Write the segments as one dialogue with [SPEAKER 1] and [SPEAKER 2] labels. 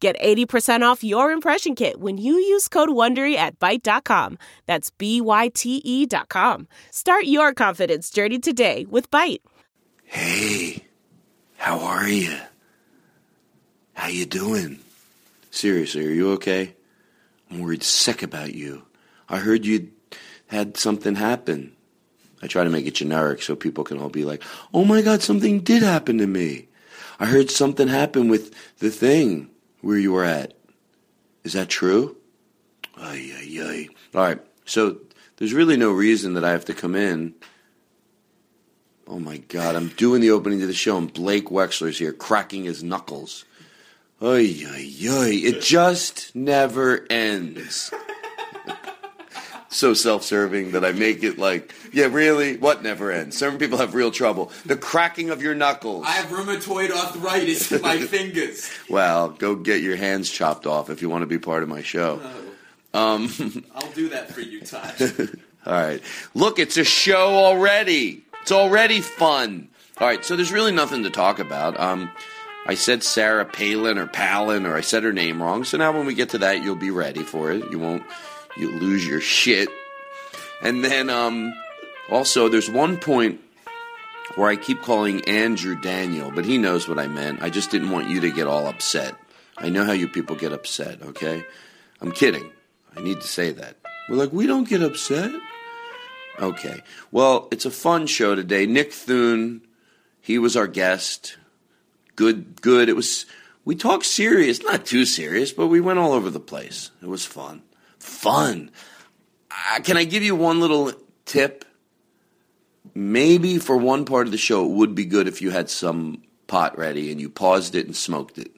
[SPEAKER 1] Get 80% off your impression kit when you use code WONDERY at Byte.com. That's B-Y-T-E E dot com. Start your confidence journey today with Byte.
[SPEAKER 2] Hey, how are you? How you doing? Seriously, are you okay? I'm worried sick about you. I heard you had something happen. I try to make it generic so people can all be like, "Oh my god, something did happen to me." I heard something happened with the thing where you were at. Is that true? Ay, ay, ay. All right. So there's really no reason that I have to come in. Oh my God! I'm doing the opening to the show, and Blake Wexler's here, cracking his knuckles. Ay, ay, ay. It just never ends. so self-serving that I make it like, yeah, really, what never ends? Certain people have real trouble. The cracking of your knuckles.
[SPEAKER 3] I have rheumatoid arthritis in my fingers.
[SPEAKER 2] Well, go get your hands chopped off if you want to be part of my show. Um,
[SPEAKER 3] I'll do that for you, Todd.
[SPEAKER 2] All right. Look, it's a show already. It's already fun. All right, so there's really nothing to talk about. Um, I said Sarah Palin or Palin or I said her name wrong. So now when we get to that, you'll be ready for it. You won't you lose your shit. And then um, also there's one point where I keep calling Andrew Daniel, but he knows what I meant. I just didn't want you to get all upset. I know how you people get upset, okay? I'm kidding. I need to say that. We're like, we don't get upset. Okay. Well, it's a fun show today. Nick Thune, he was our guest. Good, good. It was, we talked serious, not too serious, but we went all over the place. It was fun. Fun. Uh, can I give you one little tip? Maybe for one part of the show, it would be good if you had some pot ready and you paused it and smoked it.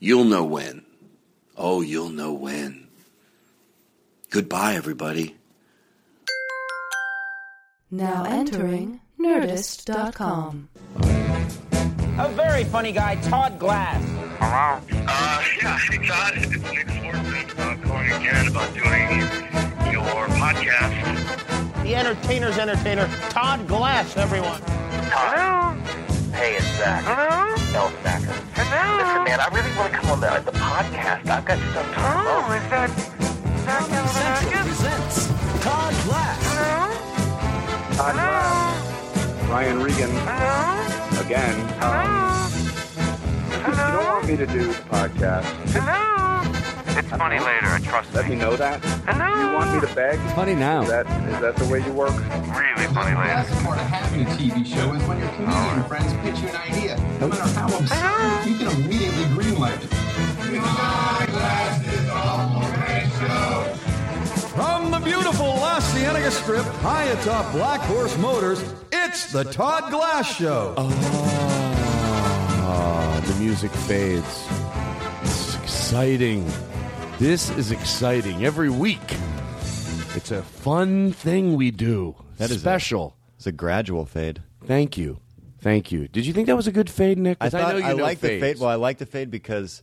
[SPEAKER 2] You'll know when. Oh, you'll know when. Goodbye, everybody.
[SPEAKER 4] Now entering Nerdist.com.
[SPEAKER 5] A very funny guy, Todd Glass.
[SPEAKER 6] Hello? Uh, yeah, hey Todd, it's Nick Swartzen. I'm calling again about doing your podcast.
[SPEAKER 5] The entertainer's entertainer, Todd Glass, everyone.
[SPEAKER 6] Todd. Hey, it's Zach. Hello? Elsacker. Hello? Listen, man, I really want to come on the, the podcast. I've got stuff to promote.
[SPEAKER 7] Oh, is that Zach
[SPEAKER 5] presents Todd Glass.
[SPEAKER 7] Ryan Regan again. Um, You don't want me to do the podcast.
[SPEAKER 6] It's funny later, I trust
[SPEAKER 7] Let me know that. You want me to beg? Is
[SPEAKER 8] Funny now.
[SPEAKER 7] that is that the way you work?
[SPEAKER 6] Really funny later.
[SPEAKER 9] best part of having a TV show is when your comedian friends pitch you an idea. No matter how absurd, you can immediately greenlight it.
[SPEAKER 8] From the beautiful Las Cienega Strip, high atop Black Horse Motors, it's the Todd Glass Show. Ah, the music fades. It's exciting. This is exciting. Every week, it's a fun thing we do. That is special.
[SPEAKER 3] It's a gradual fade.
[SPEAKER 2] Thank you. Thank you. Did you think that was a good fade, Nick? 'Cause
[SPEAKER 3] I thought I,
[SPEAKER 2] know you know
[SPEAKER 3] like the
[SPEAKER 2] fades.
[SPEAKER 3] fade. Well, I like the fade because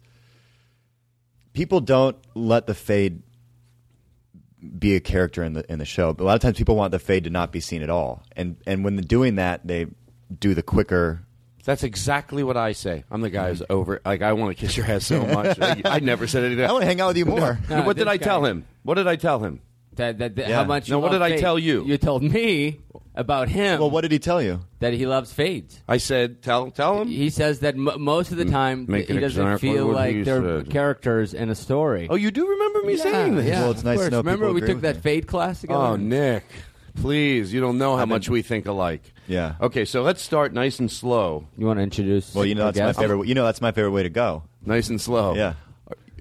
[SPEAKER 3] people don't let the fade be a character in the in the show. But a lot of times, people want the fade to not be seen at all, and and when they're doing that, they do the quicker. Mm-hmm.
[SPEAKER 2] That's exactly what I say. I'm the guy who's over. Like I want to kiss your ass so much. Like, I never said anything.
[SPEAKER 3] I wanna hang out with you more.
[SPEAKER 2] No,
[SPEAKER 3] No,
[SPEAKER 2] what did
[SPEAKER 3] this
[SPEAKER 2] I tell
[SPEAKER 3] guy.
[SPEAKER 2] him? What did I tell him?
[SPEAKER 9] That, that, that-
[SPEAKER 2] Yeah.
[SPEAKER 9] How much?
[SPEAKER 2] Now,
[SPEAKER 9] you
[SPEAKER 2] what
[SPEAKER 9] love
[SPEAKER 2] did I
[SPEAKER 9] fades.
[SPEAKER 2] tell you?
[SPEAKER 9] You told me about him.
[SPEAKER 3] Well, what did he tell you?
[SPEAKER 9] That he loves fades.
[SPEAKER 2] I said, tell tell him. Mm.
[SPEAKER 9] He says that m- most of the time
[SPEAKER 2] make
[SPEAKER 9] he
[SPEAKER 2] it
[SPEAKER 9] doesn't
[SPEAKER 2] exactly
[SPEAKER 9] feel
[SPEAKER 2] what
[SPEAKER 9] like
[SPEAKER 2] he
[SPEAKER 9] they're
[SPEAKER 2] said.
[SPEAKER 9] characters in a story.
[SPEAKER 2] Oh, you do remember me
[SPEAKER 9] yeah,
[SPEAKER 2] saying this?
[SPEAKER 9] Yeah,
[SPEAKER 2] Well, it's
[SPEAKER 9] of
[SPEAKER 2] nice to
[SPEAKER 9] course.
[SPEAKER 2] know people
[SPEAKER 9] Remember we
[SPEAKER 2] agree
[SPEAKER 9] took
[SPEAKER 2] with
[SPEAKER 9] that fade class together.
[SPEAKER 2] Oh, Nick, please. You don't know how much we think alike.
[SPEAKER 3] Yeah.
[SPEAKER 2] Okay, so let's start nice and slow.
[SPEAKER 9] You want to introduce?
[SPEAKER 3] Well, you know that's my favorite. You know that's my favorite way to go.
[SPEAKER 2] Nice and slow.
[SPEAKER 3] Yeah.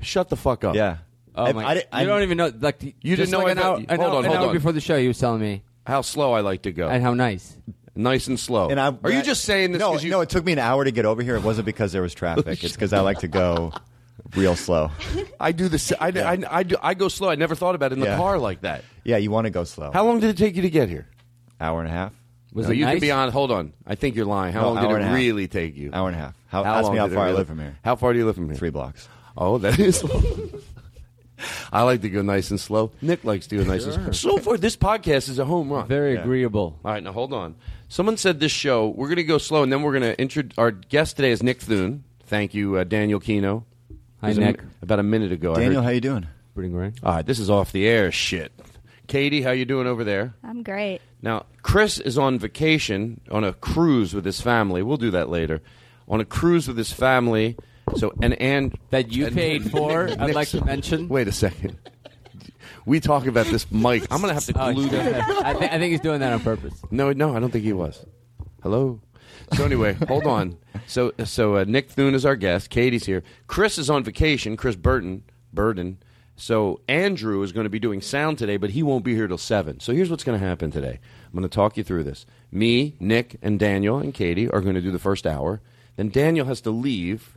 [SPEAKER 2] Shut the fuck up.
[SPEAKER 3] Yeah.
[SPEAKER 9] Oh
[SPEAKER 3] I-
[SPEAKER 9] my!
[SPEAKER 3] I di- I-
[SPEAKER 9] you don't even know. Like
[SPEAKER 2] You
[SPEAKER 9] just
[SPEAKER 2] didn't know
[SPEAKER 9] like
[SPEAKER 2] I
[SPEAKER 9] an
[SPEAKER 2] thought-
[SPEAKER 9] hour, an
[SPEAKER 2] hold
[SPEAKER 9] hour-
[SPEAKER 2] on,
[SPEAKER 9] an
[SPEAKER 2] hold
[SPEAKER 9] hour
[SPEAKER 2] on.
[SPEAKER 9] before the show. You was telling me
[SPEAKER 2] How slow I like to go.
[SPEAKER 9] and how nice.
[SPEAKER 2] Nice and slow.
[SPEAKER 3] And I,
[SPEAKER 2] Are you just saying this
[SPEAKER 3] No,
[SPEAKER 2] 'cause you-
[SPEAKER 3] no. It took me an hour to get over here. It wasn't because there was traffic. it's because I like to go real slow.
[SPEAKER 2] I do this. I, I, I, do, I go slow. I never thought about it in the
[SPEAKER 3] Yeah.
[SPEAKER 2] car like that.
[SPEAKER 3] Yeah, you want to go slow.
[SPEAKER 2] How long did it take you to get here?
[SPEAKER 3] Hour and a half.
[SPEAKER 9] Was
[SPEAKER 2] No,
[SPEAKER 9] it
[SPEAKER 2] you
[SPEAKER 9] nice?
[SPEAKER 2] can be on. Hold on. I think you're lying. How
[SPEAKER 3] No,
[SPEAKER 2] long
[SPEAKER 3] hour
[SPEAKER 2] did
[SPEAKER 3] and
[SPEAKER 2] it
[SPEAKER 3] a half.
[SPEAKER 2] really take you?
[SPEAKER 3] Hour and a half. How, ask me how
[SPEAKER 2] did it
[SPEAKER 3] far I
[SPEAKER 2] really-
[SPEAKER 3] live from here.
[SPEAKER 2] How far do you live from here?
[SPEAKER 3] Three blocks.
[SPEAKER 2] Oh, that is. long. I like to go nice and slow. Nick likes to go nice and slow. So far, this podcast is a home run.
[SPEAKER 9] Very agreeable.
[SPEAKER 2] All right, now hold on. Someone said this show, we're going to go slow, and then we're going to introduce our guest today is Nick Thune. Thank you, uh, Daniel Kino.
[SPEAKER 9] Hi,
[SPEAKER 2] It was a
[SPEAKER 9] Nick.
[SPEAKER 2] mi- about a minute ago. I
[SPEAKER 3] Daniel,
[SPEAKER 2] heard-
[SPEAKER 3] how you doing?
[SPEAKER 9] Pretty great.
[SPEAKER 2] All right, this is off the air shit. Katie, how you doing over there?
[SPEAKER 10] I'm great.
[SPEAKER 2] Now, Chris is on vacation on a cruise with his family. We'll do that later. On a cruise with his family. So and and
[SPEAKER 9] that you
[SPEAKER 2] and,
[SPEAKER 9] paid for, I'd like to mention.
[SPEAKER 2] Wait a second. We talk about this mic. I'm gonna have to
[SPEAKER 9] Oh,
[SPEAKER 2] glue
[SPEAKER 9] he's doing
[SPEAKER 2] that.
[SPEAKER 9] that. I, thi- I think he's doing that on purpose.
[SPEAKER 2] No, no, I don't think he was. Hello. So anyway, hold on. So so uh, Nick Thune is our guest. Katie's here. Chris is on vacation. Chris Burton. Burden. So Andrew is going to be doing sound today, but he won't be here till seven. So here's what's going to happen today. I'm going to talk you through this. Me, Nick, and Daniel and Katie are going to do the first hour. Then Daniel has to leave.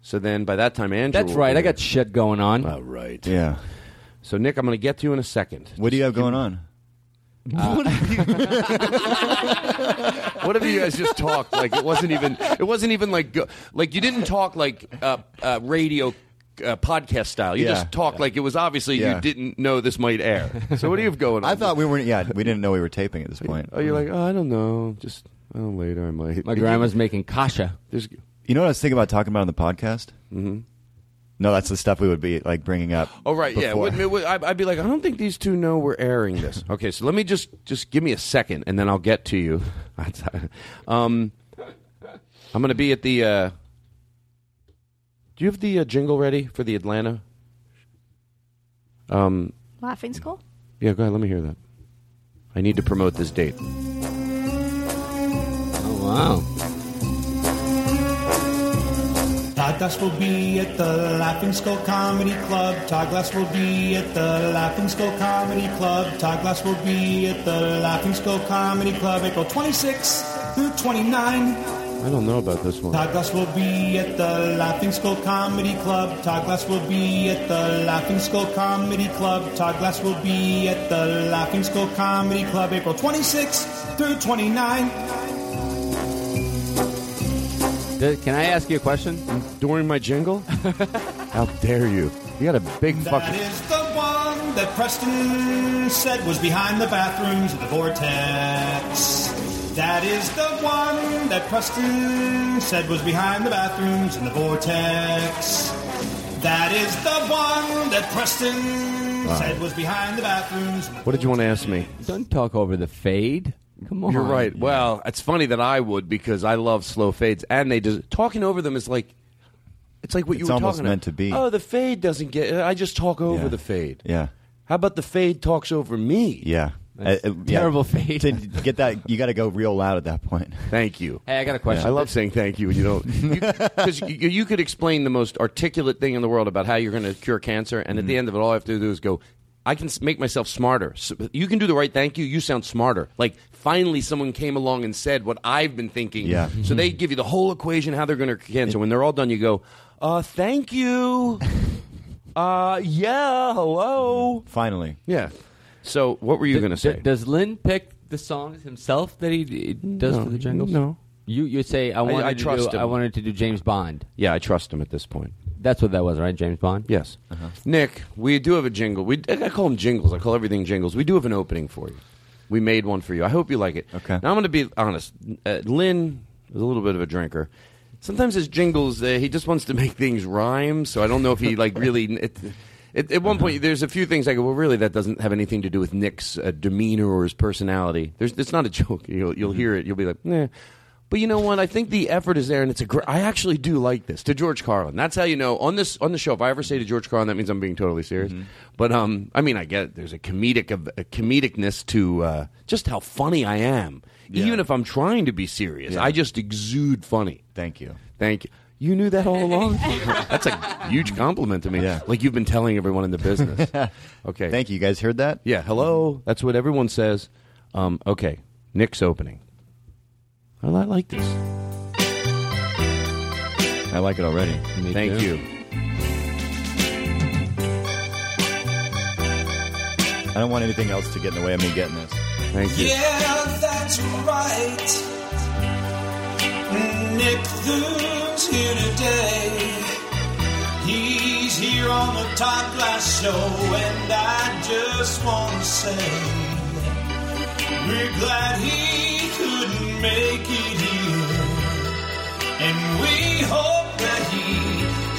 [SPEAKER 2] So then by that time, Andrew.
[SPEAKER 9] That's
[SPEAKER 2] will
[SPEAKER 9] right.
[SPEAKER 2] be
[SPEAKER 9] I got
[SPEAKER 2] here.
[SPEAKER 9] shit going on.
[SPEAKER 2] All right.
[SPEAKER 3] Yeah.
[SPEAKER 2] So Nick, I'm going to get to you in a second.
[SPEAKER 3] What do you have going on?
[SPEAKER 2] What if you guys just talked like it wasn't even it wasn't even like go- like you didn't talk like uh, uh, radio uh, podcast style. You
[SPEAKER 3] Yeah.
[SPEAKER 2] just talked like it was obviously
[SPEAKER 3] Yeah.
[SPEAKER 2] you didn't know this might air. So what do you have going on?
[SPEAKER 3] I thought we weren't. Yeah, we didn't know we were taping at this point.
[SPEAKER 2] Oh, you're like oh, I don't know. Just oh, later I might.
[SPEAKER 9] My grandma's making kasha.
[SPEAKER 2] There's,
[SPEAKER 3] You know what I was thinking about talking about on the podcast? Mm-hmm. No, that's the stuff we would be like bringing up.
[SPEAKER 2] oh right, yeah.
[SPEAKER 3] before.
[SPEAKER 2] Wouldn't it- would- I'd I'd be like I don't think these two know we're airing this. Okay, so let me just just give me a second and then I'll get to you. um, I'm gonna be at the. Uh, do you have the uh, jingle ready for the Atlanta? Um,
[SPEAKER 10] Laughing school?
[SPEAKER 2] Yeah, go ahead. Let me hear that. I need to promote this date.
[SPEAKER 9] Oh
[SPEAKER 11] Todd Glass will be at the Laughing Skull Comedy Club. Todd Glass will be at the Laughing Skull Comedy Club. Todd Glass will be at the Laughing Skull Comedy Club April 26th through 29.
[SPEAKER 2] I don't know about this one.
[SPEAKER 11] Todd Glass will be at the Laughing Skull Comedy Club. Todd Glass will be at the Laughing Skull Comedy Club. Todd Glass will be at the Laughing Skull Comedy Club April 26th through 29.
[SPEAKER 9] wow! Th- Can I ask you a question?
[SPEAKER 2] During my jingle? How dare you? You got a big
[SPEAKER 11] That is the one that Preston said was behind the bathrooms of the vortex. That is the one that Preston said was behind the bathrooms in the vortex. That is the one that Preston
[SPEAKER 2] Wow.
[SPEAKER 11] said was behind the bathrooms. in the
[SPEAKER 2] What did you want to ask me?
[SPEAKER 9] Don't talk over the fade. Come on.
[SPEAKER 2] You're right. Well, it's funny that I would because I love slow fades, and they just talking over them is like, it's like what you
[SPEAKER 3] It's
[SPEAKER 2] were
[SPEAKER 3] almost
[SPEAKER 2] talking about.
[SPEAKER 3] meant to be.
[SPEAKER 2] Oh, the fade doesn't get. I just talk over the fade.
[SPEAKER 3] Yeah.
[SPEAKER 2] How about the fade talks over me?
[SPEAKER 3] Yeah. Uh, uh, yeah.
[SPEAKER 9] Terrible fade.
[SPEAKER 3] To get that, you got to go real loud at that point.
[SPEAKER 2] Thank you.
[SPEAKER 9] Hey, I got a question.
[SPEAKER 2] I love saying thank you. and You don't because you, you could explain the most articulate thing in the world about how you're going to cure cancer, and at
[SPEAKER 3] Mm-hmm.
[SPEAKER 2] the end of it, all I have to do is go. I can s- make myself smarter. S- You can do the right thank you. You sound smarter. Like finally, someone came along and said what I've been thinking.
[SPEAKER 3] Yeah. Mm-hmm.
[SPEAKER 2] So they give you the whole equation how they're going to cure cancer. When they're all done, you go, "Uh, thank you." uh, yeah. Hello.
[SPEAKER 3] Finally.
[SPEAKER 2] Yeah. So what were you going to say?
[SPEAKER 9] Does Lynn pick the songs himself that he, he does
[SPEAKER 2] No,
[SPEAKER 9] for the jingles?
[SPEAKER 2] no.
[SPEAKER 9] You you say I
[SPEAKER 2] I-
[SPEAKER 9] wanted
[SPEAKER 2] I
[SPEAKER 9] to
[SPEAKER 2] trust
[SPEAKER 9] do,
[SPEAKER 2] him.
[SPEAKER 9] I wanted to do James Bond.
[SPEAKER 2] Yeah, I trust him at this point.
[SPEAKER 9] That's what that was, right? James Bond.
[SPEAKER 2] Yes. Nick, we do have a jingle. We I call them jingles. I call everything jingles. We do have an opening for you. We made one for you. I hope you like it. Okay. Now I'm going to be honest. Uh, Lynn is a little bit of a drinker. Sometimes his jingles, uh, he just wants to make things rhyme. So I don't know if he like really. It, it, at one point, there's a few things I go, well, really, that doesn't have anything to do with Nick's uh, demeanor or his personality. There's, it's not a joke. You'll, you'll hear it. You'll be like, nah. But you know what? I think the effort is there, and it's a great. I actually do like this to George Carlin. That's how you know on this on the show. If I ever say to George Carlin, that means I'm being totally serious.
[SPEAKER 3] Mm-hmm.
[SPEAKER 2] But um, I mean, I get it. There's a comedic of a comedicness to uh, just how funny I am, even if I'm trying to be serious. I just exude funny.
[SPEAKER 3] Thank you.
[SPEAKER 2] Thank you. You knew that all along. That's a huge compliment to me. Like you've been telling everyone in the business. Okay.
[SPEAKER 3] Thank you. You guys heard that?
[SPEAKER 2] Yeah. Hello. That's what everyone says. Um, okay. Nick's opening. Well, I like this.
[SPEAKER 3] I like it already.
[SPEAKER 2] Thank
[SPEAKER 3] too.
[SPEAKER 2] you.
[SPEAKER 3] I don't want anything else to get in the way of me getting this.
[SPEAKER 2] Thank
[SPEAKER 11] Yeah, that's right. Nick Thune's here today. He's here on the Top Glass Show, and I just want to say we're glad he couldn't make it here. And we hope that he,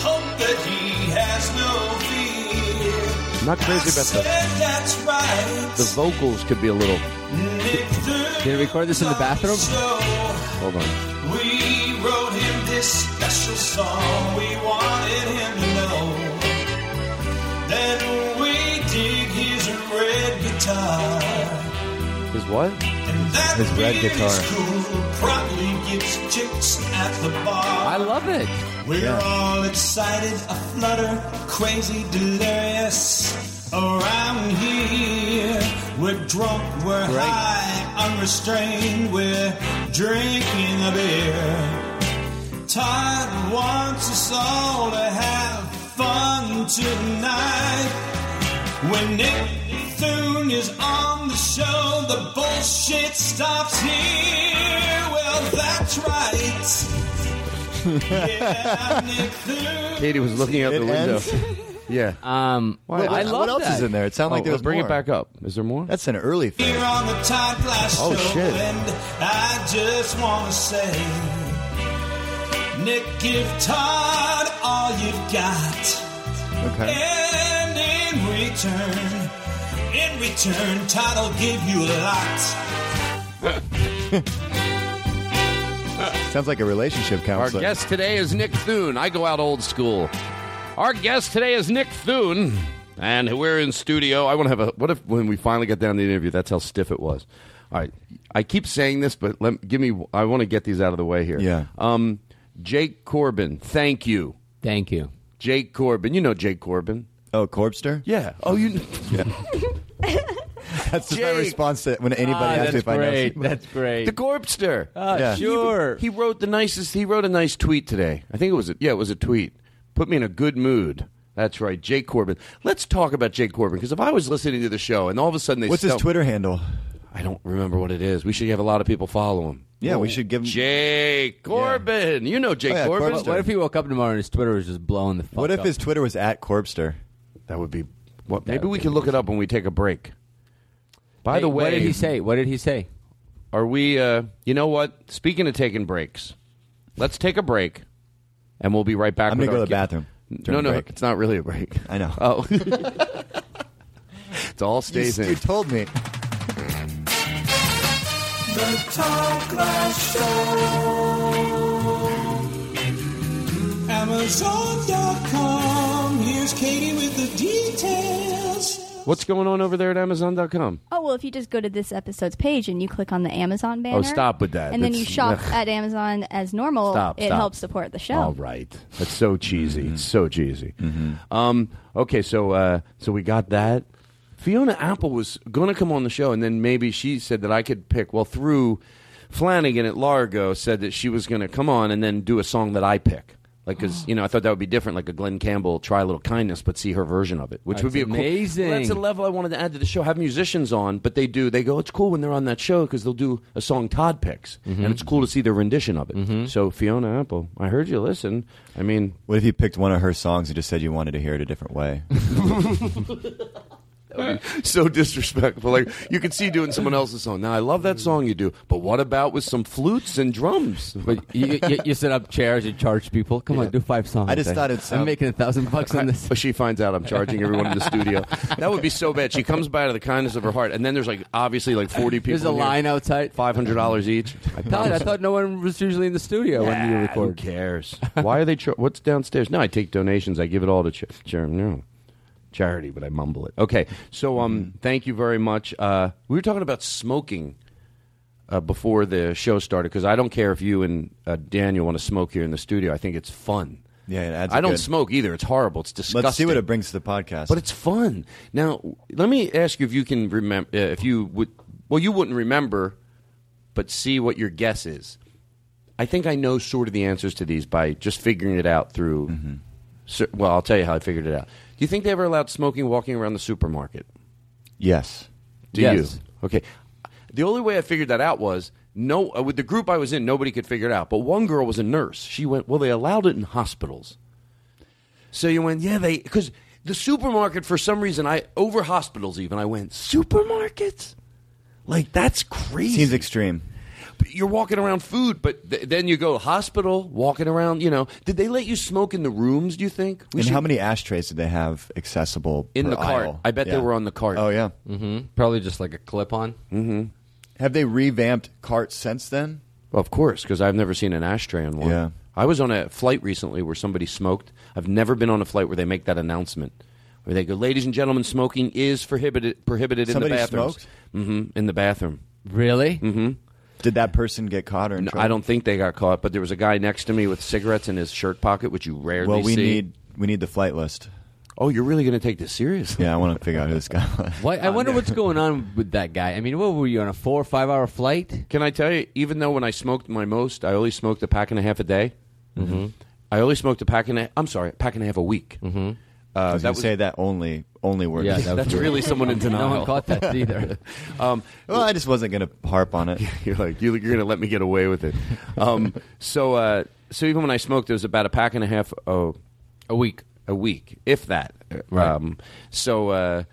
[SPEAKER 11] hope that he has no fear.
[SPEAKER 2] I'm not crazy about
[SPEAKER 11] Said
[SPEAKER 2] the
[SPEAKER 11] that's right.
[SPEAKER 2] the vocals could be a little.
[SPEAKER 9] Did I record this in the bathroom?
[SPEAKER 11] So
[SPEAKER 2] Hold on.
[SPEAKER 11] We wrote him this special song. We wanted him to know that we dig his red guitar.
[SPEAKER 2] His what?
[SPEAKER 11] That
[SPEAKER 3] His red
[SPEAKER 11] beard
[SPEAKER 3] guitar.
[SPEAKER 11] is cool, probably gives chicks at the bar.
[SPEAKER 9] I love it.
[SPEAKER 11] We're
[SPEAKER 3] Yeah.
[SPEAKER 11] all excited, aflutter, crazy, delirious. Around here, we're drunk, we're high, unrestrained, we're drinking a beer. Todd wants us all to have fun tonight. When Nick Thune is on the show, the bullshit stops here. Well, that's right.
[SPEAKER 2] Katie was looking out the
[SPEAKER 3] It
[SPEAKER 2] window.
[SPEAKER 3] ends?
[SPEAKER 2] yeah.
[SPEAKER 9] Um,
[SPEAKER 2] Why-
[SPEAKER 3] What-
[SPEAKER 2] I
[SPEAKER 3] what
[SPEAKER 2] love
[SPEAKER 3] else
[SPEAKER 2] that.
[SPEAKER 3] is in there? It sounded like
[SPEAKER 2] Oh,
[SPEAKER 3] there was
[SPEAKER 2] bring it
[SPEAKER 3] more.
[SPEAKER 2] back up. Is there more?
[SPEAKER 3] That's an early thing.
[SPEAKER 11] Here on the Todd Glass
[SPEAKER 3] Oh,
[SPEAKER 11] Show,
[SPEAKER 3] shit.
[SPEAKER 11] and I just want to say, Nick, give Todd all you've got,
[SPEAKER 3] Okay.
[SPEAKER 11] and in return, in return, Todd will give you a lot.
[SPEAKER 3] Sounds like a relationship
[SPEAKER 2] Our
[SPEAKER 3] counselor.
[SPEAKER 2] guest today is Nick Thune. I go out old school. Our guest today is Nick Thune, and we're in studio. I want to have a. What if when we finally got down to the interview, that's how stiff it was. All right, I keep saying this, but let give me. I want to get these out of the way here.
[SPEAKER 3] Yeah.
[SPEAKER 2] Um, Jake Corbin, thank you,
[SPEAKER 9] Thank you.
[SPEAKER 2] Jake Corbin. You know Jake Corbin.
[SPEAKER 3] Oh, Corbster?
[SPEAKER 2] Yeah. Oh, you.
[SPEAKER 3] That's just my
[SPEAKER 2] Jake.
[SPEAKER 3] response to when anybody
[SPEAKER 9] Ah,
[SPEAKER 3] asks
[SPEAKER 9] that's
[SPEAKER 3] me if
[SPEAKER 9] great.
[SPEAKER 3] I know.
[SPEAKER 9] That's great.
[SPEAKER 2] The Gorpster.
[SPEAKER 9] Ah,
[SPEAKER 3] Yeah.
[SPEAKER 9] Sure.
[SPEAKER 2] He wrote the nicest. He wrote a nice tweet today. I think it was. A, yeah, it was a tweet. Put me in a good mood. That's right, Jake Corbin. Let's talk about Jake Corbin because if I was listening to the show and all of a sudden they
[SPEAKER 3] What's his
[SPEAKER 2] stump-
[SPEAKER 3] Twitter handle?
[SPEAKER 2] I don't remember what it is. We should have a lot of people follow him.
[SPEAKER 3] Yeah, we should give him.
[SPEAKER 2] Jake Corbin. You know Jake
[SPEAKER 3] Oh, yeah,
[SPEAKER 2] Corbin.
[SPEAKER 3] Corbster.
[SPEAKER 9] What if he woke up tomorrow and his Twitter was just blowing the fuck
[SPEAKER 3] What if
[SPEAKER 9] up?
[SPEAKER 3] his Twitter was at Corbster?
[SPEAKER 2] That would be. What,
[SPEAKER 9] That
[SPEAKER 2] maybe
[SPEAKER 9] would
[SPEAKER 2] we
[SPEAKER 9] be
[SPEAKER 2] can look it up when we take a break. By
[SPEAKER 9] Hey,
[SPEAKER 2] the way,
[SPEAKER 9] what did he say? What did he say?
[SPEAKER 2] Are we, uh, you know what? Speaking of taking breaks, let's take a break and we'll be right back.
[SPEAKER 3] I'm
[SPEAKER 2] with
[SPEAKER 3] gonna go
[SPEAKER 2] our
[SPEAKER 3] to the bathroom during
[SPEAKER 2] No,
[SPEAKER 3] the
[SPEAKER 2] no,
[SPEAKER 3] break.
[SPEAKER 2] it's not really a break.
[SPEAKER 3] I know.
[SPEAKER 2] Oh. it's all
[SPEAKER 3] You,
[SPEAKER 2] stays
[SPEAKER 3] you
[SPEAKER 2] in.
[SPEAKER 3] told me.
[SPEAKER 11] The Todd Glass Show. Amazon.com. Here's Katie with the details.
[SPEAKER 2] What's going on over there at Amazon.com?
[SPEAKER 10] Oh well, if you just go to this episode's page and you click on the Amazon banner.
[SPEAKER 2] Oh, stop with that.
[SPEAKER 10] And then you
[SPEAKER 2] That's-
[SPEAKER 10] shop
[SPEAKER 2] ugh.
[SPEAKER 10] at Amazon as normal.
[SPEAKER 2] Stop,
[SPEAKER 10] it
[SPEAKER 2] stop.
[SPEAKER 10] helps support the show.
[SPEAKER 2] All right. That's so cheesy. It's so cheesy. Um, okay, so uh, so we got that. Fiona Apple was going to come on the show, and then maybe she said that I could pick. Well, through Flanagan at Largo said that she was going to come on and then do a song that I pick. Like, because you know, I thought that would be different, like a Glenn Campbell try a little kindness, but see her version of it, which
[SPEAKER 9] That's
[SPEAKER 2] would be a cool-
[SPEAKER 9] amazing.
[SPEAKER 2] Well, that's a level I wanted to add to the show. Have musicians on, but they do. They go. It's cool when they're on that show because they'll do a song Todd picks, and it's cool to see their rendition of it. So Fiona Apple, I heard you listen. I mean,
[SPEAKER 3] what if you picked one of her songs and just said you wanted to hear it a different way?
[SPEAKER 2] so disrespectful. Like you can see doing someone else's song. Now I love that song you do, but what about with some flutes and drums?
[SPEAKER 9] But you, you, you set up chairs and charge people. Come on, do five songs. eh?
[SPEAKER 2] I just thought
[SPEAKER 9] I'm
[SPEAKER 2] it sound-
[SPEAKER 9] making a thousand bucks on this.
[SPEAKER 2] But she finds out I'm charging everyone in the studio. That would be so bad. She comes by out of the kindness of her heart, and then there's like obviously like 40 people.
[SPEAKER 9] There's a line outside,
[SPEAKER 2] five hundred dollars each. I
[SPEAKER 9] Todd, I thought no one was usually in the studio when you
[SPEAKER 2] Nah,
[SPEAKER 9] record.
[SPEAKER 2] Who cares? Why are they? Char- what's downstairs? No, I take donations. I give it all to ch- char- no. charity, but I mumble it. Okay, so um,
[SPEAKER 3] Mm-hmm.
[SPEAKER 2] thank you very much. Uh, we were talking about smoking uh, before the show started because I don't care if you and uh, Daniel want to smoke here in the studio. I think it's fun.
[SPEAKER 3] Yeah, it adds
[SPEAKER 2] I don't
[SPEAKER 3] good-
[SPEAKER 2] smoke either. It's horrible. It's disgusting.
[SPEAKER 3] Let's see what it brings to the podcast.
[SPEAKER 2] But it's fun. Now, w- let me ask you if you can remember, uh, if you would, well, you wouldn't remember, but see what your guess is. I think I know sort of the answers to these by just figuring it out through.
[SPEAKER 3] Mm-hmm.
[SPEAKER 2] cer- well, I'll tell you how I figured it out. Do you think they ever allowed smoking walking around the supermarket?
[SPEAKER 3] yes.
[SPEAKER 2] Do you? Okay. The only way I figured that out was no. uh, With the group I was in, nobody could figure it out. But one girl was a nurse. She went, well, they allowed it in hospitals. So you went, yeah, they because the supermarket for some reason I over hospitals even I went supermarkets, like that's crazy.
[SPEAKER 3] Seems extreme.
[SPEAKER 2] But You're walking around food, but th- then you go hospital walking around. You know, did they let you smoke in the rooms? Do you think? We
[SPEAKER 3] and
[SPEAKER 2] should-
[SPEAKER 3] how many ashtrays did they have accessible
[SPEAKER 2] in
[SPEAKER 3] per
[SPEAKER 2] the cart?
[SPEAKER 3] aisle?
[SPEAKER 2] I bet
[SPEAKER 3] Yeah.
[SPEAKER 2] they were on the cart.
[SPEAKER 3] Oh yeah.
[SPEAKER 9] Mm-hmm. Probably just like a clip on.
[SPEAKER 2] Mm-hmm.
[SPEAKER 3] Have they revamped carts since then?
[SPEAKER 2] Well, of course, because I've never seen an ashtray in one.
[SPEAKER 3] Yeah.
[SPEAKER 2] I was on a flight recently where somebody smoked. I've never been on a flight where they make that announcement. Where they go, ladies and gentlemen, smoking is prohibited prohibited
[SPEAKER 3] Somebody
[SPEAKER 2] in the bathroom.
[SPEAKER 3] smoked?
[SPEAKER 2] hmm in the bathroom.
[SPEAKER 9] Really?
[SPEAKER 2] Mm-hmm.
[SPEAKER 3] Did that person get caught or? In
[SPEAKER 2] No,
[SPEAKER 3] trouble?
[SPEAKER 2] I don't think they got caught, but there was a guy next to me with cigarettes in his shirt pocket, which you rarely
[SPEAKER 3] Well, we
[SPEAKER 2] see.
[SPEAKER 3] need we need the flight list.
[SPEAKER 2] Oh, you're really going to take this seriously?
[SPEAKER 3] Yeah, I want to figure out who this guy was.
[SPEAKER 9] Why, I wonder what's going on with that guy. I mean, what were you on a four or five hour flight?
[SPEAKER 2] Can I tell you? Even though when I smoked my most, I only smoked a pack and a half a day. Mm-hmm. I only smoked a pack and a, I'm sorry, a pack and a half a week. Mm-hmm. Uh,
[SPEAKER 3] I was
[SPEAKER 2] that
[SPEAKER 3] gonna
[SPEAKER 2] was-
[SPEAKER 3] say that only only word.
[SPEAKER 2] Yeah, that was That's good. really someone in denial. No one caught that either. um,
[SPEAKER 3] well, I just wasn't going to harp on it.
[SPEAKER 2] you're like you're going to let me get away with it. Um, so uh, so even when I smoked, it was about a pack and a half oh,
[SPEAKER 9] a week, Uh,
[SPEAKER 2] a week, if that.
[SPEAKER 9] Right.
[SPEAKER 2] Um, so uh,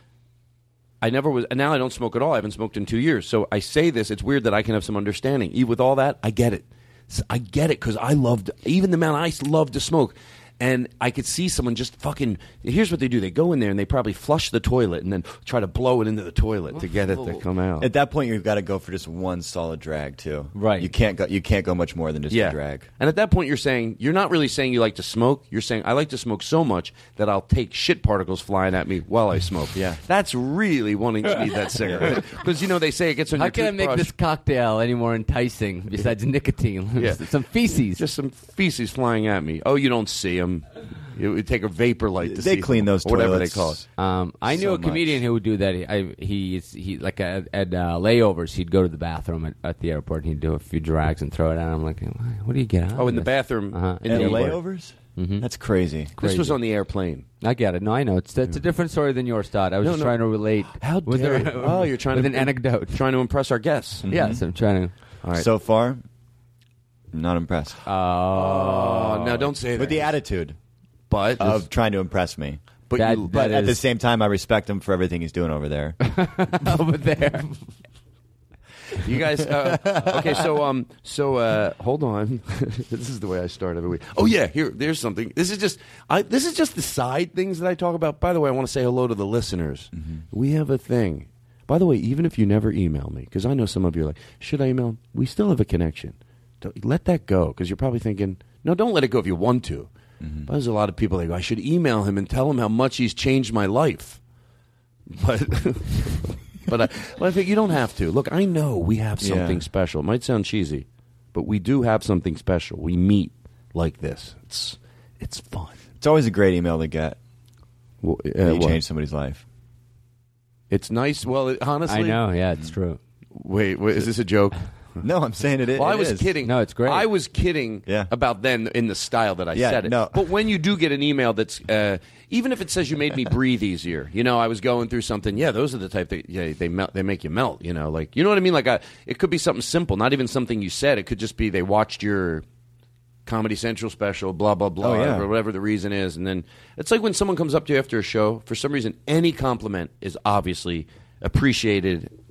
[SPEAKER 2] I never was. and Now I don't smoke at all. I haven't smoked in two years. So I say this. It's weird that I can have some understanding. Even with all that, I get it. S- I get it because I loved even the amount I s- loved to smoke. And I could see someone just fucking. Here's what they do: they go in there and they probably flush the toilet and then try to blow it into the toilet to get it to come out.
[SPEAKER 3] At that point, you've got to go for just one solid drag too.
[SPEAKER 2] Right.
[SPEAKER 3] You can't go. You can't go much more than just
[SPEAKER 2] yeah.
[SPEAKER 3] a drag.
[SPEAKER 2] And at that point, you're saying you're not really saying you like to smoke. You're saying I like to smoke so much that I'll take shit particles flying at me while I smoke. yeah, that's really wanting to need that cigarette because you know they say it gets on
[SPEAKER 9] How
[SPEAKER 2] your
[SPEAKER 9] can I make
[SPEAKER 2] toothbrush.
[SPEAKER 9] this cocktail any more enticing besides nicotine? some feces,
[SPEAKER 2] just some feces flying at me. Oh, you don't see them. It would take a vapor light to see
[SPEAKER 9] They
[SPEAKER 2] 'em,
[SPEAKER 9] clean those
[SPEAKER 2] or whatever they
[SPEAKER 9] toilets
[SPEAKER 2] call it.
[SPEAKER 9] Um, I knew
[SPEAKER 2] So
[SPEAKER 9] a comedian who would do that. He, I, he, he like at, at uh, layovers, he'd go to the bathroom at, at the airport. and He'd do a few drags and throw it out. I'm like, "Why- what do you get out?
[SPEAKER 2] Oh,
[SPEAKER 9] of
[SPEAKER 2] in the
[SPEAKER 9] this?"
[SPEAKER 2] bathroom, in
[SPEAKER 3] At
[SPEAKER 2] the
[SPEAKER 3] layovers?
[SPEAKER 2] Mm-hmm.
[SPEAKER 9] Mhm.
[SPEAKER 3] That's crazy.
[SPEAKER 2] This was on the airplane.
[SPEAKER 9] I get it. No, I know. It's that's a different story than yours, Todd. I was
[SPEAKER 2] No,
[SPEAKER 9] just
[SPEAKER 2] no.
[SPEAKER 9] trying to relate.
[SPEAKER 2] How
[SPEAKER 9] with
[SPEAKER 2] dare
[SPEAKER 9] a-
[SPEAKER 2] you. Oh, you're trying
[SPEAKER 9] with
[SPEAKER 2] to-
[SPEAKER 9] an anecdote, Mm-hmm.
[SPEAKER 2] trying to impress our guests.
[SPEAKER 9] Yes, I'm trying to.
[SPEAKER 2] All right.
[SPEAKER 3] So far, not impressed.
[SPEAKER 9] Oh,
[SPEAKER 2] no, don't say that.
[SPEAKER 3] With the attitude,
[SPEAKER 2] but
[SPEAKER 3] of trying to impress me.
[SPEAKER 2] But
[SPEAKER 9] That- you-
[SPEAKER 3] but
[SPEAKER 9] that
[SPEAKER 3] at the
[SPEAKER 9] is-
[SPEAKER 3] same time, I respect him for everything he's doing over there.
[SPEAKER 9] over there.
[SPEAKER 2] You guys, uh, okay? So, um, so uh, hold on. this is the way I start every week. Oh yeah, here, there's something. This is just, I, this is just the side things that I talk about. By the way, I want to say hello to the listeners. We have a thing. By the way, even if you never email me, because I know some of you are like, should I email? We still have a connection. Don't, let that go, because you're probably thinking, no, don't let it go if you want to. But there's a lot of people that go, I should email him and tell him how much he's changed my life. But but I, but I think you don't have to. Look, I know we have
[SPEAKER 3] Yeah.
[SPEAKER 2] something special. It might sound cheesy, but we do have something special. We meet like this. It's it's fun.
[SPEAKER 3] It's always a great email to get.
[SPEAKER 2] Well,
[SPEAKER 3] when you
[SPEAKER 2] what?
[SPEAKER 3] change somebody's life.
[SPEAKER 2] It's nice. Well, it, honestly,
[SPEAKER 9] I know. Yeah, it's true.
[SPEAKER 2] Wait, wait, is this a joke?
[SPEAKER 3] No, I'm saying it is.
[SPEAKER 2] Well, I
[SPEAKER 3] it
[SPEAKER 2] was
[SPEAKER 3] is.
[SPEAKER 2] kidding. No, it's great. I was kidding about then in the style that I
[SPEAKER 3] Yeah,
[SPEAKER 2] said it.
[SPEAKER 3] no.
[SPEAKER 2] But when you do get an email that's, uh, even if it says you made me breathe easier, you know, I was going through something. Yeah, those are the type that yeah, they melt, they make you melt. You know, like you know what I mean. Like I, it could be something simple, not even something you said. It could just be they watched your Comedy Central special, blah blah blah,
[SPEAKER 3] Oh, yeah.
[SPEAKER 2] or whatever the reason is. And then it's like when someone comes up to you after a show. For some reason, any compliment is obviously appreciated, and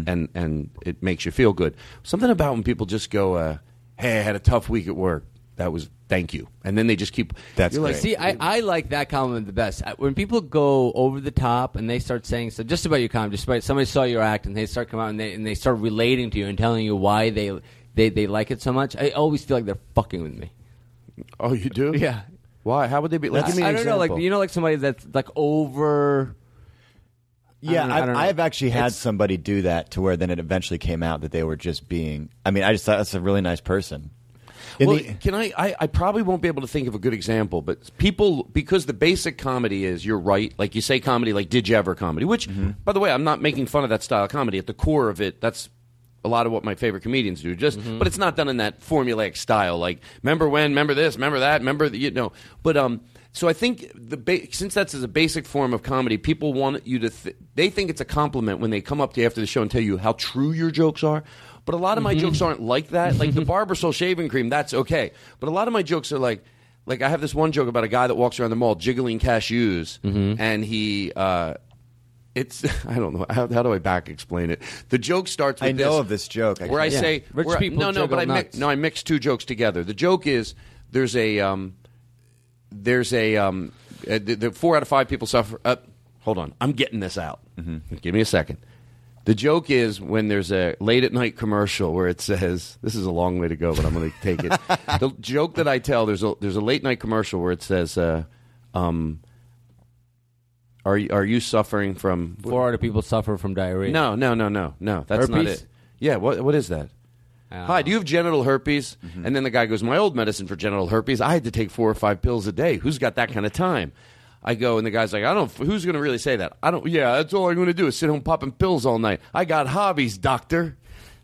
[SPEAKER 3] Mm-hmm.
[SPEAKER 2] and and it makes you feel good. Something about when people just go, uh, "Hey, I had a tough week at work. That was thank you," and then they just keep. That's
[SPEAKER 9] You're like, see, I, I like that compliment the best. I- When people go over the top and they start saying stuff just about your comedy, just about somebody saw your act and they start coming out and they, and they start relating to you and telling you why they, they, they like it so much, I always feel like they're fucking with me.
[SPEAKER 2] Oh, you do?
[SPEAKER 9] Yeah.
[SPEAKER 2] Why? How would they be? Like,
[SPEAKER 9] I, I don't know, like you know, like somebody that's like over.
[SPEAKER 3] Yeah,
[SPEAKER 9] I don't know, I
[SPEAKER 3] I've,
[SPEAKER 9] don't know.
[SPEAKER 3] I've actually had
[SPEAKER 9] It's-
[SPEAKER 3] somebody do that to where then it eventually came out that they were just being. I mean, I just thought that's a really nice person. In
[SPEAKER 2] well,
[SPEAKER 3] the-
[SPEAKER 2] can I, I? I probably won't be able to think of a good example, but people because the basic comedy is you're right. Like you say, comedy like did you ever comedy? Which,
[SPEAKER 3] Mm-hmm.
[SPEAKER 2] by the way, I'm not making fun of that style of comedy. At the core of it, that's a lot of what my favorite comedians do. Just,
[SPEAKER 3] Mm-hmm.
[SPEAKER 2] but it's not done in that formulaic style. Like remember when, remember this, remember that, remember the, you know. But um, so I think the ba- since that's as a basic form of comedy, people want you to. Th- they think it's a compliment when they come up to you after the show and tell you how true your jokes are. But a lot of my jokes aren't like that. Like the Barbasol shaving cream, that's okay. But a lot of my jokes are like, like I have this one joke about a guy that walks around the mall jiggling cashews, and he. Uh, it's I don't know how, how do I back explain it. The joke starts. with
[SPEAKER 3] I know of this joke. I
[SPEAKER 2] where I
[SPEAKER 3] can't-
[SPEAKER 2] say
[SPEAKER 3] Rich
[SPEAKER 2] where I-
[SPEAKER 3] people
[SPEAKER 2] No, no, but I
[SPEAKER 3] juggle
[SPEAKER 2] mix,
[SPEAKER 3] nuts.
[SPEAKER 2] no, I mix two jokes together. The joke is there's a um, there's a um, uh, the, the four out of five people suffer. Uh, hold on, I'm getting this out.
[SPEAKER 9] Mm-hmm.
[SPEAKER 2] Give me a second. The joke is when there's a late at night commercial where it says, "This is a long way to go, but I'm going to take it." the joke that I tell there's a there's a late night commercial where it says, uh, um, "Are you are you suffering from
[SPEAKER 9] Four out of people suffer from diarrhea.
[SPEAKER 2] No, no, no, no, no. That's not
[SPEAKER 9] Herpes?
[SPEAKER 2] it. Yeah, what what is that? Hi, do you have genital herpes? And then the guy goes, My old medicine for genital herpes, I had to take four or five pills a day. Who's got that kind of time? I go, and the guy's like, I don't, who's going to really say that? I don't, yeah, that's all I'm going to do is sit home popping pills all night. I got hobbies, doctor.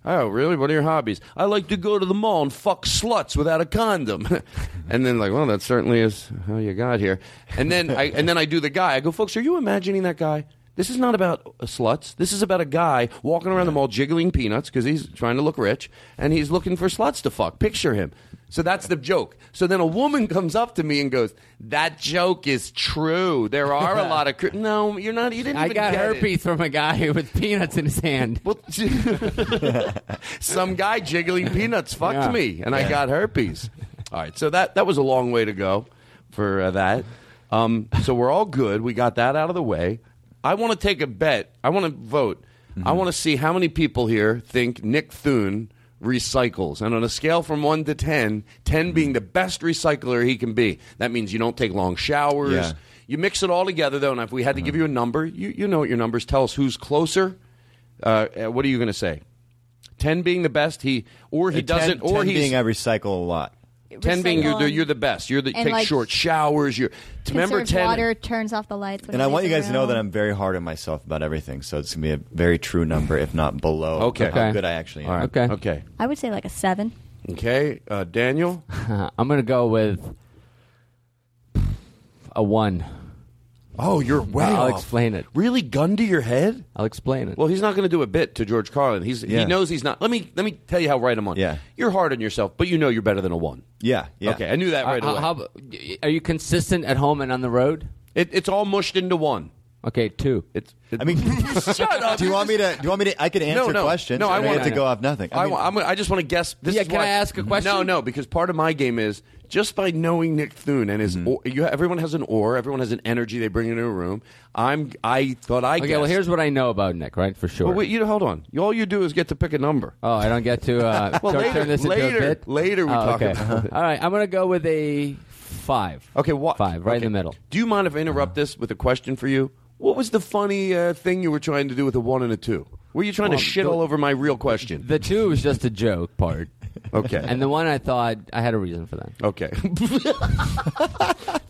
[SPEAKER 2] Oh, really? What are your hobbies? I like to go to the mall and fuck sluts without a condom. and then like, well, that certainly is how you got here. And then I and then I do the guy. I go, folks, are you imagining that guy? This is not about uh, sluts. This is about a guy walking around the mall jiggling peanuts because he's trying to look rich and he's looking for sluts to fuck. Picture him. So that's the joke. So then a woman comes up to me and goes, "That joke is true. There are a lot of cr- no. You're not. You didn't.
[SPEAKER 9] I
[SPEAKER 2] even
[SPEAKER 9] got
[SPEAKER 2] get it."
[SPEAKER 9] herpes from a guy with peanuts in his hand.
[SPEAKER 2] Well, some guy jiggling peanuts fucked
[SPEAKER 9] Yeah.
[SPEAKER 2] me, and
[SPEAKER 9] Yeah.
[SPEAKER 2] I got herpes. All right, so that that was a long way to go for uh, that. Um, so we're all good. We got that out of the way. I want to take a bet. I want to vote. I
[SPEAKER 9] Mm-hmm.
[SPEAKER 2] want to see how many people here think Nick Thune recycles. And on a scale from 1 to 10, 10 being the best recycler he can be. That means you don't take long showers.
[SPEAKER 3] Yeah.
[SPEAKER 2] You mix it all together, though, and if we had to
[SPEAKER 9] Uh-huh.
[SPEAKER 2] give you a number, you, you know what your numbers tell us who's closer. Uh, uh, what are you going to say? Ten being the best, he or he
[SPEAKER 3] Uh, 10
[SPEAKER 2] doesn't, or
[SPEAKER 3] 10
[SPEAKER 2] he's
[SPEAKER 3] being I recycle a lot.
[SPEAKER 2] ten being you're the,
[SPEAKER 10] Recycle
[SPEAKER 2] you're the best. You're the
[SPEAKER 10] and,
[SPEAKER 2] take
[SPEAKER 10] like,
[SPEAKER 2] short showers. You're remember
[SPEAKER 10] Conserves
[SPEAKER 2] ten.
[SPEAKER 10] water, turns off the lights. when
[SPEAKER 3] And I
[SPEAKER 10] it
[SPEAKER 3] want you
[SPEAKER 10] leaves
[SPEAKER 3] guys
[SPEAKER 10] the
[SPEAKER 3] to know
[SPEAKER 10] room.
[SPEAKER 3] that I'm very hard on myself about everything, so it's gonna be a very true number, if not below.
[SPEAKER 2] Okay.
[SPEAKER 3] how
[SPEAKER 2] Okay.
[SPEAKER 3] good I actually am.
[SPEAKER 2] All right. Okay. Okay.
[SPEAKER 10] I would say like a seven.
[SPEAKER 2] Okay, uh, Daniel.
[SPEAKER 9] I'm gonna go with a one.
[SPEAKER 2] Oh, you're way
[SPEAKER 9] I'll
[SPEAKER 2] off.
[SPEAKER 9] explain it.
[SPEAKER 2] Really, gun to your head?
[SPEAKER 9] I'll explain it.
[SPEAKER 2] Well, he's not going to do a bit to George Carlin. He's
[SPEAKER 9] Yeah.
[SPEAKER 2] he knows he's not. Let me let me tell you how right I'm on. Yeah, you're hard on yourself, but you know you're better than a one.
[SPEAKER 3] Yeah, yeah.
[SPEAKER 2] Okay, I knew that right
[SPEAKER 9] Uh,
[SPEAKER 2] away.
[SPEAKER 9] how- how- are you consistent at home and on the road?
[SPEAKER 2] It, it's all mushed into one.
[SPEAKER 9] Okay, two.
[SPEAKER 2] It's.
[SPEAKER 3] I mean,
[SPEAKER 2] shut up.
[SPEAKER 3] Do you want me to? Do you want me to? I could answer
[SPEAKER 2] no, no.
[SPEAKER 3] questions.
[SPEAKER 2] No, I
[SPEAKER 3] and
[SPEAKER 2] want
[SPEAKER 3] have to go off nothing.
[SPEAKER 2] I,
[SPEAKER 3] mean,
[SPEAKER 2] wa- I'm- I just want to guess. This
[SPEAKER 9] Yeah,
[SPEAKER 2] is
[SPEAKER 9] can
[SPEAKER 2] why-
[SPEAKER 9] I ask a question?
[SPEAKER 2] No, no, because part of my game is just by knowing Nick Thune and his.
[SPEAKER 3] Mm-hmm.
[SPEAKER 2] Or, you, everyone has an aura. Everyone has an energy they bring into a room. I'm. I thought I.
[SPEAKER 9] okay,
[SPEAKER 2] guessed.
[SPEAKER 9] well, here's what I know about Nick, right? For sure.
[SPEAKER 2] Well, wait, you hold on. You- All you do is get to pick a number.
[SPEAKER 9] Oh, I don't get to. Uh,
[SPEAKER 2] Well,
[SPEAKER 9] don't
[SPEAKER 2] later-
[SPEAKER 9] turn this into
[SPEAKER 2] later-
[SPEAKER 9] a bit.
[SPEAKER 2] later we
[SPEAKER 9] oh,
[SPEAKER 2] talk
[SPEAKER 9] okay.
[SPEAKER 2] about it.
[SPEAKER 9] All right, I'm gonna go with a five.
[SPEAKER 2] Okay, what?
[SPEAKER 9] Five, right in the middle.
[SPEAKER 2] Do you mind if I interrupt
[SPEAKER 3] Uh-huh.
[SPEAKER 2] this with a question for you? What was the funny uh, thing you were trying to do with a one and a two? Were you trying
[SPEAKER 9] Well,
[SPEAKER 2] to shit
[SPEAKER 9] the-
[SPEAKER 2] all over my real question?
[SPEAKER 9] The two is just a joke part.
[SPEAKER 3] Okay.
[SPEAKER 9] And the one I thought I had a reason for that.
[SPEAKER 2] Okay.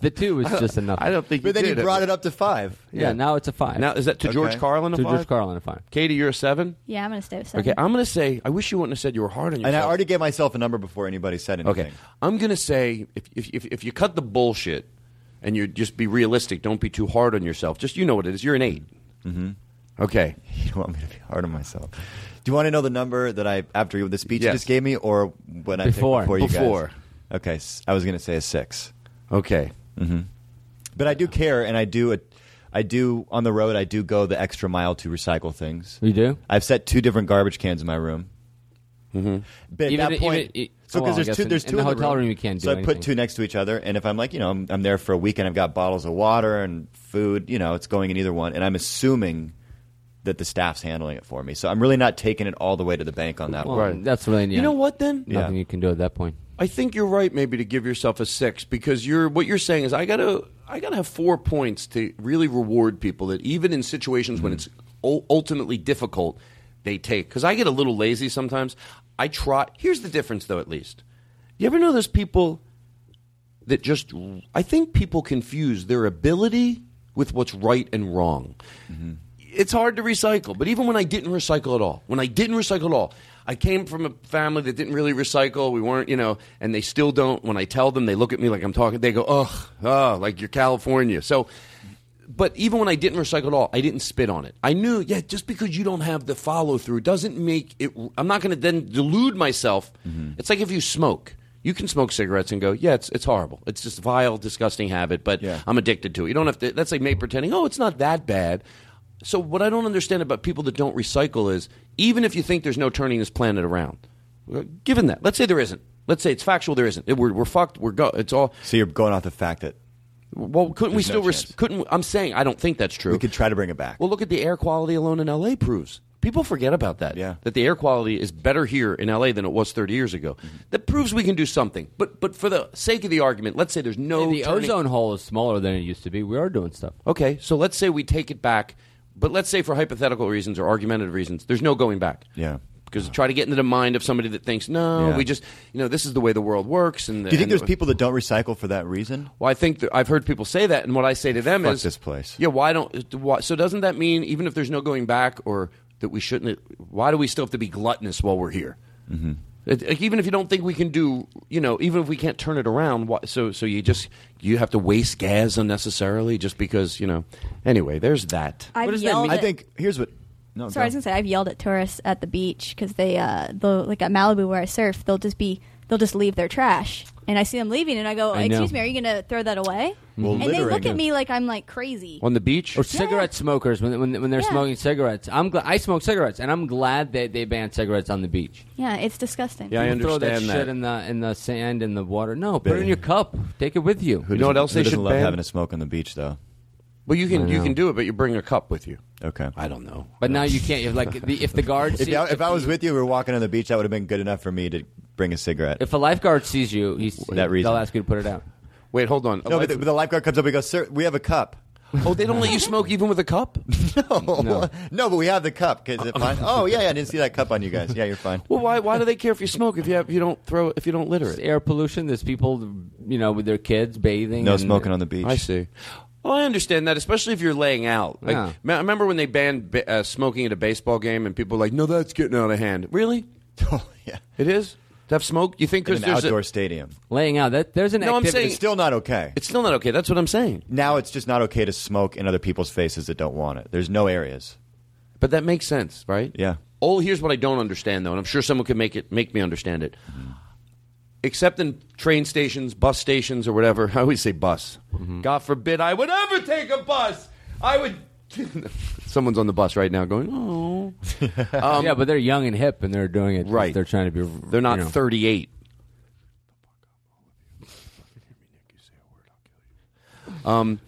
[SPEAKER 9] the two was just enough.
[SPEAKER 2] I don't think
[SPEAKER 3] But
[SPEAKER 2] you
[SPEAKER 3] then
[SPEAKER 2] did
[SPEAKER 3] you brought it up to five.
[SPEAKER 9] Yeah, now it's a five.
[SPEAKER 2] Now is that to George
[SPEAKER 9] Okay.
[SPEAKER 2] Carlin a
[SPEAKER 9] To
[SPEAKER 2] five?
[SPEAKER 9] George Carlin a five.
[SPEAKER 2] Katie, you're a seven.
[SPEAKER 10] Yeah, I'm gonna stay with seven.
[SPEAKER 2] Okay, I'm gonna say. I wish you wouldn't have said you were hard on yourself.
[SPEAKER 3] And I already gave myself a number before anybody said anything.
[SPEAKER 2] Okay, I'm gonna say if if if, if you cut the bullshit and you just be realistic, don't be too hard on yourself. Just you know what it is. You're an 8
[SPEAKER 3] Mhm.
[SPEAKER 2] Okay.
[SPEAKER 3] You don't want me to be hard on myself. Do you want to know the number that I after the speech
[SPEAKER 2] Yes.
[SPEAKER 3] you just gave me, or when I picked
[SPEAKER 2] Before.
[SPEAKER 3] before you guys?
[SPEAKER 2] Before.
[SPEAKER 3] Okay, s- I was going to say a six.
[SPEAKER 2] Okay.
[SPEAKER 3] hmm But I do care, and I do a, I do on the road. I do go the extra mile to recycle things.
[SPEAKER 9] You do.
[SPEAKER 3] I've set two different garbage cans in my room.
[SPEAKER 2] Mm-hmm.
[SPEAKER 3] But
[SPEAKER 9] Even-
[SPEAKER 3] at that
[SPEAKER 9] even-
[SPEAKER 3] point,
[SPEAKER 9] it-
[SPEAKER 3] so
[SPEAKER 9] oh, well, I guess
[SPEAKER 3] because there's two,
[SPEAKER 9] in-
[SPEAKER 3] there's
[SPEAKER 9] in
[SPEAKER 3] two
[SPEAKER 9] the
[SPEAKER 3] in
[SPEAKER 9] hotel room you can't
[SPEAKER 3] So
[SPEAKER 9] do
[SPEAKER 3] I put
[SPEAKER 9] anything.
[SPEAKER 3] two next to each other, and if I'm like, you know, I'm, I'm there for a week and I've got bottles of water and food, you know, it's going in either one, and I'm assuming that the staff's handling it for me. So I'm really not taking it all the way to the bank on that
[SPEAKER 9] Well,
[SPEAKER 3] one.
[SPEAKER 9] That's really
[SPEAKER 2] You know what then?
[SPEAKER 9] Nothing you can do at that point.
[SPEAKER 2] I think you're right. Maybe to give yourself a six because you're what you're saying is I gotta I gotta have four points to really reward people that even in situations when it's ul- ultimately difficult they take because I get a little lazy sometimes. I try. Here's the difference though. At least you ever know those people that just I think people confuse their ability with what's right and wrong. It's hard to recycle, but even when I didn't recycle at all, when I didn't recycle at all, I came from a family that didn't really recycle. We weren't, you know, and they still don't. When I tell them, they look at me like I'm talking. They go, "Ugh, oh, like you're California." So, but even when I didn't recycle at all, I didn't spit on it. I knew, yeah, just because you don't have the follow through doesn't make it. I'm not going to then delude myself.
[SPEAKER 3] Mm-hmm.
[SPEAKER 2] It's like if you smoke. You can smoke cigarettes and go, yeah, it's, it's horrible. It's just vile, disgusting habit, but I'm addicted to it. You don't have to, that's like me pretending, oh, it's not that bad. So, what I don't understand about people that don't recycle is even if you think there's no turning this planet around, given that, let's say there isn't. Let's say it's factual, there isn't. We're, we're fucked, we're go, it's all.
[SPEAKER 3] So, you're going off the fact that.
[SPEAKER 2] Well, couldn't we
[SPEAKER 3] There's no
[SPEAKER 2] still res- couldn't I'm saying I don't think that's true. We could
[SPEAKER 3] try to bring it back.
[SPEAKER 2] Well, look at the air quality alone in LA proves. People forget about that. Yeah. That the air quality is better here in LA than it was 30 years ago.
[SPEAKER 3] Mm-hmm.
[SPEAKER 2] That proves we can do something. But but for the sake of the argument, let's say there's no
[SPEAKER 9] the
[SPEAKER 2] turning-
[SPEAKER 9] ozone hole is smaller than it used to be. We are doing stuff.
[SPEAKER 2] Okay, so let's say we take it back, but let's say for hypothetical reasons or argumentative reasons, there's no going back.
[SPEAKER 3] Yeah.
[SPEAKER 2] Because try to get into the mind of somebody that thinks, no,
[SPEAKER 3] Yeah.
[SPEAKER 2] we just, you know, this is the way the world works. And
[SPEAKER 3] Do you think
[SPEAKER 2] and-
[SPEAKER 3] there's people that don't recycle for that reason?
[SPEAKER 2] Well, I think that I've heard people say that, and what I say to them
[SPEAKER 3] Fuck
[SPEAKER 2] is
[SPEAKER 3] this place.
[SPEAKER 2] Yeah, why don't? Why, so doesn't that mean even if there's no going back, or that we shouldn't? Why do we still have to be gluttonous while we're here?
[SPEAKER 3] Mm-hmm.
[SPEAKER 2] It, like, even if you don't think we can do, you know, even if we can't turn it around, why, so so you just you have to waste gas unnecessarily just because you know. Anyway, there's that.
[SPEAKER 10] I've yelled
[SPEAKER 3] I
[SPEAKER 10] at-
[SPEAKER 3] think here's what. No,
[SPEAKER 10] Sorry, I was gonna
[SPEAKER 3] go.
[SPEAKER 10] say I've yelled at tourists at the beach because they, uh, they'll, like at Malibu where I surf, they'll just be they'll just leave their trash, and I see them leaving, and I go,
[SPEAKER 9] I know.
[SPEAKER 10] oh, "Excuse me, are you gonna throw that away?"
[SPEAKER 9] Well,
[SPEAKER 10] and they look
[SPEAKER 9] littering
[SPEAKER 10] at
[SPEAKER 9] is-
[SPEAKER 10] me like I'm like crazy.
[SPEAKER 2] on the beach
[SPEAKER 9] or cigarette smokers when when, when they're
[SPEAKER 10] Yeah.
[SPEAKER 9] smoking cigarettes. I'm glad I smoke cigarettes, and I'm glad that they banned cigarettes on the beach.
[SPEAKER 10] Yeah, it's disgusting.
[SPEAKER 2] Yeah, I
[SPEAKER 9] People throw
[SPEAKER 2] understand
[SPEAKER 9] that
[SPEAKER 2] that.
[SPEAKER 9] shit in the in the sand in the water. No, put it in your cup. Take it with you.
[SPEAKER 3] Who
[SPEAKER 2] You know what
[SPEAKER 3] doesn't-
[SPEAKER 2] else
[SPEAKER 3] who
[SPEAKER 2] they
[SPEAKER 3] doesn't
[SPEAKER 2] should
[SPEAKER 3] love
[SPEAKER 2] ban?
[SPEAKER 3] having a smoke on the beach, though?
[SPEAKER 2] Well, you
[SPEAKER 3] I
[SPEAKER 2] can you
[SPEAKER 3] know.
[SPEAKER 2] can do it, but you bring a cup with you.
[SPEAKER 3] Okay.
[SPEAKER 2] I don't know.
[SPEAKER 9] But now you can't. If like the, if the guard
[SPEAKER 3] If,
[SPEAKER 9] sees,
[SPEAKER 3] I, if I was with you, we were walking on the beach, that would have been good enough for me to bring a cigarette.
[SPEAKER 9] if a lifeguard sees you, he's,
[SPEAKER 3] that reason.
[SPEAKER 9] they'll ask you to put it out.
[SPEAKER 2] Wait, hold on.
[SPEAKER 3] No, but the, but the lifeguard comes up and goes, "Sir, we have a cup."
[SPEAKER 2] Oh, they don't let you smoke even with a cup?
[SPEAKER 3] no. no, but we have the cup. 'cause if I- oh yeah, yeah, I didn't see that cup on you guys. Yeah, you're fine.
[SPEAKER 2] Well, why why do they care if you smoke if you have, if you don't throw if you don't litter
[SPEAKER 9] It's
[SPEAKER 2] it?
[SPEAKER 9] air pollution. There's people, you know, with their kids bathing.
[SPEAKER 3] No
[SPEAKER 9] and-
[SPEAKER 3] smoking on the beach.
[SPEAKER 2] I see. Well, I understand that, especially if you're laying out. Like,
[SPEAKER 9] Yeah.
[SPEAKER 2] me- I remember when they banned ba- uh, smoking at a baseball game, and people were like, "No, that's getting out of hand." Really?
[SPEAKER 3] Oh yeah,
[SPEAKER 2] it is. To have smoke, you think
[SPEAKER 3] In
[SPEAKER 2] because
[SPEAKER 3] an
[SPEAKER 2] there's
[SPEAKER 3] outdoor
[SPEAKER 2] a,
[SPEAKER 3] stadium.
[SPEAKER 9] Laying out. That there's an
[SPEAKER 2] No, I'm
[SPEAKER 9] activity.
[SPEAKER 2] saying-
[SPEAKER 3] It's still not okay.
[SPEAKER 2] It's still not okay. That's what I'm saying.
[SPEAKER 3] Now it's just not okay to smoke in other people's faces that don't want it. There's no areas.
[SPEAKER 2] But that makes sense, right?
[SPEAKER 3] Yeah.
[SPEAKER 2] Oh, here's what I don't understand though, and I'm sure someone could make it make me understand it. Except in train stations, bus stations, or whatever. I always say bus. God forbid I would ever take a bus. I would. Someone's on the bus right now going, "Oh." Um,
[SPEAKER 9] yeah, but they're young and hip, and they're doing it.
[SPEAKER 2] Right.
[SPEAKER 9] They're trying to be.
[SPEAKER 2] They're not
[SPEAKER 9] you know.
[SPEAKER 2] 38. Um,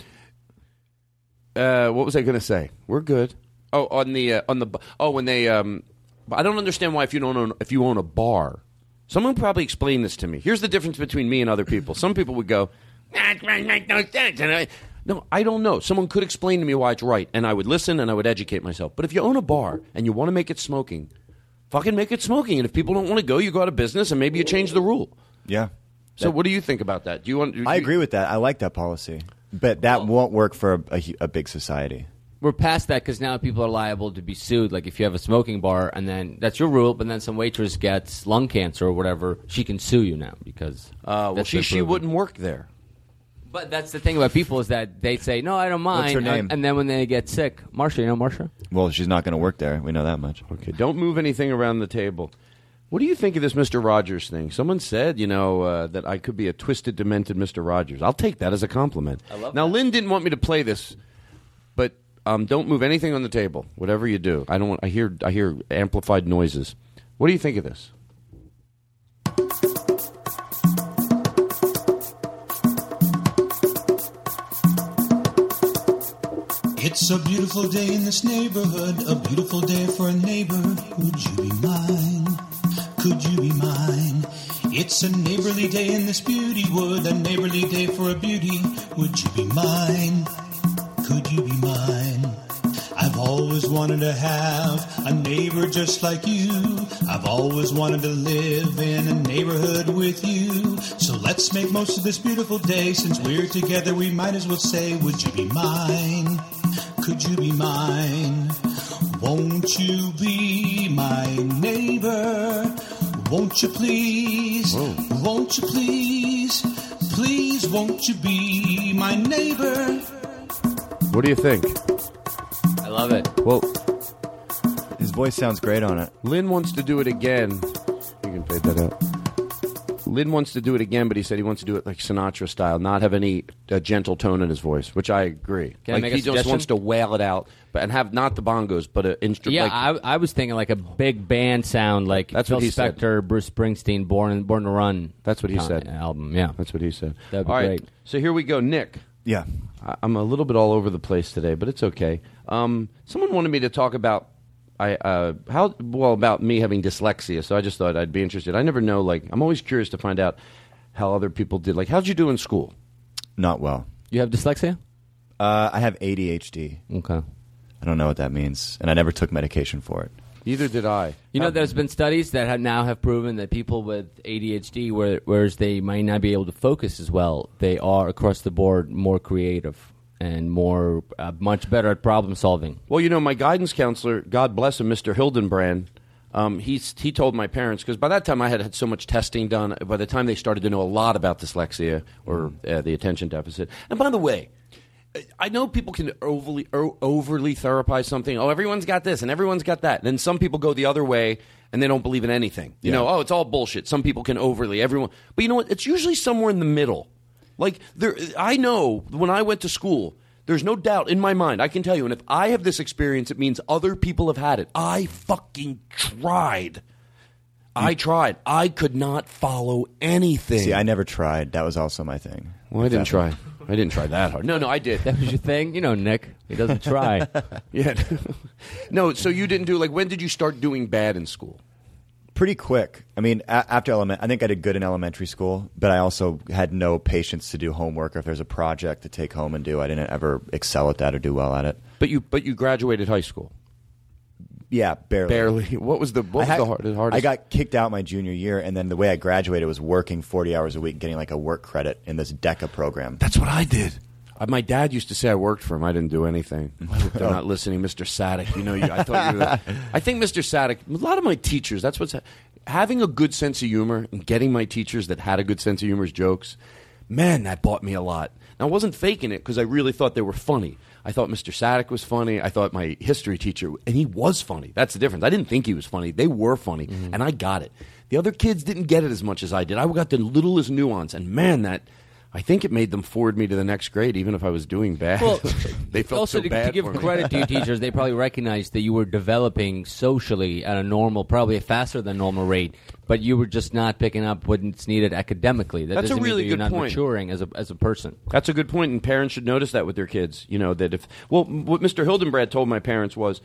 [SPEAKER 2] uh, what was I going to say? We're good. Oh, on the uh, on the bu- oh when they um, but I don't understand why if you don't own if you own a bar, someone probably explained this to me. Here's the difference between me and other people. Some people would go, that might make no sense. And I, no, I don't know. Someone could explain to me why it's right, and I would listen and I would educate myself. But if you own a bar and you want to make it smoking, Fucking make it smoking, and if people don't want to go, you go out of business, and maybe you change the rule.
[SPEAKER 3] Yeah.
[SPEAKER 2] So, what do you think about that? Do you want?
[SPEAKER 3] I agree with that. I like that policy, but that won't work for a, a, hu- a big society.
[SPEAKER 9] We're past that because now people are liable to be sued. Like if you have a smoking bar, and then that's your rule, but then some waitress gets lung cancer or whatever, she can sue you now because
[SPEAKER 2] Uh, well,
[SPEAKER 9] that's
[SPEAKER 2] she
[SPEAKER 9] been
[SPEAKER 2] she
[SPEAKER 9] proven.
[SPEAKER 2] wouldn't work there.
[SPEAKER 9] But that's the thing about people is that they say no, I don't mind.
[SPEAKER 3] What's her name?
[SPEAKER 9] And, and then when they get sick, Marsha, you know Marsha.
[SPEAKER 3] Well, she's not going to work there. We know that much.
[SPEAKER 2] Okay, don't move anything around the table. What do you think of this Mr. Rogers thing? Someone said, you know, uh, that I could be a twisted, demented Mr. Rogers. I'll take that as a compliment. I love now, Lynn didn't want me to play this, but um, don't move anything on the table. Whatever you do, I don't. Want, I hear. I hear amplified noises. What do you think of this?
[SPEAKER 11] It's a beautiful day in this neighborhood, a beautiful day for a neighbor. Would you be mine? Could you be mine? It's a neighborly day in this beauty wood, a neighborly day for a beauty. Would you be mine? Could you be mine? I've always wanted to have a neighbor just like you. I've always wanted to live in a neighborhood with you. So let's make most of this beautiful day. Since we're together, we might as well say, Would you be mine? Could you be mine? Won't you be my neighbor? Won't you please? Won't you please? Please, won't you be my neighbor?
[SPEAKER 2] What do you think?
[SPEAKER 9] I love it.
[SPEAKER 2] Well,
[SPEAKER 3] his voice sounds great on it.
[SPEAKER 2] Lynn wants to do it again. You can fade that out. Lynn wants to do it again, but he said he wants to do it like Sinatra style, not have any uh, gentle tone in his voice, which I agree.
[SPEAKER 9] Can I
[SPEAKER 2] like
[SPEAKER 9] make a
[SPEAKER 2] he just
[SPEAKER 9] suggestion?
[SPEAKER 2] wants to wail it out, but and have not the bongos, but an instrument.
[SPEAKER 9] Yeah,
[SPEAKER 2] like,
[SPEAKER 9] I, I was thinking like a big band sound, like
[SPEAKER 2] That's
[SPEAKER 9] Phil
[SPEAKER 2] what he said.
[SPEAKER 9] Spector, Bruce Springsteen, Born Born to Run.
[SPEAKER 2] That's what he
[SPEAKER 9] kind of
[SPEAKER 2] said.
[SPEAKER 9] Album, yeah,
[SPEAKER 2] that's what he said.
[SPEAKER 9] That'd be
[SPEAKER 2] All right,
[SPEAKER 9] great.
[SPEAKER 2] so here we go, Nick.
[SPEAKER 3] Yeah.
[SPEAKER 2] I- I'm a little bit all over the place today, but it's okay. Um, someone wanted me to talk about I uh, how well about me having dyslexia, so I just thought I'd be interested. I never know. Like I'm always curious to find out how other people did. Like how'd you do in school?
[SPEAKER 3] Not well.
[SPEAKER 9] You have dyslexia?
[SPEAKER 3] Uh, I have ADHD.
[SPEAKER 9] Okay.
[SPEAKER 3] I don't know what that means, and I never took medication for it.
[SPEAKER 2] Neither did I.
[SPEAKER 9] You know, there's been studies that have now have proven that people with ADHD, where, whereas they might not be able to focus as well, they are across the board more creative and more uh, much better at problem solving.
[SPEAKER 2] Well, you know, my guidance counselor, God bless him, Mr. Hildenbrand, um, he's, he told my parents, because by that time I had had so much testing done, by the time they started to know a lot about dyslexia or uh, the attention deficit. And by the way, I know people can overly o- overly therapize something. Oh, everyone's got this and everyone's got that. And then some people go the other way and they don't believe in anything. You know, oh, it's all bullshit. Some people can overly everyone, but you know what? It's usually somewhere in the middle. Like there, I know when I went to school, there's no doubt in my mind. I can tell you, and if I have this experience, it means other people have had it. I fucking tried. I tried. I could not follow anything.
[SPEAKER 3] See, I never tried. That was also my thing.
[SPEAKER 2] Well, I didn't try. I didn't try that hard. No, no, I did.
[SPEAKER 9] That was your thing, you know, Nick. He doesn't try.
[SPEAKER 2] yeah. no, so you didn't do like when did you start doing bad in school?
[SPEAKER 3] Pretty quick. I mean, a- after element, I think I did good in elementary school, but I also had no patience to do homework. Or if there's a project to take home and do, I didn't ever excel at that or do well at it.
[SPEAKER 2] But you but you graduated high school.
[SPEAKER 3] Yeah, barely.
[SPEAKER 2] Barely. What was the
[SPEAKER 3] I
[SPEAKER 2] what was
[SPEAKER 3] had-
[SPEAKER 2] the, hard, the hardest?
[SPEAKER 3] I got kicked out my junior year, and then the way I graduated was working 40 hours a week, and getting like a work credit in this DECA program.
[SPEAKER 2] That's what I did. Uh, My dad used to say I worked for him. I didn't do anything. I hope they're not listening, Mr. Sadek. You know, you, I thought you. Were, I think Mr. Sadek. A lot of my teachers. That's what's ha- having a good sense of humor and getting my teachers that had a good sense of humor as jokes. Man, that bought me a lot. And I wasn't faking it because I really thought they were funny. I thought Mr. Sadek was funny. I thought my history teacher, and he was funny. That's the difference. I didn't think he was funny. They were funny, and I got it. The other kids didn't get it as much as I did. I got the littlest nuance, and man, that I think it made them forward me to the next grade, even if I was doing bad.
[SPEAKER 9] Well,
[SPEAKER 2] they felt
[SPEAKER 9] also
[SPEAKER 2] so
[SPEAKER 9] to,
[SPEAKER 2] bad.
[SPEAKER 9] to give
[SPEAKER 2] for me.
[SPEAKER 9] credit to your teachers, they probably recognized that you were developing socially at a normal, probably a faster than normal rate, but you were just not picking up what's needed academically. That
[SPEAKER 2] That's a
[SPEAKER 9] doesn't mean
[SPEAKER 2] really
[SPEAKER 9] that you're
[SPEAKER 2] good
[SPEAKER 9] not
[SPEAKER 2] point.
[SPEAKER 9] maturing as a as a person.
[SPEAKER 2] That's a good point, and parents should notice that with their kids. You know that if well, m- what Mr. Hildenbrand told my parents was,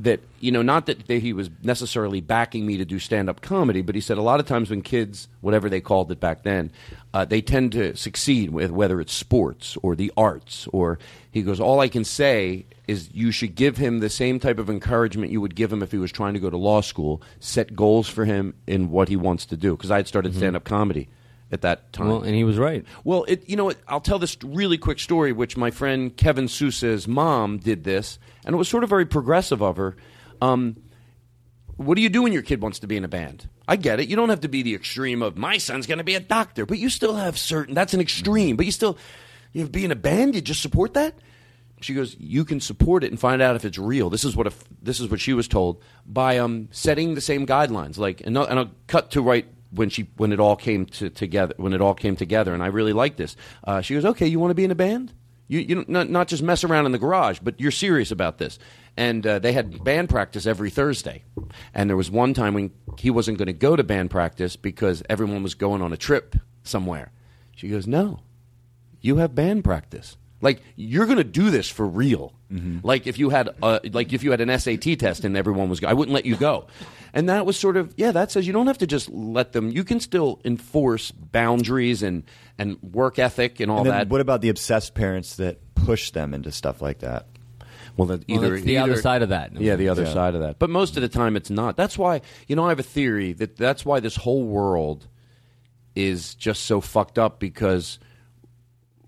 [SPEAKER 2] that you know not that they, he was necessarily backing me to do stand-up comedy but he said a lot of times when kids whatever they called it back then uh, they tend to succeed with whether it's sports or the arts or he goes all i can say is you should give him the same type of encouragement you would give him if he was trying to go to law school set goals for him in what he wants to do because i had started
[SPEAKER 9] Mhm.
[SPEAKER 2] stand-up comedy at that time
[SPEAKER 9] Well, and he was right.
[SPEAKER 2] well, it, you know, what I'll tell this really quick story, which my friend Kevin Sousa's mom did this, and it was sort of very progressive of her. Um, what do you do when your kid wants to be in a band? I get it. You don't have to be the extreme of my son's going to be a doctor, but you still have certain. That's an extreme, but you still, you be in a band. You just support that. She goes, you can support it and find out if it's real. This is what if this is what she was told by um, setting the same guidelines. Like, and, I'll- and I'll cut to right when she when it all came to, together when it all came together. And I really like this. Uh, she goes, okay, you want to be in a band? You, you don't, not, not just mess around in the garage, but you're serious about this. And uh, they had band practice every Thursday. And there was one time when he wasn't going to go to band practice because everyone was going on a trip somewhere. She goes, No, you have band practice. Like you're going to do this for real.
[SPEAKER 3] Mm-hmm.
[SPEAKER 2] Like if you had a, like if you had an SAT test and everyone was, go- I wouldn't let you go. And that was sort of yeah. That says you don't have to just let them. You can still enforce boundaries and and work ethic and all
[SPEAKER 3] And then
[SPEAKER 2] that.
[SPEAKER 3] What about the obsessed parents that push them into stuff like that?
[SPEAKER 2] Well, that
[SPEAKER 9] Well, that's the other side of that.
[SPEAKER 2] Yeah, the other side of that. But most of the time, it's not. That's why you know I have a theory that that's why this whole world is just so fucked up because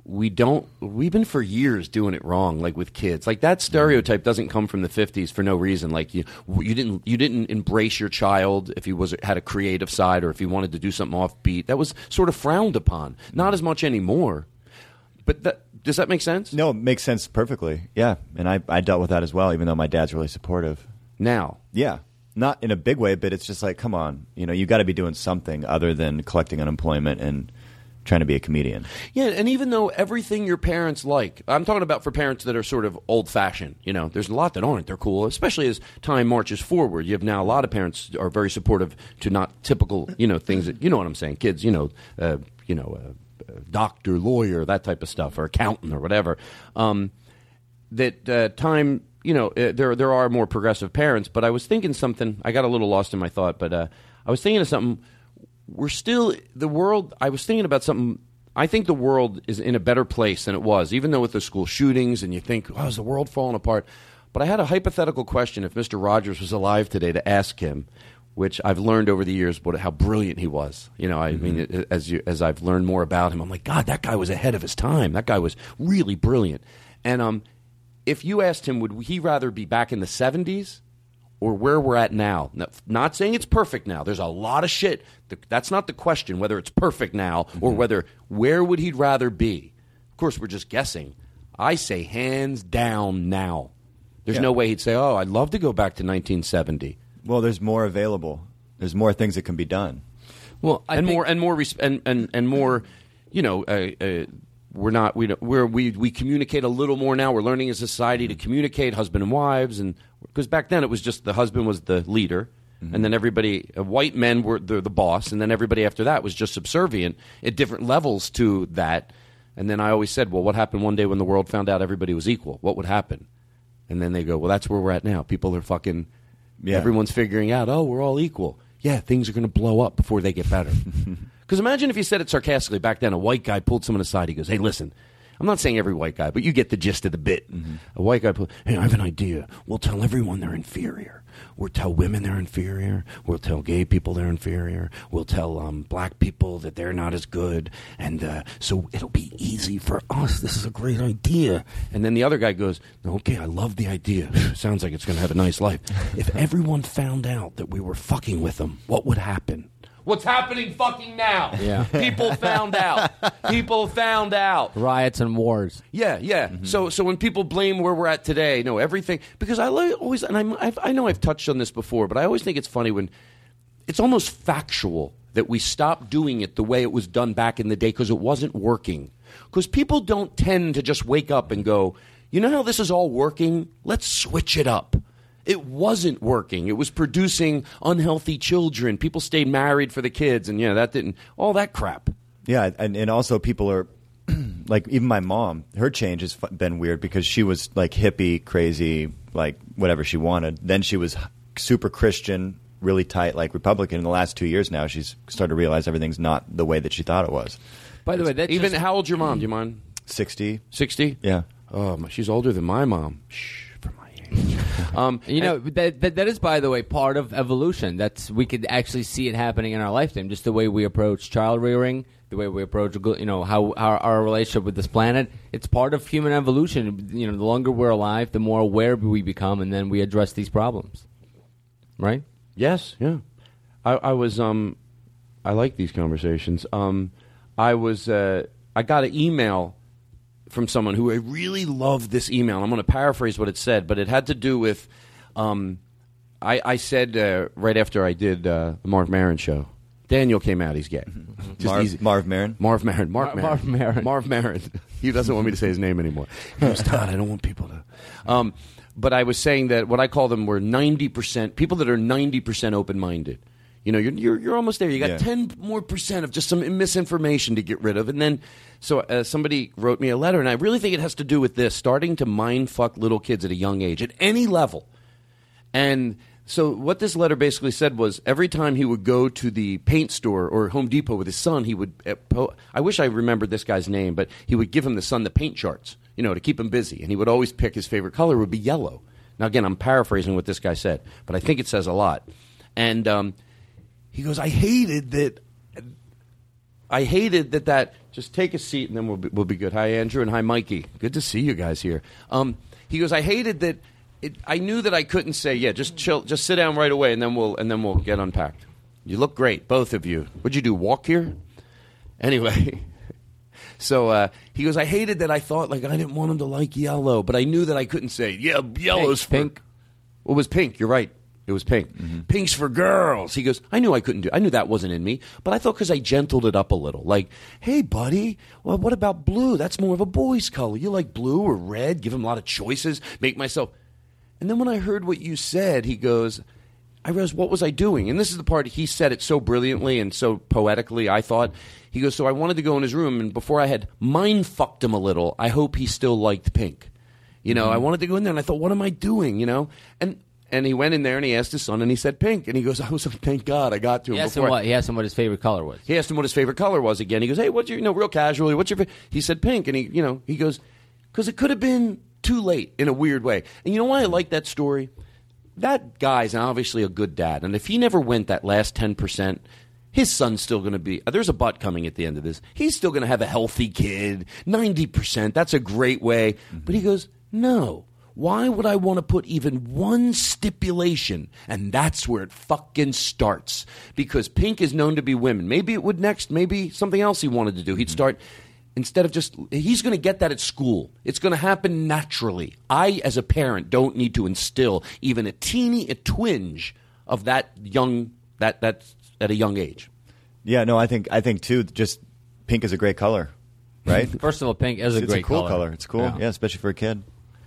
[SPEAKER 2] we don't we've been for years doing it wrong like with kids like that stereotype doesn't come from the 50s for no reason like you you didn't you didn't embrace your child if he was had a creative side or if he wanted to do something offbeat that was sort of frowned upon not as much anymore but that does that make sense
[SPEAKER 3] no it makes sense perfectly Yeah, and I, I dealt with that as well, even though my dad's really supportive.
[SPEAKER 2] Now?
[SPEAKER 3] Yeah. Not in a big way, but it's just like, come on, you know, you got to be doing something other than collecting unemployment and trying to be a comedian.
[SPEAKER 2] Yeah, and even though everything your parents like, I'm talking about for parents that are sort of old fashioned, you know, there's a lot that aren't. They're cool, especially as time marches forward. You have now a lot of parents are very supportive to not typical, you know, things that, you know what I'm saying, kids, you know, uh, you know, uh, uh, doctor, lawyer, that type of stuff, or accountant or whatever. Um, that uh, time, you know, uh, there there are more progressive parents, but I was thinking something. I got a little lost in my thought, but uh, I was thinking of something. We're still the world. I was thinking about something. I think the world is in a better place than it was, even though with the school shootings, and you think, oh, is the world falling apart? But I had a hypothetical question if Mr. Rogers was alive today to ask him, which I've learned over the years what, how brilliant he was. You know, I mean, as, you, as I've learned more about him, I'm like, God, that guy was ahead of his time. That guy was really brilliant. And um, if you asked him, would he rather be back in the 70s or where we're at now? No, not saying it's perfect now. There's a lot of shit. The- That's not the question, whether it's perfect now or whether where would he rather be. Of course, we're just guessing. I say hands down now. There's
[SPEAKER 3] Yeah.
[SPEAKER 2] no way he'd say, oh, I'd love to go back to 1970.
[SPEAKER 3] Well, there's more available. There's more things that can be done.
[SPEAKER 9] Well,
[SPEAKER 2] and more and more res- and, and and more, you know, uh, uh, we're not we don't, we're, we we communicate a little more now. We're learning as a society to communicate, husband and wives, and because back then it was just the husband was the leader, and then everybody uh, white men were the, the boss, and then everybody after that was just subservient at different levels to that. And then I always said, well, what happened one day when the world found out everybody was equal? What would happen? And then they go, well, that's where we're at now. People are fucking.
[SPEAKER 3] Yeah.
[SPEAKER 2] Everyone's figuring out, oh, we're all equal. Yeah, things are going to blow up before they get better. Because imagine if you said it sarcastically back then, a white guy pulled someone aside. He goes, hey, listen, I'm not saying every white guy, but you get the gist of the bit. A white guy pulled, hey, I have an idea. We'll tell everyone they're inferior. We'll tell women they're inferior. We'll tell gay people they're inferior. We'll tell um, black people that they're not as good. And uh, so it'll be easy for us. This is a great idea. And then the other guy goes, okay, I love the idea. Sounds like it's going to have a nice life. If everyone found out that we were fucking with them, what would happen? What's happening fucking now?
[SPEAKER 9] Yeah.
[SPEAKER 2] People found out. People found out.
[SPEAKER 9] Riots and wars.
[SPEAKER 2] Yeah, yeah. So, so when people blame where we're at today, no, everything because I li- always and I'm, I've, I know I've touched on this before, but I always think it's funny when it's almost factual that we stopped doing it the way it was done back in the day because it wasn't working. Because people don't tend to just wake up and go, you know how this is all working? Let's switch it up. It wasn't working. It was producing unhealthy children. People stayed married for the kids, and yeah, that didn't all that crap.
[SPEAKER 3] Yeah, and, and also people are like even my mom. Her change has fu- been weird because she was like hippie, crazy, like whatever she wanted. Then she was super Christian, really tight, like Republican. In the last two years now, she's started to realize everything's not the way that she thought it was.
[SPEAKER 2] By the way, that's
[SPEAKER 3] Even
[SPEAKER 2] even how old's your mom? Do you mind?
[SPEAKER 3] Sixty.
[SPEAKER 2] Sixty.
[SPEAKER 3] Yeah.
[SPEAKER 2] Oh, my- she's older than my mom. Shh, for my age. um,
[SPEAKER 9] You know that, that that is, by the way, part of evolution. That's we could actually see it happening in our lifetime. Just the way we approach child rearing, the way we approach, you know, how our, our relationship with this planet. It's part of human evolution. You know, the longer we're alive, the more aware we become, and then we address these problems. Right?
[SPEAKER 2] Yes. Yeah. I, I was. Um, I like these conversations. Um, I was. Uh, I got an email from someone who I really loved this email. I'm going to paraphrase what it said, but it had to do with. Um, I, I said uh, right after I did uh, the Mark Maron show. Daniel came out. He's gay.
[SPEAKER 9] Mm-hmm.
[SPEAKER 3] Marv- Marv Maron.
[SPEAKER 2] Marv Maron. Mark
[SPEAKER 3] Mar-
[SPEAKER 2] Maron.
[SPEAKER 3] Marv Maron.
[SPEAKER 2] Marv Maron. He doesn't want me to say his name anymore. He goes, Todd, I don't want people to. Um, but I was saying that what I call them were 90% people that are 90% open minded. You know, you're, you're, you're almost there. You got
[SPEAKER 12] Yeah.
[SPEAKER 2] 10 more percent of just some misinformation to get rid of. And then, so uh, somebody wrote me a letter, and I really think it has to do with this starting to mind fuck little kids at a young age, at any level. And so what this letter basically said was every time he would go to the paint store or Home Depot with his son, he would uh, po- I wish I remembered this guy's name, but he would give him the son the paint charts, you know, to keep him busy, and he would always pick his favorite color would be yellow. Now again, I'm paraphrasing what this guy said, but I think it says a lot. And um, he goes, "I hated that I hated that that. Just take a seat and then we'll be, we'll be good. Hi, Andrew, and hi, Mikey. Good to see you guys here. Um, he goes, I hated that. It, I knew that I couldn't say, yeah, just chill, just sit down right away, and then we'll and then we'll get unpacked. You look great, both of you. What'd you do? Walk here? Anyway, so uh, he goes, I hated that. I thought like I didn't want him to like yellow, but I knew that I couldn't say, yeah, yellow's pink. For, well, it was pink. You're right. It was pink. Pink's for girls. He goes, I knew I couldn't do. I knew that wasn't in me, but I thought because I gentled it up a little, like, hey, buddy, well, what about blue? That's more of a boy's color. You like blue or red? Give him a lot of choices. Make myself. And then when I heard what you said, he goes, I realized what was I doing? And this is the part he said it so brilliantly and so poetically, I thought. He goes, So I wanted to go in his room, and before I had mind fucked him a little, I hope he still liked pink. You know, I wanted to go in there and I thought, What am I doing? You know? And and he went in there and he asked his son and he said pink. And he goes, I was like, Thank God I got to him
[SPEAKER 9] He asked him
[SPEAKER 2] before. I-
[SPEAKER 9] what he asked him what his favorite color was.
[SPEAKER 2] he asked him what his favorite color was again. He goes, "Hey, what's your you know real casually? What's your?" fa-" He said pink, and he you know he goes because it could have been too late in a weird way. And you know why I like that story? That guy's obviously a good dad, and if he never went that last ten percent. His son's still going to be. There's a butt coming at the end of this. He's still going to have a healthy kid, 90%. That's a great way. But he goes, No. Why would I want to put even one stipulation? And that's where it fucking starts. Because pink is known to be women. Maybe it would next, maybe something else he wanted to do. He'd start, instead of just, he's going to get that at school. It's going to happen naturally. I, as a parent, don't need to instill even a teeny, a twinge of that young, that, that, at a young age.
[SPEAKER 3] Yeah, no, I think I think too. Just pink is a great color, right?
[SPEAKER 9] First of all, pink is a
[SPEAKER 3] it's
[SPEAKER 9] great
[SPEAKER 3] a cool
[SPEAKER 9] color.
[SPEAKER 3] color. It's cool,
[SPEAKER 9] Yeah.
[SPEAKER 3] yeah. especially for a kid.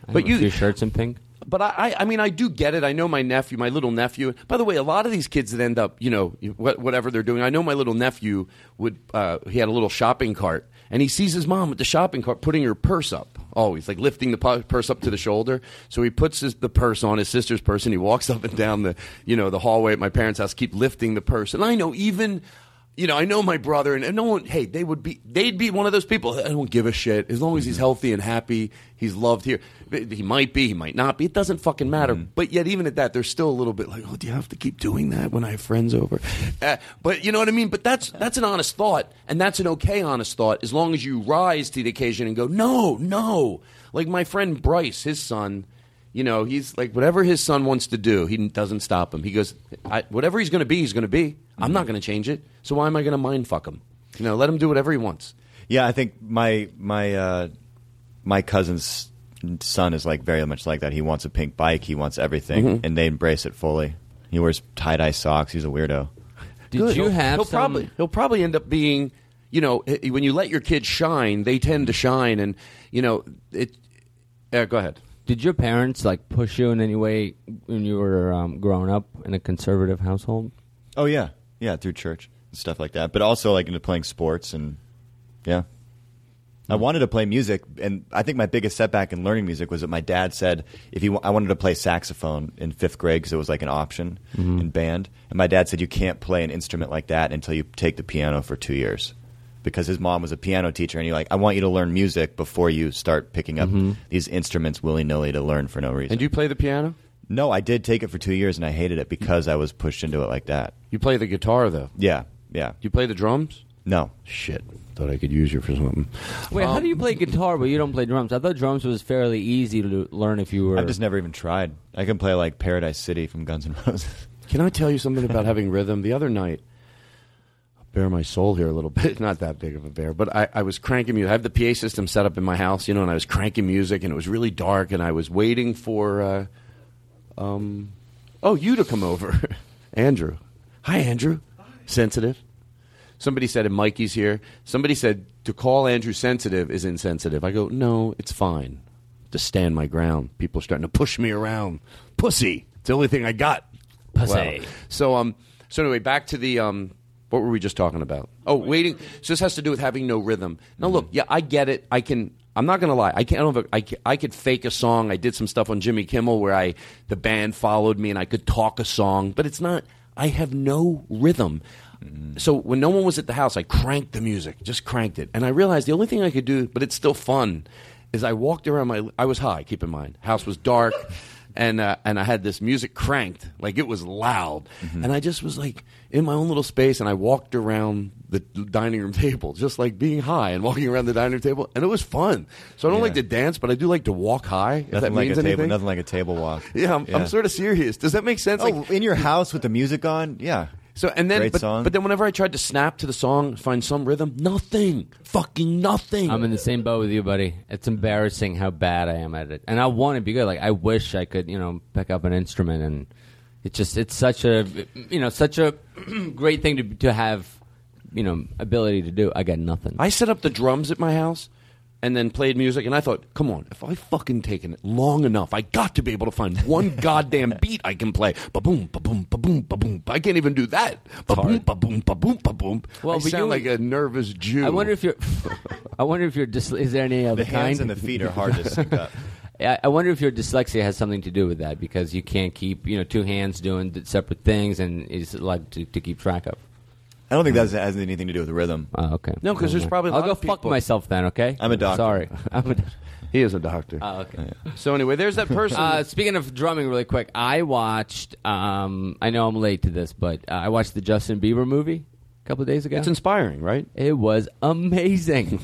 [SPEAKER 2] But you-
[SPEAKER 9] your shirts in pink.
[SPEAKER 2] But I, I, I mean, I do get it. I know my nephew, my little nephew. By the way, a lot of these kids that end up, you know, wh- whatever they're doing. I know my little nephew would. Uh, he had a little shopping cart, and he sees his mom with the shopping cart putting her purse up, always like lifting the pu- purse up to the shoulder. So he puts his, the purse on his sister's purse, and he walks up and down the, you know, the hallway at my parents' house, keep lifting the purse. And I know even. You know, I know my brother, and, and no one. Hey, they would be, they'd be one of those people. I don't give a shit as long as he's healthy and happy. He's loved here. He might be, he might not be. It doesn't fucking matter. But yet, even at that, there's still a little bit like, oh, do you have to keep doing that when I have friends over? Uh, but you know what I mean. But that's that's an honest thought, and that's an okay honest thought as long as you rise to the occasion and go, no, no. Like my friend Bryce, his son, you know, he's like whatever his son wants to do, he doesn't stop him. He goes, I, whatever he's going to be, he's going to be. I'm not going to change it. So why am I going to mind fuck him? You know, let him do whatever he wants.
[SPEAKER 3] Yeah, I think my my uh, my cousin's son is like very much like that. He wants a pink bike. He wants everything,
[SPEAKER 2] Mhm.
[SPEAKER 3] and they embrace it fully. He wears tie dye socks. He's a weirdo.
[SPEAKER 9] Did you
[SPEAKER 2] He'll-
[SPEAKER 9] have
[SPEAKER 2] He'll
[SPEAKER 9] some-
[SPEAKER 2] probably he'll probably end up being, you know, i- when you let your kids shine, they tend to shine, and you know, it. Uh, go ahead.
[SPEAKER 9] Did your parents like push you in any way when you were um, growing up in a conservative household?
[SPEAKER 3] Oh yeah, yeah, through church and stuff like that. But also like into playing sports and yeah, I wanted to play music, and I think my biggest setback in learning music was that my dad said if you, I wanted to play saxophone in fifth grade because it was like an option
[SPEAKER 2] Mhm.
[SPEAKER 3] in band, and my dad said you can't play an instrument like that until you take the piano for two years, because his mom was a piano teacher, and he like I want you to learn music before you start picking up these instruments willy nilly to learn for no reason.
[SPEAKER 2] Mm-hmm. And do you play the piano?
[SPEAKER 3] No, I did take it for two years, and I hated it because I was pushed into it like that.
[SPEAKER 2] You play the guitar though.
[SPEAKER 3] Yeah, yeah.
[SPEAKER 2] You play the drums?
[SPEAKER 3] No.
[SPEAKER 2] Shit. Thought I could use you for something.
[SPEAKER 9] Wait, how do you play guitar but you don't play drums? I thought drums was fairly easy to learn if you were.
[SPEAKER 3] I've just never even tried. I can play like Paradise City from Guns N' Roses.
[SPEAKER 2] Can I tell you something about having rhythm? The other night, I'll bare my soul here a little bit. Not that big of a bear, but I, I was cranking music. I have the PA system set up in my house, you know, and I was cranking music, and it was really dark, and I was waiting for, uh, um, oh, you to come over, Andrew. Hi, Andrew. Sensitive. Somebody said, and Mikey's here. Somebody said to call Andrew sensitive is insensitive. I go, no, it's fine. To stand my ground. People are starting to push me around. Pussy. It's the only thing I got.
[SPEAKER 9] Pussy.
[SPEAKER 2] So um so anyway, back to the um what were we just talking about? Oh, waiting. So this has to do with having no rhythm. Now look, yeah, I get it. I can I'm not gonna lie. I can I don't have a, I, ca- I could fake a song. I did some stuff on Jimmy Kimmel where I the band followed me and I could talk a song, but it's not. I have no rhythm. So when no one was at the house, I cranked the music, just cranked it, and I realized the only thing I could do, but it's still fun, is I walked around my. I was high. Keep in mind, house was dark, and uh, and I had this music cranked, like it was loud,
[SPEAKER 3] Mm-hmm.
[SPEAKER 2] and I just was like in my own little space, and I walked around the dining room table, just like being high and walking around the dining room table, and it was fun. So I don't like to dance, but I do like to walk high. if that
[SPEAKER 3] Nothing like
[SPEAKER 2] means
[SPEAKER 3] a table.
[SPEAKER 2] anything.
[SPEAKER 3] Nothing like a table walk.
[SPEAKER 2] Yeah, I'm, I'm sort of serious. Does that make sense?
[SPEAKER 3] Oh, in your house with the music on? Yeah.
[SPEAKER 2] So and then,
[SPEAKER 3] Great
[SPEAKER 2] but,
[SPEAKER 3] song.
[SPEAKER 2] but then whenever I tried to snap to the song, find some rhythm, nothing, fucking nothing.
[SPEAKER 9] I'm in the same boat with you, buddy. It's embarrassing how bad I am at it, and I want to be good. Like I wish I could, you know, pick up an instrument, and it's just it's such a you know such a great thing to to have you know ability to do. I got nothing.
[SPEAKER 2] I set up the drums at my house and then played music, and I thought, come on, if I fucking taken it long enough, I got to be able to find one goddamn beat I can play. Ba boom, ba boom, ba boom, ba boom. I can't even do that. Ba boom, ba boom, ba boom, ba boom.
[SPEAKER 9] Well,
[SPEAKER 2] I
[SPEAKER 9] but
[SPEAKER 2] sound
[SPEAKER 9] you-
[SPEAKER 2] like a nervous Jew.
[SPEAKER 9] I wonder if you're. I wonder if you're. Dys- is there any other
[SPEAKER 3] The hands
[SPEAKER 9] kind?
[SPEAKER 3] and the feet are hard to sync up.
[SPEAKER 9] I I wonder if your dyslexia has something to do with that because you can't keep you know two hands doing d- separate things and it's like to, to keep track of.
[SPEAKER 3] I don't think that has anything to do with rhythm.
[SPEAKER 2] Uh,
[SPEAKER 9] Oh, okay.
[SPEAKER 2] No, 'cause there's probably a
[SPEAKER 9] I'll
[SPEAKER 2] lot
[SPEAKER 9] go
[SPEAKER 2] of
[SPEAKER 9] fuck
[SPEAKER 2] people-
[SPEAKER 9] myself then. Okay,
[SPEAKER 3] I'm a doctor.
[SPEAKER 9] Sorry, I'm a.
[SPEAKER 2] he is a doctor.
[SPEAKER 9] Oh, okay.
[SPEAKER 2] So anyway, there's that person.
[SPEAKER 9] Uh, speaking of drumming, really quick, I watched. Um, I know I'm late to this, but uh, I watched the Justin Bieber movie a couple of days ago.
[SPEAKER 2] it's inspiring, right?
[SPEAKER 9] It was amazing.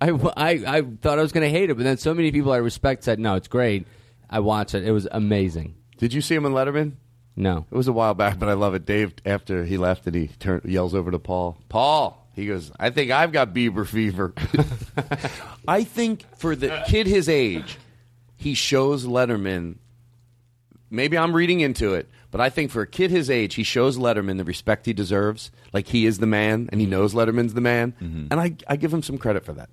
[SPEAKER 9] I, w- I- I thought I was going to hate it, but then so many people I respect said, no, it's great. I watched it. It was amazing.
[SPEAKER 2] Did you see him in Letterman?
[SPEAKER 9] No.
[SPEAKER 2] It was a while back, but I love it. Dave, after he left, and he turn, yells over to Paul. Paul, he goes, "I think I've got Bieber fever." I think for the kid his age, he shows Letterman. Maybe I'm reading into it, but I think for a kid his age, he shows Letterman the respect he deserves. Like he is the man, and he
[SPEAKER 9] Mm-hmm.
[SPEAKER 2] knows Letterman's the man, and I, I give him some credit for that.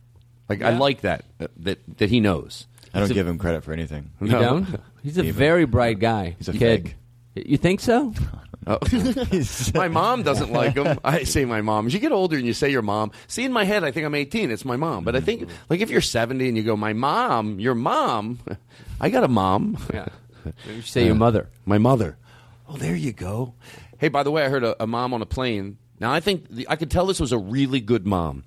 [SPEAKER 2] Like I
[SPEAKER 9] Yeah.
[SPEAKER 2] like that that that he knows.
[SPEAKER 3] I don't
[SPEAKER 9] It's a-
[SPEAKER 3] give him credit for anything.
[SPEAKER 9] You
[SPEAKER 2] No.
[SPEAKER 9] don't? He's a very bright guy.
[SPEAKER 3] He's a
[SPEAKER 9] kid. You think so?
[SPEAKER 2] Oh. my mom doesn't like him. I say my mom. As you get older and you say your mom, see in my head, I think I'm 18. It's my mom. But I think, like, if you're 70 and you go, my mom, your mom, I got a mom.
[SPEAKER 9] Yeah. You say your mother.
[SPEAKER 2] My mother. Oh, there you go. Hey, by the way, I heard a, a mom on a plane. Now, I think the, I could tell this was a really good mom.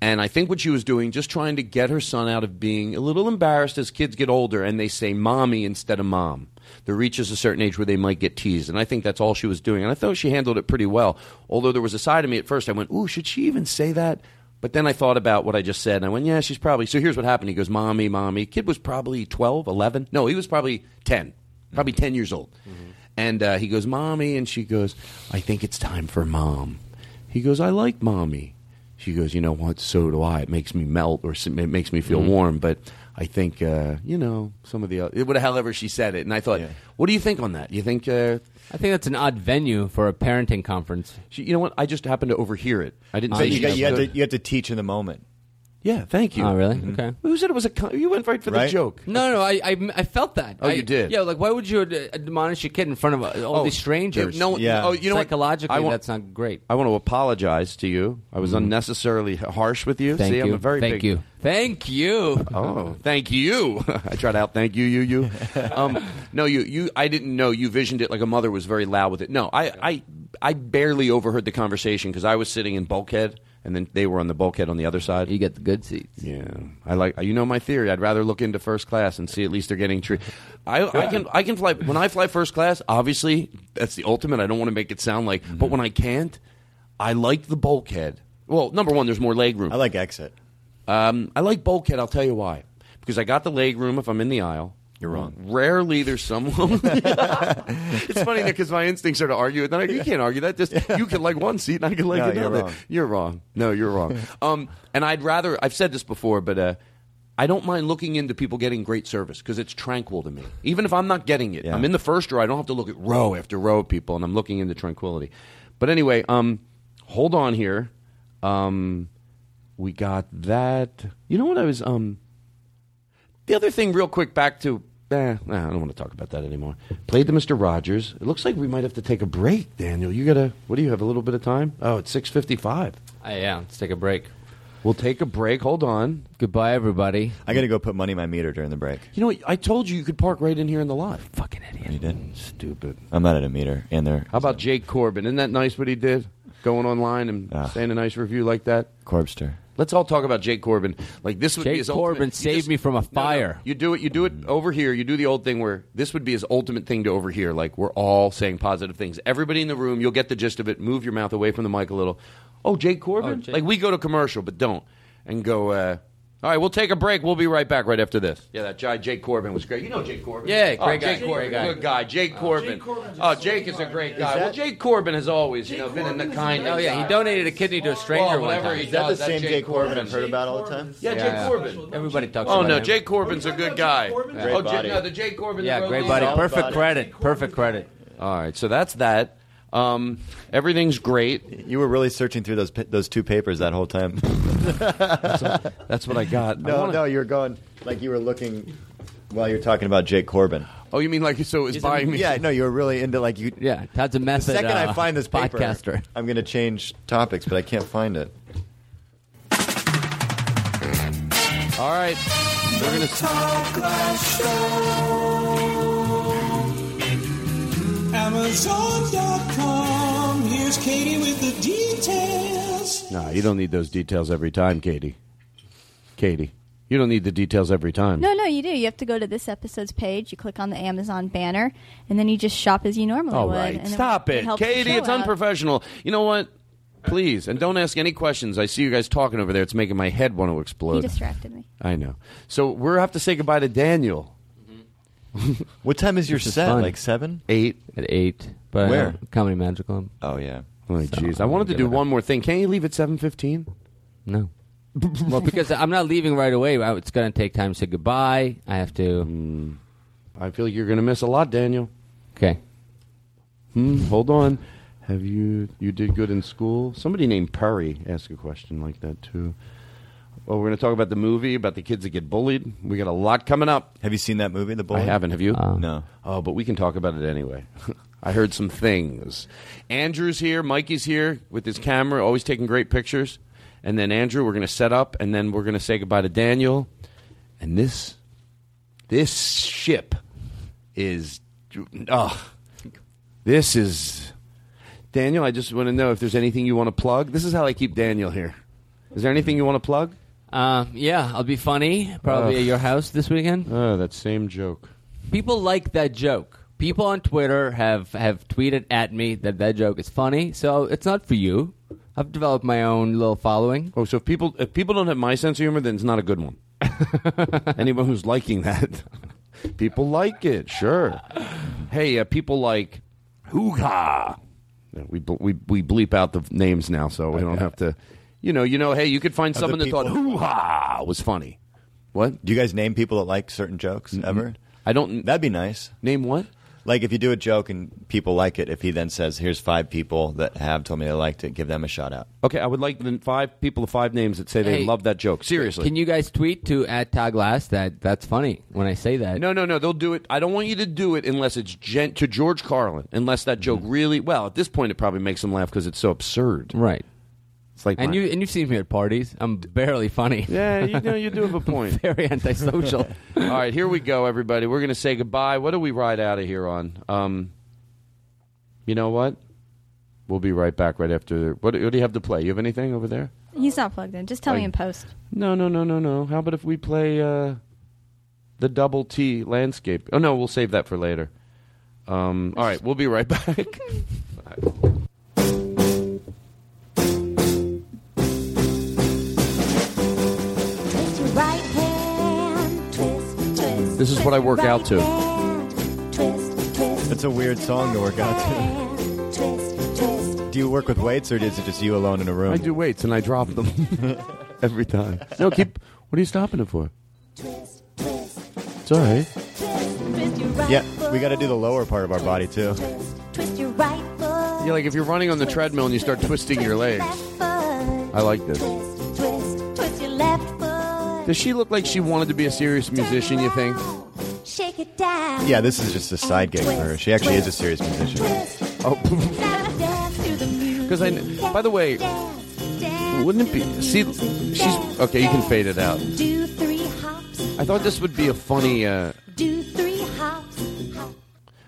[SPEAKER 2] And I think what she was doing, just trying to get her son out of being a little embarrassed as kids get older and they say mommy instead of mom. There reaches a certain age where they might get teased. And I think that's all she was doing. And I thought she handled it pretty well. Although there was a side of me at first, I went, ooh, should she even say that? But then I thought about what I just said, and I went, yeah, she's probably. So here's what happened. He goes, mommy, mommy. Kid was probably 12, 11. No, he was probably 10, probably 10 years old. And uh, he goes, mommy. And she goes, I think it's time for mom. He goes, I like mommy. She goes, you know what? So do I. It makes me melt or s- it makes me
[SPEAKER 9] Mm-hmm.
[SPEAKER 2] feel warm. But I think, uh, you know, some of the other, what, however she said it. And I thought, what do you think on that? You think, uh,
[SPEAKER 9] I think that's an odd venue for a parenting conference.
[SPEAKER 2] she, you know what? I just happened to overhear it. I didn't
[SPEAKER 9] Uh,
[SPEAKER 2] say
[SPEAKER 9] you
[SPEAKER 2] she
[SPEAKER 3] You, got,
[SPEAKER 2] was
[SPEAKER 3] you, have to,
[SPEAKER 2] good.
[SPEAKER 3] you have to teach in the moment.
[SPEAKER 2] Yeah, thank you.
[SPEAKER 9] Oh, really? Okay.
[SPEAKER 2] Who said it was a? co- You went right for
[SPEAKER 9] Right?
[SPEAKER 2] the joke.
[SPEAKER 9] No, no, I, I, I felt that.
[SPEAKER 2] Oh,
[SPEAKER 9] I-
[SPEAKER 2] you did?
[SPEAKER 9] Yeah, like why would you ad- admonish your kid in front of uh, all
[SPEAKER 2] Oh,
[SPEAKER 9] these strangers?
[SPEAKER 2] yeah, no one- Yeah. oh, you know what?
[SPEAKER 9] psychologically,
[SPEAKER 2] I want-
[SPEAKER 9] that's not great.
[SPEAKER 2] I want to apologize to you. I was unnecessarily harsh with you.
[SPEAKER 9] Mm-hmm. Thank
[SPEAKER 2] See, I'm
[SPEAKER 9] you.
[SPEAKER 2] a very
[SPEAKER 9] Thank
[SPEAKER 2] big-
[SPEAKER 9] you. Thank you.
[SPEAKER 2] Oh, thank you. I tried out. Thank you, you, you. Um, no, you, you. I didn't know you visioned it like a mother was very loud with it. No, I, I, I barely overheard the conversation because I was sitting in bulkhead, and then they were on the bulkhead on the other side. You
[SPEAKER 9] get the good seats.
[SPEAKER 2] Yeah, I like. You know my theory. I'd rather look into first class and see at least they're getting treated. I, I can, I can fly when I fly first class. Obviously, that's the ultimate. I don't want to make it sound like, but when I can't, I like the bulkhead. Well, number one, there's more leg room. I
[SPEAKER 3] like exit.
[SPEAKER 2] Um, I like bulkhead. I'll tell you why. Because I got the leg room if I'm in the aisle. You're wrong. Rarely there's someone. it's funny because my instincts are to argue it. Then I go, you can't argue that. Just you can like one seat, and I can like
[SPEAKER 3] No, you're
[SPEAKER 2] another.
[SPEAKER 3] wrong.
[SPEAKER 2] You're wrong. No, you're wrong. um, and I'd rather. I've said this before, but uh, I don't mind looking into people getting great service because it's tranquil to me. Even if I'm not getting it, I'm in the first row. I don't have to look at row after row of people, and I'm looking into tranquility. But anyway, um, hold on here. Um, we got that. You know what I was um. The other thing, real quick, back to. Eh, nah, I don't want to talk about that anymore. Played to Mr. Rogers. It looks like we might have to take a break, Daniel. You gotta. What do you have? A little bit of time? Oh, it's six fifty-five.
[SPEAKER 9] Uh, yeah, let's take a break.
[SPEAKER 2] We'll take a break. Hold on.
[SPEAKER 9] Goodbye, everybody.
[SPEAKER 3] I got to go put money in my meter during the break.
[SPEAKER 2] You know, what? I told you you could park right in here in the lot. Fucking idiot.
[SPEAKER 3] You did.
[SPEAKER 2] Stupid.
[SPEAKER 3] I'm not at a meter, and they're
[SPEAKER 2] How about Jake Corbin? Isn't that nice what he did? Going online and
[SPEAKER 9] Ah.
[SPEAKER 2] saying a nice review like that.
[SPEAKER 3] Corbster.
[SPEAKER 2] Let's all talk about Jake Corbin. Like this would
[SPEAKER 9] Jake
[SPEAKER 2] be his
[SPEAKER 9] Corbin
[SPEAKER 2] ultimate.
[SPEAKER 9] saved me from a fire.
[SPEAKER 2] You do it. You do it over here. You do the old thing where this would be his ultimate thing to over here. Like we're all saying positive things. Everybody in the room, you'll get the gist of it. Move your mouth away from the mic a little. Oh, Jake Corbin. Like we go to commercial, but don't and go. uh all right, we'll take a break. We'll be right back right after this. Yeah, that guy Jake Corbin was great. You know Jake Corbin.
[SPEAKER 9] Yeah,
[SPEAKER 2] Oh,
[SPEAKER 9] great guy,
[SPEAKER 2] Jake
[SPEAKER 9] great
[SPEAKER 2] Corbin,
[SPEAKER 9] guy. Uh,
[SPEAKER 2] good guy. Jake Corbin. oh, Jake is a great guy. Well, Jake Corbin has always, you know, been in the kind.
[SPEAKER 9] Oh yeah, he donated a kidney to a stranger
[SPEAKER 2] Well,
[SPEAKER 9] one
[SPEAKER 2] whatever
[SPEAKER 9] time.
[SPEAKER 2] he Is that does, the that's same Jake Jake Corbin Corbin. I've heard
[SPEAKER 3] about all the time?
[SPEAKER 2] Yeah, Jake Corbin.
[SPEAKER 9] Everybody talks.
[SPEAKER 2] Oh
[SPEAKER 9] about
[SPEAKER 2] no,
[SPEAKER 9] him.
[SPEAKER 2] Jake Corbin's a good guy.
[SPEAKER 9] Great
[SPEAKER 2] oh,
[SPEAKER 9] body.
[SPEAKER 2] Jake, no, the Jake Corbin. that
[SPEAKER 9] Yeah,
[SPEAKER 2] wrote
[SPEAKER 9] great
[SPEAKER 2] these-
[SPEAKER 9] buddy. Perfect credit. Perfect credit.
[SPEAKER 2] All right, so that's that. Um, everything's great.
[SPEAKER 3] You were really searching through those pa- those two papers that whole time.
[SPEAKER 2] That's what I got.
[SPEAKER 3] No, no, you're going like you were looking while you're talking about Jake Corbin.
[SPEAKER 2] Oh, you mean like so it was buying me?
[SPEAKER 3] Yeah, no, you were really into like you.
[SPEAKER 9] Yeah, Todd's a method.
[SPEAKER 3] The second
[SPEAKER 9] uh,
[SPEAKER 3] I find this paper,
[SPEAKER 9] podcaster.
[SPEAKER 3] I'm going to change topics, but I can't find it.
[SPEAKER 2] All right, we're gonna.
[SPEAKER 11] Todd Glass Show. Amazon.com. Here's Katie with the details.
[SPEAKER 2] No, you don't need those details every time, Katie. Katie, you don't need the details every time.
[SPEAKER 10] No, no, you do. You have to go to this episode's page. You click on the Amazon banner, and then you just shop as you normally
[SPEAKER 2] All
[SPEAKER 10] would.
[SPEAKER 2] right,
[SPEAKER 10] and it
[SPEAKER 2] stop it,
[SPEAKER 10] helps the
[SPEAKER 2] Katie.
[SPEAKER 10] show
[SPEAKER 2] It's
[SPEAKER 10] out.
[SPEAKER 2] unprofessional. You know what? Please, and don't ask any questions. I see you guys talking over there. It's making my head want to explode.
[SPEAKER 10] You distracted me.
[SPEAKER 2] I know. So we are have to say goodbye to Daniel.
[SPEAKER 3] what time is your set?
[SPEAKER 9] fun.
[SPEAKER 3] Like seven?
[SPEAKER 2] Eight.
[SPEAKER 9] At eight. But
[SPEAKER 3] Where?
[SPEAKER 9] uh, Comedy Magic Club.
[SPEAKER 3] Oh yeah.
[SPEAKER 2] Oh, jeez. I wanted to do one more thing. Can't you leave at seven fifteen?
[SPEAKER 9] No. well, because I'm not leaving right away. I- It's going to take time to say goodbye. I have to.
[SPEAKER 2] Hmm. I feel like you're going to miss a lot, Daniel.
[SPEAKER 9] Okay.
[SPEAKER 2] Hmm, hold on. Have you you did good in school? Somebody named Perry asked a question like that too. Well, we're going to talk about the movie about the kids that get bullied. We got a lot coming up.
[SPEAKER 3] Have you seen that movie, The Bully?
[SPEAKER 2] I haven't. Have you?
[SPEAKER 9] Uh,
[SPEAKER 3] no.
[SPEAKER 2] Oh, but we can talk about it anyway. I heard some things. Andrew's here. Mikey's here with his camera, always taking great pictures. And then Andrew, we're going to set up, and then we're going to say goodbye to Daniel. And this, this ship is, oh, this is. Daniel, I just want to know if there's anything you want to plug. This is how I keep Daniel here. Is there anything you want to plug?
[SPEAKER 9] Uh, yeah, I'll be funny. Probably
[SPEAKER 2] Ugh.
[SPEAKER 9] at your house this weekend.
[SPEAKER 2] Oh, that same joke.
[SPEAKER 9] People like that joke. People on Twitter have, have tweeted at me that that joke is funny, so it's not for you. I've developed my own little following.
[SPEAKER 2] Oh, so if people if people don't have my sense of humor, then it's not a good one. Anyone who's liking that, people like it, sure. Hey, uh, people like hoo-ha. Yeah, We bl- we we bleep out the names now, so we don't have to. You know, you know. Hey, you could find
[SPEAKER 3] Of the
[SPEAKER 2] someone that thought
[SPEAKER 3] people-
[SPEAKER 2] hoo-ha was funny. What?
[SPEAKER 9] Mm-hmm.
[SPEAKER 3] Do you guys name people that like certain jokes ever?
[SPEAKER 2] I don't.
[SPEAKER 3] That'd be nice.
[SPEAKER 2] Name what?
[SPEAKER 3] like if you do a joke and people like it, if he then says, "Here's five people that have told me they liked it," give them a shout out.
[SPEAKER 2] Okay, I would like the five people, the five names that say they
[SPEAKER 9] Hey.
[SPEAKER 2] love that joke. Seriously.
[SPEAKER 9] Can you guys tweet to at Todd Glass that that's funny when I say that?
[SPEAKER 2] No, no, no. They'll do it. I don't want you to do it unless it's gen- to George Carlin. Unless that joke really. Well, at this point, it probably makes them laugh because it's so absurd.
[SPEAKER 9] Right.
[SPEAKER 2] It's like
[SPEAKER 9] And
[SPEAKER 2] my-
[SPEAKER 9] you and you've seen me at parties. I'm barely funny.
[SPEAKER 2] Yeah, you know, you do have a point.
[SPEAKER 9] Very antisocial.
[SPEAKER 2] All right, here we go, everybody. We're going to say goodbye. What do we ride out of here on? Um, you know what? We'll be right back right after. What, what do you have to play? You have anything over there?
[SPEAKER 10] He's not plugged in. Just tell
[SPEAKER 2] Are
[SPEAKER 10] me
[SPEAKER 2] you-
[SPEAKER 10] in post.
[SPEAKER 2] No, no, no, no, no. How about if we play uh, the double T landscape? Oh no, we'll save that for later. Um, all right, we'll be right back.
[SPEAKER 13] Twist your right hand, twist, twist.
[SPEAKER 2] This is what I work out to.
[SPEAKER 3] It's a weird song to work out to. Do you work with weights, or is it just you alone in a room?
[SPEAKER 2] I do weights and I drop them every time. No, keep. What are you stopping it for? It's all right.
[SPEAKER 13] Twist your right
[SPEAKER 3] Yeah,
[SPEAKER 13] foot,
[SPEAKER 3] we got to do the lower part of our body too.
[SPEAKER 13] twist your right foot,
[SPEAKER 2] Yeah, like if you're running on the treadmill and you start twisting your legs.
[SPEAKER 13] foot,
[SPEAKER 2] I like this.
[SPEAKER 13] twist, twist your left foot,
[SPEAKER 2] Does she look like she wanted to be a serious musician? You think?
[SPEAKER 13] shake it down.
[SPEAKER 3] Yeah, this is just a side gig for her. She actually is a serious musician.
[SPEAKER 2] Oh,
[SPEAKER 13] Now dance to the music.
[SPEAKER 2] because I. kn- By the way, wouldn't it be? See, she's okay. You can fade it out.
[SPEAKER 13] Do three hops,
[SPEAKER 2] I thought this would be a funny. Uh,
[SPEAKER 13] do three hops.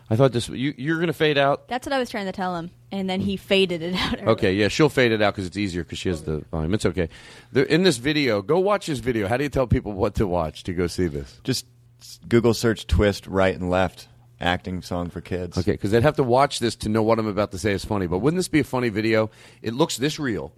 [SPEAKER 2] I thought this. You, you're gonna fade out.
[SPEAKER 10] That's what I was trying to tell him, and then he faded it out.
[SPEAKER 2] Okay, yeah, she'll fade it out because it's easier because she has the volume. It's okay. There, in this video, go watch this video. How do you tell people what to watch to go see this?
[SPEAKER 3] Just Google search twist right and left acting song for kids.
[SPEAKER 2] Okay, because they'd have to watch this to know what I'm about to say is funny. But wouldn't this be a funny video? It looks this real,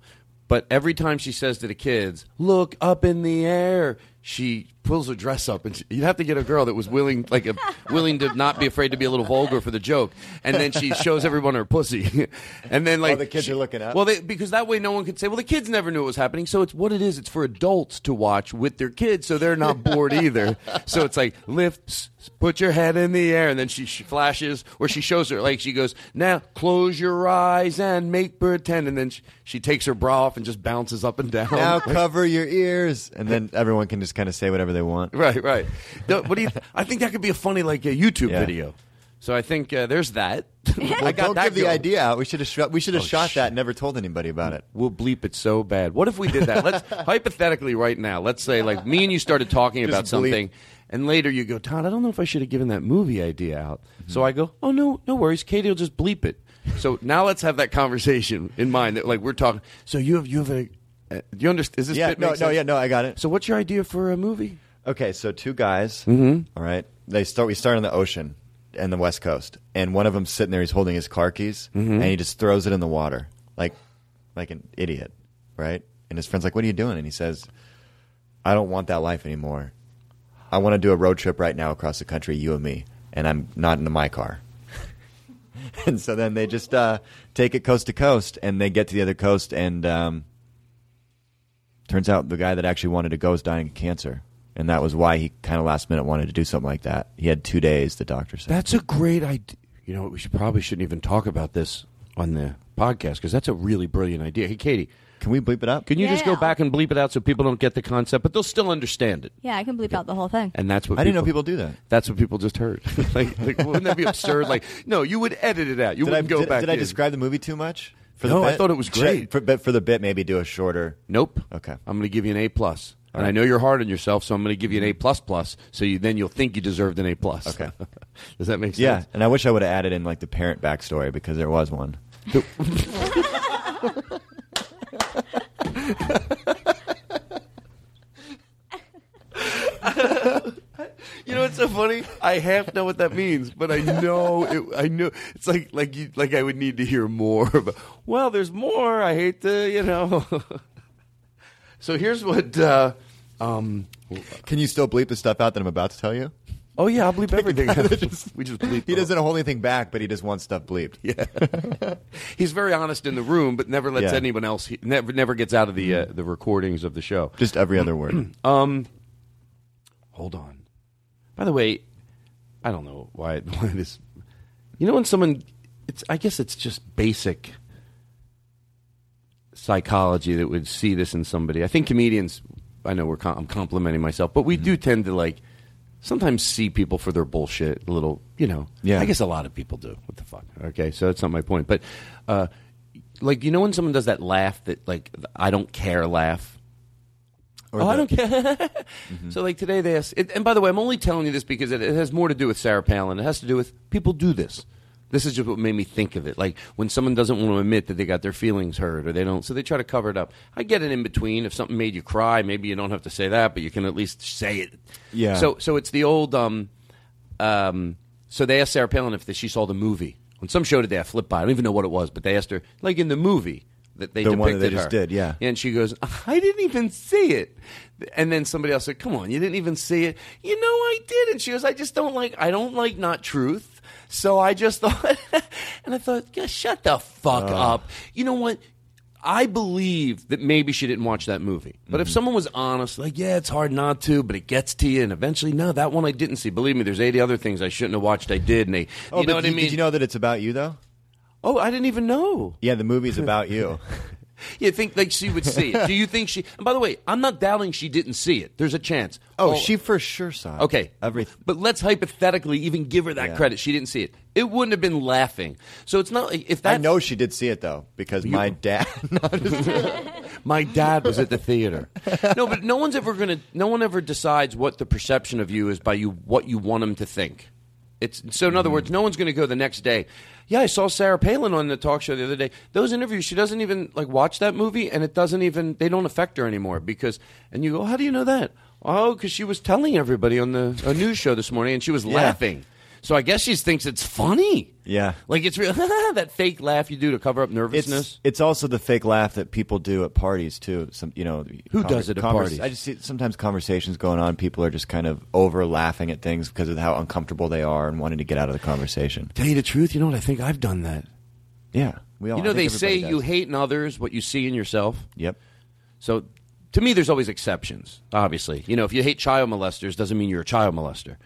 [SPEAKER 2] but every time she says to the kids, "Look up in the air," she pulls her dress up, and she, you'd have to get a girl that was willing, like a willing to not be afraid to be a little vulgar for the joke, and then she shows everyone her pussy, and then like
[SPEAKER 3] the kids
[SPEAKER 2] she-
[SPEAKER 3] are looking up.
[SPEAKER 2] Well, they, because that way no one could say, "Well, the kids never knew it was happening." So it's what it is. It's for adults to watch with their kids, so they're not bored either. So it's like lift, s- s- put your head in the air, and then she sh- flashes, or she shows her like she goes, "Now close your eyes and make pretend," and then she, she takes her bra off and just bounces up and down.
[SPEAKER 3] Now
[SPEAKER 2] Like-
[SPEAKER 3] cover your ears, and then everyone can just kind of say whatever they want.
[SPEAKER 2] Right, right. No, what do you? I think that could be a funny like a YouTube
[SPEAKER 3] Yeah.
[SPEAKER 2] video. So I think uh, there's that. I got
[SPEAKER 3] don't
[SPEAKER 2] that Oh,
[SPEAKER 3] give the
[SPEAKER 2] going.
[SPEAKER 3] idea out. We should have shot. We should have shot that. And never told anybody about it.
[SPEAKER 2] We'll bleep it so bad. What if we did that? Let's hypothetically right now. Let's say like me and you started talking
[SPEAKER 3] Just
[SPEAKER 2] about
[SPEAKER 3] bleep.
[SPEAKER 2] something, and later you go, Todd, I don't know if I should have given that movie idea out. So I go, Oh no, no worries. Katie will just bleep it. So now let's have that conversation in mind that like we're talking. So you have you have a. Uh, do you understand? Is this
[SPEAKER 3] yeah,
[SPEAKER 2] bit
[SPEAKER 3] no,
[SPEAKER 2] make
[SPEAKER 3] no,
[SPEAKER 2] sense?
[SPEAKER 3] yeah, no. I got it.
[SPEAKER 2] So what's your idea for a movie?
[SPEAKER 3] Okay, so two guys. Mm-hmm. right, they start. We start on the ocean and the west coast, and one of them's sitting there. He's holding his car keys, and he just throws it in the water, like, like an idiot, right? And his friend's like, "What are you doing?" And he says, "I don't want that life anymore. I want to do a road trip right now across the country, you and me, and I'm not into my car." and so then they just uh, take it coast to coast, and they get to the other coast, and um, turns out the guy that actually wanted to go is dying of cancer, and that was why he kind of last minute wanted to do something like that. He had two days, the doctor said.
[SPEAKER 2] That's a great idea. You know, what, we should probably shouldn't even talk about this on the podcast because that's a really brilliant idea. Hey, Katie,
[SPEAKER 3] can we bleep it out?
[SPEAKER 2] Can you just go
[SPEAKER 10] Yeah.
[SPEAKER 2] back and bleep it out so people don't get the concept, but they'll still understand it?
[SPEAKER 10] Yeah, I can bleep out the whole thing.
[SPEAKER 2] And that's what
[SPEAKER 3] I didn't know people do that.
[SPEAKER 2] That's what people just heard. like, like, wouldn't that be absurd? Like, no, you would edit it out. You
[SPEAKER 3] did I,
[SPEAKER 2] wouldn't go
[SPEAKER 3] did,
[SPEAKER 2] back.
[SPEAKER 3] did I
[SPEAKER 2] in.
[SPEAKER 3] describe the movie too much?
[SPEAKER 2] No,
[SPEAKER 3] the
[SPEAKER 2] I
[SPEAKER 3] bit?
[SPEAKER 2] thought it was
[SPEAKER 3] Should I-
[SPEAKER 2] great.
[SPEAKER 3] for, but for the bit, maybe do a shorter.
[SPEAKER 2] Nope.
[SPEAKER 3] Okay.
[SPEAKER 2] I'm going to give you an A plus,
[SPEAKER 3] All
[SPEAKER 2] and I
[SPEAKER 3] right.
[SPEAKER 2] know you're hard on yourself, so I'm going to give you an A plus plus. So you then you'll think you deserved an A plus.
[SPEAKER 3] Okay.
[SPEAKER 2] Does that make sense?
[SPEAKER 3] Yeah, and I wish I would have added in like the parent backstory because there was one.
[SPEAKER 2] You know what's so funny? I half know what that means, but I know it. I know it's like like you, like I would need to hear more. But well, there's more. I hate to you know. so here's what. Uh, um,
[SPEAKER 3] Can you still bleep the stuff out that I'm about to tell you?
[SPEAKER 2] oh yeah, I'll bleep everything. we just bleep.
[SPEAKER 3] He doesn't hold anything back, but he just wants stuff bleeped.
[SPEAKER 2] Yeah. He's very honest in the room, but never lets
[SPEAKER 3] Yeah.
[SPEAKER 2] anyone else. He never never gets out of the uh, the recordings of the show.
[SPEAKER 3] Just every other word. Oh,
[SPEAKER 2] Um, hold on. By the way, I don't know why why this You know when someone it's I guess it's just basic psychology that would see this in somebody. I think comedians I know we're com- I'm complimenting myself, but we do tend to like sometimes see people for their bullshit a little, you know.
[SPEAKER 3] Yeah.
[SPEAKER 2] I guess a lot of people do. What the fuck? Okay, so that's not my point, but uh like you know when someone does that laugh that like I don't care laugh oh, I don't care.
[SPEAKER 3] Mm-hmm.
[SPEAKER 2] So, like today, they asked, it, and by the way, I'm only telling you this because it, it has more to do with Sarah Palin. It has to do with people do this. This is just what made me think of it. Like when someone doesn't want to admit that they got their feelings hurt or they don't, so they try to cover it up. I get it in between. If something made you cry, maybe you don't have to say that, but you can at least say it.
[SPEAKER 3] Yeah.
[SPEAKER 2] So, so it's the old. Um, um, so they asked Sarah Palin if she saw the movie on some show today. I flipped by. I don't even know what it was, but they asked her like in the movie that they
[SPEAKER 3] The one
[SPEAKER 2] depicted
[SPEAKER 3] that they just
[SPEAKER 2] her.
[SPEAKER 3] did, yeah.
[SPEAKER 2] And she goes, I didn't even see it. And then somebody else said, Come on, you didn't even see it. You know I did. And she goes, I just don't like I don't like not truth. So I just thought and I thought, yeah, shut the fuck
[SPEAKER 3] Ugh.
[SPEAKER 2] up. You know what? I believe that maybe she didn't watch that movie. But
[SPEAKER 3] Mm-hmm.
[SPEAKER 2] if someone was honest, like, yeah, it's hard not to, but it gets to you, and eventually, no, that one I didn't see. Believe me, there's 80 other things I shouldn't have watched I did, and they,
[SPEAKER 3] Oh,
[SPEAKER 2] you know
[SPEAKER 3] but
[SPEAKER 2] what I
[SPEAKER 3] you-
[SPEAKER 2] mean?
[SPEAKER 3] Did you know that it's about you though?
[SPEAKER 2] Oh, I didn't even know.
[SPEAKER 3] Yeah, the movie's about you.
[SPEAKER 2] You think like she would see it? Do you think she? And by the way, I'm not doubting she didn't see it. There's a chance.
[SPEAKER 3] Oh,
[SPEAKER 2] All-
[SPEAKER 3] she for sure saw it.
[SPEAKER 2] Okay, everything. But let's hypothetically even give her that
[SPEAKER 3] Yeah.
[SPEAKER 2] credit. She didn't see it. It wouldn't have been laughing. So it's not like if that.
[SPEAKER 3] I know she did see it though because my dad.
[SPEAKER 2] my dad was at the theater. no, but no one's ever gonna. No one ever decides what the perception of you is by you what you want them to think. It's so. In other words, no one's gonna go the next day. Yeah, I saw Sarah Palin on the talk show the other day. Those interviews, she doesn't even like watch that movie, and it doesn't even. They don't affect her anymore because. And you go, how do you know that? Oh, because she was telling everybody on the a news show this morning, and she was
[SPEAKER 3] Yeah.
[SPEAKER 2] laughing. So I guess she thinks it's funny.
[SPEAKER 3] yeah.
[SPEAKER 2] Like it's real that fake laugh you do to cover up nervousness.
[SPEAKER 3] It's, it's also the fake laugh that people do at parties too. Some you know
[SPEAKER 2] Who does it at parties?
[SPEAKER 3] I just see sometimes conversations going on. People are just kind of over laughing at things because of how uncomfortable they are and wanting to get out of the conversation.
[SPEAKER 2] Tell you the truth, you know what? I think I've done that.
[SPEAKER 3] Yeah, we all.
[SPEAKER 2] you
[SPEAKER 3] I
[SPEAKER 2] know,
[SPEAKER 3] think
[SPEAKER 2] they say
[SPEAKER 3] everybody
[SPEAKER 2] you
[SPEAKER 3] does.
[SPEAKER 2] hate in others what you see in yourself.
[SPEAKER 3] Yep.
[SPEAKER 2] So, to me, there's always exceptions. Obviously, you know, if you hate child molesters, doesn't mean you're a child molester.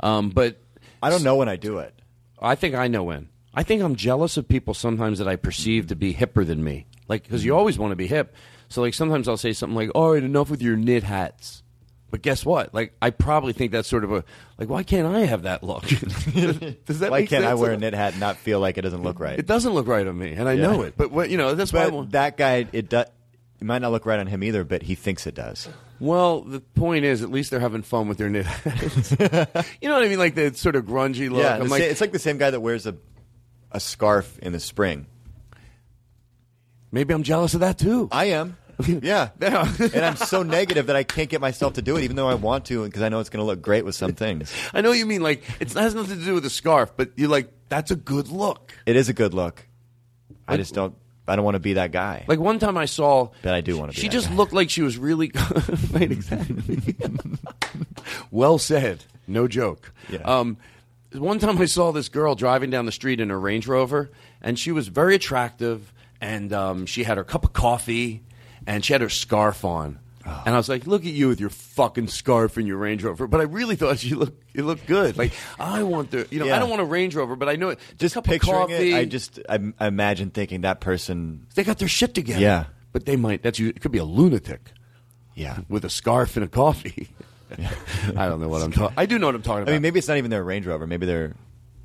[SPEAKER 2] Um, but
[SPEAKER 3] I don't know when I do it.
[SPEAKER 2] I think I know when. I think I'm jealous of people sometimes that I perceive to be hipper than me. Like, because
[SPEAKER 3] Mm-hmm.
[SPEAKER 2] you always want to be hip. So, like, sometimes I'll say something like, all right, enough with your knit hats. But guess what? Like, I probably think that's sort of a, like, why can't I have that look? Does that
[SPEAKER 3] Why
[SPEAKER 2] make
[SPEAKER 3] can't I
[SPEAKER 2] sense?
[SPEAKER 3] wear a knit hat and not feel like it doesn't look right?
[SPEAKER 2] It doesn't look right on me, and I
[SPEAKER 3] Yeah.
[SPEAKER 2] know it. But, what, you know, that's why I
[SPEAKER 3] but
[SPEAKER 2] won't.
[SPEAKER 3] that guy, it does. It might not look right on him either, but he thinks it does.
[SPEAKER 2] Well, the point is, at least they're having fun with their knit hats. you know what I mean? Like the sort of grungy look.
[SPEAKER 3] yeah,
[SPEAKER 2] I'm
[SPEAKER 3] the
[SPEAKER 2] like,
[SPEAKER 3] sa- it's like the same guy that wears a a scarf in the spring.
[SPEAKER 2] maybe I'm jealous of that too.
[SPEAKER 3] I am. Yeah.
[SPEAKER 2] Yeah.
[SPEAKER 3] and I'm so negative that I can't get myself to do it, even though I want to, because I know it's going to look great with some things.
[SPEAKER 2] I know what you mean. Like it's- it has nothing to do with the scarf, but you're like, that's a good look.
[SPEAKER 3] It is a good look. I just don't. I don't want to be that guy.
[SPEAKER 2] Like one time I saw,
[SPEAKER 3] but I do want to. be
[SPEAKER 2] she
[SPEAKER 3] that
[SPEAKER 2] just
[SPEAKER 3] guy.
[SPEAKER 2] looked like she was really. right, exactly. well said. No joke.
[SPEAKER 3] Yeah.
[SPEAKER 2] Um, one time I saw this girl driving down the street in her Range Rover, and she was very attractive, and um, she had her cup of coffee, and she had her scarf on.
[SPEAKER 3] Ah.
[SPEAKER 2] And I was like, "Look at you with your fucking scarf and your Range Rover." But I really thought she looked it looked good. Like I want the, you know, I
[SPEAKER 3] Yeah.
[SPEAKER 2] don't want a Range Rover, but I know it. Just cup of
[SPEAKER 3] picturing
[SPEAKER 2] coffee.
[SPEAKER 3] it. I just. I, I imagine thinking that person.
[SPEAKER 2] they got their shit together.
[SPEAKER 3] Yeah.
[SPEAKER 2] but they might. That's you. It could be a lunatic
[SPEAKER 3] Yeah.
[SPEAKER 2] with a scarf and a coffee. I don't know what I'm talking. I do know what I'm talking
[SPEAKER 3] I
[SPEAKER 2] about.
[SPEAKER 3] mean, maybe it's not even their Range Rover. Maybe they're.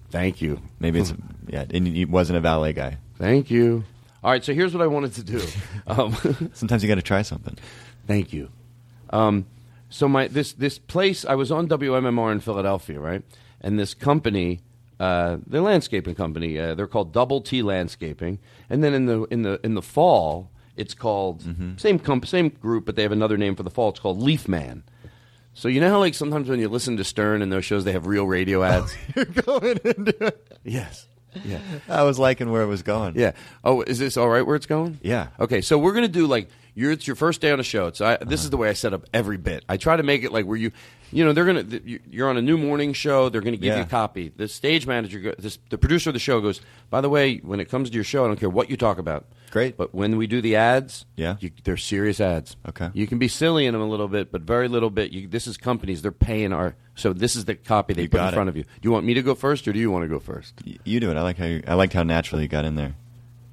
[SPEAKER 2] Thank you.
[SPEAKER 3] Maybe it's. yeah. And he wasn't a valet guy.
[SPEAKER 2] Thank you. All right, so here's what I wanted to do. Um,
[SPEAKER 3] Sometimes you got to try something.
[SPEAKER 2] thank you. Um, so my this this place I was on WMMR in Philadelphia, right? And this company, uh, their landscaping company, uh, they're called Double T Landscaping. And then in the in the in the fall, it's called same comp- same group, but they have another name for the fall. It's called Leaf Man. So you know how like sometimes when you listen to Stern and those shows, they have real radio ads.
[SPEAKER 3] You're going into. It.
[SPEAKER 2] yes. Yeah.
[SPEAKER 3] I was liking where it was going.
[SPEAKER 2] Yeah. Oh, is this all right where it's going?
[SPEAKER 3] Yeah.
[SPEAKER 2] Okay, so we're going to do like You're, it's your first day on a show. It's I, this is the way I set up every bit. I try to make it like where you, you know, they're gonna th- you- you're on a new morning show. They're gonna give you
[SPEAKER 3] Yeah.
[SPEAKER 2] a copy. The stage manager, go, this, the producer of the show goes. By the way, when it comes to your show, I don't care what you talk about. Great, but when we do the ads, yeah, you, they're serious ads. Okay, you can be silly in them a little bit, but very little bit. You, this is companies. They're paying our. So this is the copy they put in
[SPEAKER 3] got it.
[SPEAKER 2] front of you. Do you want me to go first, or do you want to go first?
[SPEAKER 3] You do it. I like how you, I liked how naturally you got in there.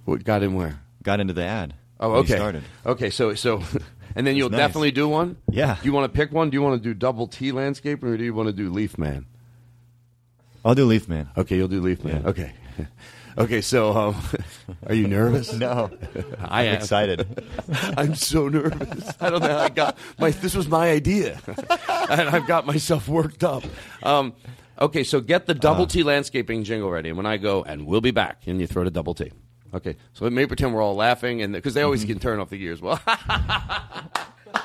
[SPEAKER 2] What got in where?
[SPEAKER 3] Got into the ad.
[SPEAKER 2] Oh,
[SPEAKER 3] when you
[SPEAKER 2] okay.
[SPEAKER 3] started.
[SPEAKER 2] Okay, so so, and then you'll
[SPEAKER 3] nice.
[SPEAKER 2] definitely do one.
[SPEAKER 3] Yeah.
[SPEAKER 2] Do you want to pick one? Do you want to do double T landscape or do you want to do leaf man?
[SPEAKER 3] I'll do Leaf Man.
[SPEAKER 2] Okay, you'll do Leaf Man. Okay. Okay, so um, are you nervous?
[SPEAKER 3] No.
[SPEAKER 2] I
[SPEAKER 3] I'm
[SPEAKER 2] am
[SPEAKER 3] excited.
[SPEAKER 2] I'm so nervous. I don't know how I got my. This was my idea, and I've got myself worked up. Um, okay, so get the double T landscaping jingle ready, and when I go, and we'll be back, and you throw the double T. Okay, so let me pretend we're all laughing, and because they always can turn off the gears. Well,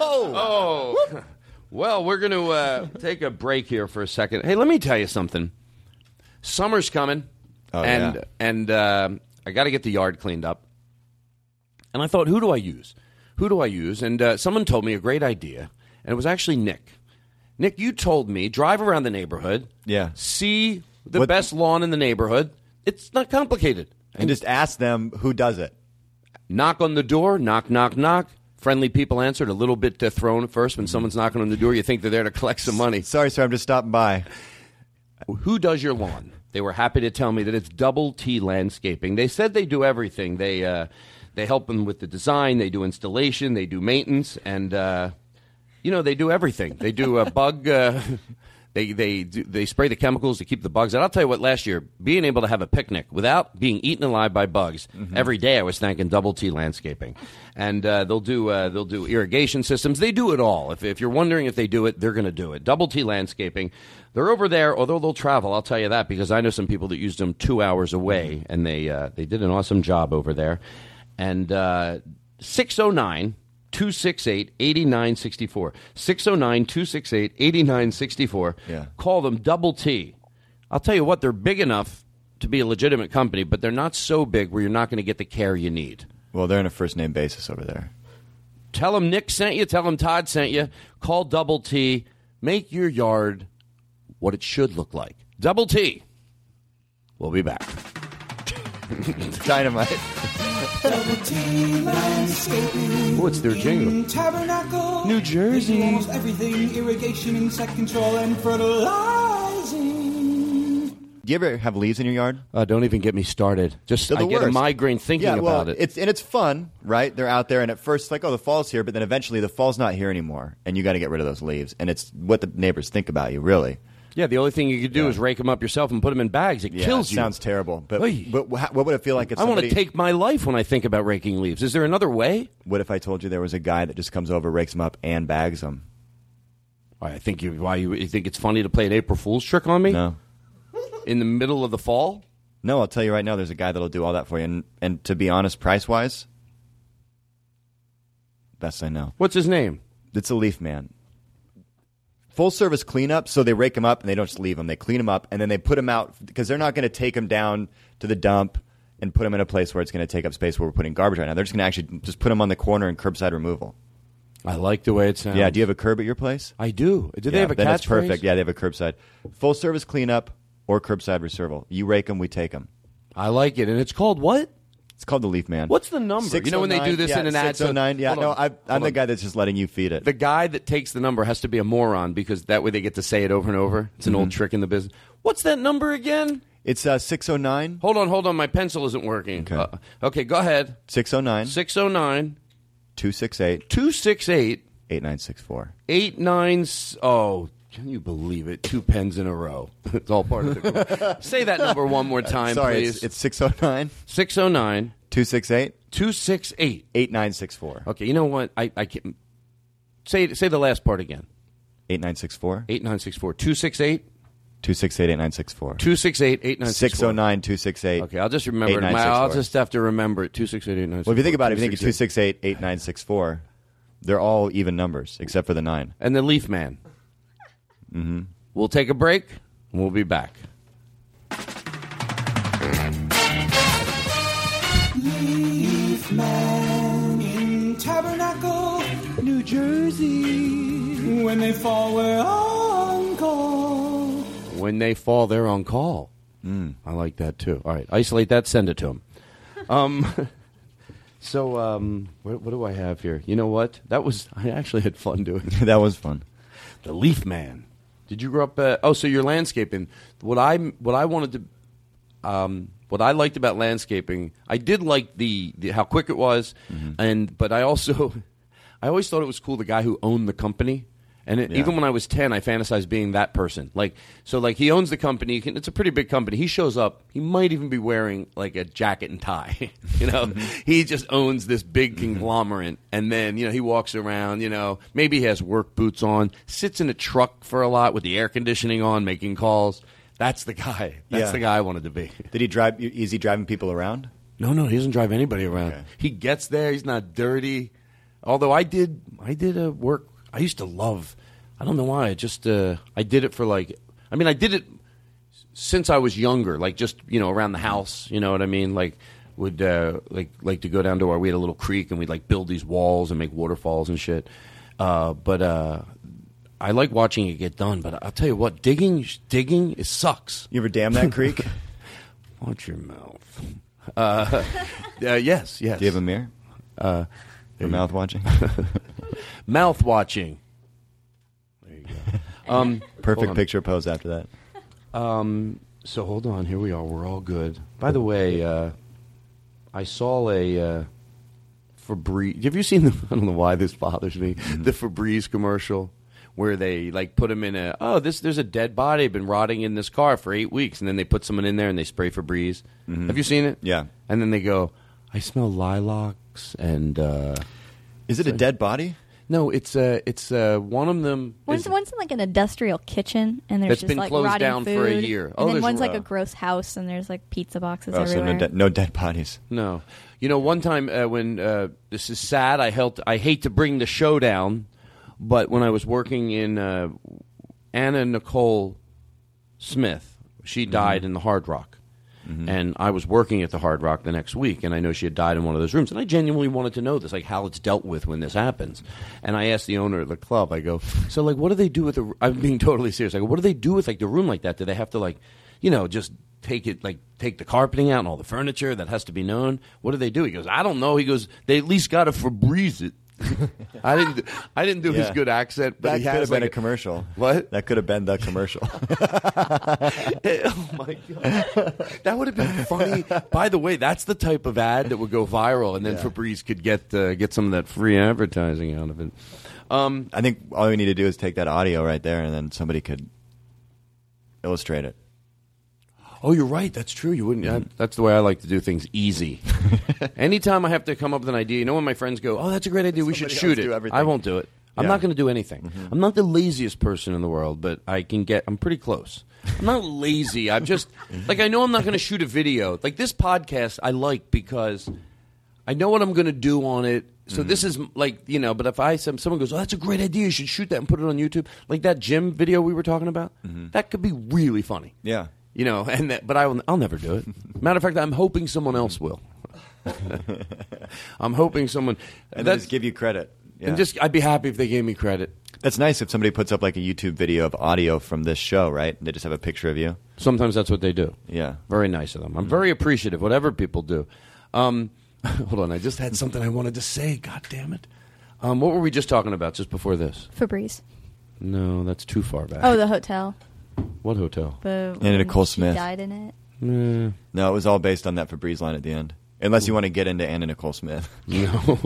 [SPEAKER 2] oh, oh. Well, we're going to uh, take a break here for a second. Hey, let me tell you something. Summer's coming, and
[SPEAKER 3] yeah.
[SPEAKER 2] and uh, I got to get the yard cleaned up. And I thought, who do I use? Who do I use? And uh, someone told me a great idea, and it was actually Nick. Nick, you told me drive around the neighborhood,
[SPEAKER 3] Yeah.
[SPEAKER 2] see the best lawn in the neighborhood. It's not complicated.
[SPEAKER 3] And just ask them who does it.
[SPEAKER 2] Knock on the door, knock, knock, knock. Friendly people answered, a little bit uh, thrown at first. When someone's knocking on the door, you think they're there to collect some money.
[SPEAKER 3] Sorry, sir, I'm just stopping by.
[SPEAKER 2] Who does your lawn? They were happy to tell me that it's Double T Landscaping. They said they do everything. They, uh, they help them with the design, they do installation, they do maintenance, and, uh, you know, they do everything. They do a bug. Uh, They, they, do, they spray the chemicals to keep the bugs out. I'll tell you what, last year, being able to have a picnic without being eaten alive by bugs, every day I was thanking Double T Landscaping. And uh, they'll, do, uh, they'll do irrigation systems. They do it all. If, if you're wondering if they do it, they're going to do it. Double T Landscaping, they're over there, although they'll travel. I'll tell you that because I know some people that used them two hours away, and they, uh, they did an awesome job over there. And uh, 609 268 8964. 609 268 8964. Call them Double T. I'll tell you what, they're big enough to be a legitimate company, but they're not so big where you're not going to get the care you need.
[SPEAKER 3] Well, they're on a first name basis over there.
[SPEAKER 2] Tell them Nick sent you. Tell them Todd sent you. Call Double T. Make your yard what it should look like. Double T. We'll be back. Dynamite.
[SPEAKER 11] Double T Landscaping.
[SPEAKER 2] What's their jingle?
[SPEAKER 11] Tabernacle.
[SPEAKER 2] New Jersey.
[SPEAKER 11] They do Almost everything irrigation, insect control, and fertilizing.
[SPEAKER 3] Do you ever have leaves in your yard?
[SPEAKER 2] Uh, don't even get me started. Just
[SPEAKER 3] They're
[SPEAKER 2] I
[SPEAKER 3] the
[SPEAKER 2] get a
[SPEAKER 3] worst.
[SPEAKER 2] migraine thinking
[SPEAKER 3] Yeah, well,
[SPEAKER 2] about it.
[SPEAKER 3] It's and it's fun, right? They're out there, and at first, it's like, oh, the fall's here, but then eventually, the fall's not here anymore, and you got to get rid of those leaves, and it's what the neighbors think about you, really.
[SPEAKER 2] Yeah, the only thing you could do is rake them up yourself and put them in bags. It
[SPEAKER 3] Yeah,
[SPEAKER 2] kills
[SPEAKER 3] it
[SPEAKER 2] you.
[SPEAKER 3] Sounds terrible, but
[SPEAKER 2] Oy.
[SPEAKER 3] but wha- what would it feel like if
[SPEAKER 2] I want
[SPEAKER 3] somebody,
[SPEAKER 2] to take my life when I think about raking leaves. Is there another way?
[SPEAKER 3] What if I told you there was a guy that just comes over, rakes them up, and bags them?
[SPEAKER 2] I think you. Why you, you think it's funny to play an April Fool's trick on me?
[SPEAKER 3] No.
[SPEAKER 2] In the middle of the fall?
[SPEAKER 3] No, I'll tell you right now. There's a guy that'll do all that for you, and and to be honest, price wise, best I know.
[SPEAKER 2] What's his name?
[SPEAKER 3] It's a leaf man. Full service cleanup, so they rake them up and they don't just leave them. They clean them up and then they put them out because they're not going to take them down to the dump and put them in a place where it's going to take up space where we're putting garbage right now. They're just going to actually just put them on the corner and curbside removal.
[SPEAKER 2] I like the way it sounds.
[SPEAKER 3] Yeah. Do you have a curb at your place?
[SPEAKER 2] I do. Do they
[SPEAKER 3] Yeah,
[SPEAKER 2] have a
[SPEAKER 3] then
[SPEAKER 2] catchphrase?
[SPEAKER 3] it's perfect. Yeah, they have a curbside. Full service cleanup or curbside reserval. You rake them, we take them.
[SPEAKER 2] I like it, and it's called what?
[SPEAKER 3] It's called the Leaf Man. oh
[SPEAKER 2] What's the number? You know when they do this
[SPEAKER 3] yeah,
[SPEAKER 2] in an ad? so-
[SPEAKER 3] 609, yeah,
[SPEAKER 2] Hold
[SPEAKER 3] no,
[SPEAKER 2] on.
[SPEAKER 3] I, I'm
[SPEAKER 2] Hold
[SPEAKER 3] the
[SPEAKER 2] on.
[SPEAKER 3] guy that's just letting you feed it.
[SPEAKER 2] The guy that takes the number has to be a moron because that way they get to say it over and over. It's an old trick in the business. What's that number again?
[SPEAKER 3] It's uh, 609.
[SPEAKER 2] Hold on, hold on. My pencil isn't working. Okay, okay go ahead.
[SPEAKER 3] 609.
[SPEAKER 2] 609
[SPEAKER 3] 268.
[SPEAKER 2] 268
[SPEAKER 3] 8964.
[SPEAKER 2] 89. Oh, can you believe it? Two pens in a row. It's all part of the. Say that number one more time,
[SPEAKER 3] Uh, Sorry,
[SPEAKER 2] please.
[SPEAKER 3] it's, oh it's 609
[SPEAKER 2] 609
[SPEAKER 3] 268
[SPEAKER 2] 268
[SPEAKER 3] 8964.
[SPEAKER 2] Okay, you know what? I, I can say say the last part again.
[SPEAKER 3] 8964
[SPEAKER 2] 8964 268
[SPEAKER 3] 268 8964.
[SPEAKER 2] 268 8964.
[SPEAKER 3] 609 268.
[SPEAKER 2] Okay, I'll just remember it. I'll just have to remember it. 268
[SPEAKER 3] Well, if you think about it, if you
[SPEAKER 2] oh
[SPEAKER 3] think of 268 8964, they're all even numbers except for the 9.
[SPEAKER 2] And the Leaf Man.
[SPEAKER 3] Mm-hmm.
[SPEAKER 2] We'll take a break and we'll be back.
[SPEAKER 11] Leaf man in tabernacle.
[SPEAKER 14] New Jersey. When they fall, we're on call.
[SPEAKER 2] When they fall, they're on call. I like that too. All right, isolate that. Send it to him. Um, so um, what, what do I have here? You know what? That was I actually had fun doing.
[SPEAKER 3] that was fun.
[SPEAKER 2] The Leaf Man. Did you grow up? Uh, oh, so you're landscaping. What I what I wanted to, um, what I liked about landscaping, I did like the, the how quick it was,
[SPEAKER 3] Mm-hmm.
[SPEAKER 2] and but I also, I always thought it was cool the guy who owned the company. And it,
[SPEAKER 3] Yeah.
[SPEAKER 2] even when I was ten, I fantasized being that person. Like so, like he owns the company. He can, it's a pretty big company. He shows up. He might even be wearing like a jacket and tie. you know,
[SPEAKER 3] Mm-hmm.
[SPEAKER 2] he just owns this big conglomerate. And then you know he walks around. You know, maybe he has work boots on. Sits in a truck for a lot with the air conditioning on, making calls. That's the guy. That's
[SPEAKER 3] Yeah.
[SPEAKER 2] the guy I wanted to be.
[SPEAKER 3] Did he drive? Is he driving people around?
[SPEAKER 2] No, no, he doesn't drive anybody around. He gets there. He's not dirty. Although I did, I did a work. I used to love. I don't know why. I just uh, I did it for like. I mean, I did it since I was younger. Like just you know around the house. You know what I mean? Like would uh, like like to go down to our. We had a little creek and we'd like build these walls and make waterfalls and shit. Uh, but uh, I like watching it get done. But I'll tell you what, digging digging it sucks.
[SPEAKER 3] You ever dam that creek?
[SPEAKER 2] Watch your mouth. Uh, uh, yes, yes. Do you have
[SPEAKER 3] a mirror?
[SPEAKER 2] Uh,
[SPEAKER 3] For mouth watching?
[SPEAKER 2] mouth watching. There you go. Um, hold
[SPEAKER 3] Perfect
[SPEAKER 2] on.
[SPEAKER 3] picture pose after that.
[SPEAKER 2] Um, so hold on. Here we are. We're all good. By the way, uh, I saw a uh, Febreze. Have you seen the? I don't know why this bothers me. The Febreze commercial where they like put him in a. Oh, this there's a dead body been rotting in this car for eight weeks, and then they put someone in there and they spray Febreze. Have you seen it?
[SPEAKER 3] Yeah.
[SPEAKER 2] And then they go, I smell lilacs and. Uh,
[SPEAKER 3] is it a dead body?
[SPEAKER 2] No, it's uh, it's uh, one of them.
[SPEAKER 10] One's, one's in like an industrial kitchen, and there's
[SPEAKER 2] That's
[SPEAKER 10] just
[SPEAKER 2] been
[SPEAKER 10] like
[SPEAKER 2] closed
[SPEAKER 10] rotting
[SPEAKER 2] down
[SPEAKER 10] food.
[SPEAKER 2] for a year.
[SPEAKER 10] And
[SPEAKER 2] Oh,
[SPEAKER 10] then
[SPEAKER 2] there's
[SPEAKER 10] one's
[SPEAKER 2] a-
[SPEAKER 10] like a gross house, and there's like pizza boxes
[SPEAKER 3] Oh, so
[SPEAKER 10] everywhere.
[SPEAKER 3] no, de- no dead bodies.
[SPEAKER 2] No, you know, one time uh, when uh, this is sad, I helped. I hate to bring the show down, but when I was working in uh, Anna Nicole Smith,
[SPEAKER 3] Mm-hmm.
[SPEAKER 2] she died in the Hard Rock, and I was working at the Hard Rock the next week, and I know she had died in one of those rooms, and I genuinely wanted to know this, like how it's dealt with when this happens, and I asked the owner of the club, I go, so like, what do they do with the? I'm being totally serious. I go, what do they do with like the room like that? Do they have to like, you know, just take it like take the carpeting out and all the furniture that has to be known. What do they do? He goes, I don't know. He goes, they at least got to Febreze it. I didn't. do- I didn't do his
[SPEAKER 3] Yeah.
[SPEAKER 2] good accent, but
[SPEAKER 3] that
[SPEAKER 2] he
[SPEAKER 3] could
[SPEAKER 2] has
[SPEAKER 3] have been
[SPEAKER 2] like
[SPEAKER 3] a commercial.
[SPEAKER 2] What?
[SPEAKER 3] That could have been the commercial.
[SPEAKER 2] oh my god, that would have been funny. By the way, that's the type of ad that would go viral, and then Febreze could get uh, get some of that free advertising out of it. Um,
[SPEAKER 3] I think all we need to do is take that audio right there, and then somebody could illustrate it.
[SPEAKER 2] Oh, you're right. That's true. You wouldn't. I- that's the way I like to do things easy. Anytime I have to come up with an idea, you know when my friends go, "Oh, that's a great idea. we should
[SPEAKER 3] Somebody
[SPEAKER 2] shoot
[SPEAKER 3] else
[SPEAKER 2] it."
[SPEAKER 3] do everything.
[SPEAKER 2] I won't do Mm-hmm. it. I'm
[SPEAKER 3] Yeah.
[SPEAKER 2] not going to do anything. I'm not the laziest person in the world, but I can get. I'm pretty close. I'm not lazy. I'm just like I know I'm not going to shoot a video. Like this podcast, I like because I know what I'm going to do on it. So this is like you know. But if I some someone goes, "Oh, that's a great idea. You should shoot that and put it on YouTube." Like that gym video we were talking about. That could be really funny.
[SPEAKER 3] Yeah.
[SPEAKER 2] You know, and that, but I will, I'll never do it. Matter of fact, I'm hoping someone else will. I'm hoping someone
[SPEAKER 3] And
[SPEAKER 2] that's-
[SPEAKER 3] just give you credit. Yeah.
[SPEAKER 2] and just I'd be happy if they gave me credit.
[SPEAKER 3] That's nice if somebody puts up like a YouTube video of audio from this show, right? They just have a picture of you.
[SPEAKER 2] Sometimes that's what they do.
[SPEAKER 3] Yeah. Mm-hmm.
[SPEAKER 2] Very nice of them. I'm very appreciative. Whatever people do. Um, hold on, I just had something I wanted to say. God damn it! Um, what were we just talking about just before this?
[SPEAKER 10] Febreze.
[SPEAKER 2] No, that's too far back.
[SPEAKER 10] Oh, the hotel.
[SPEAKER 2] what hotel?
[SPEAKER 10] The
[SPEAKER 3] And Nicole
[SPEAKER 10] she
[SPEAKER 3] Smith.
[SPEAKER 10] died in it.
[SPEAKER 2] Mm.
[SPEAKER 3] No, it was all based on that Febreze line at the end. Unless you want to get into Anna Nicole Smith.
[SPEAKER 2] No.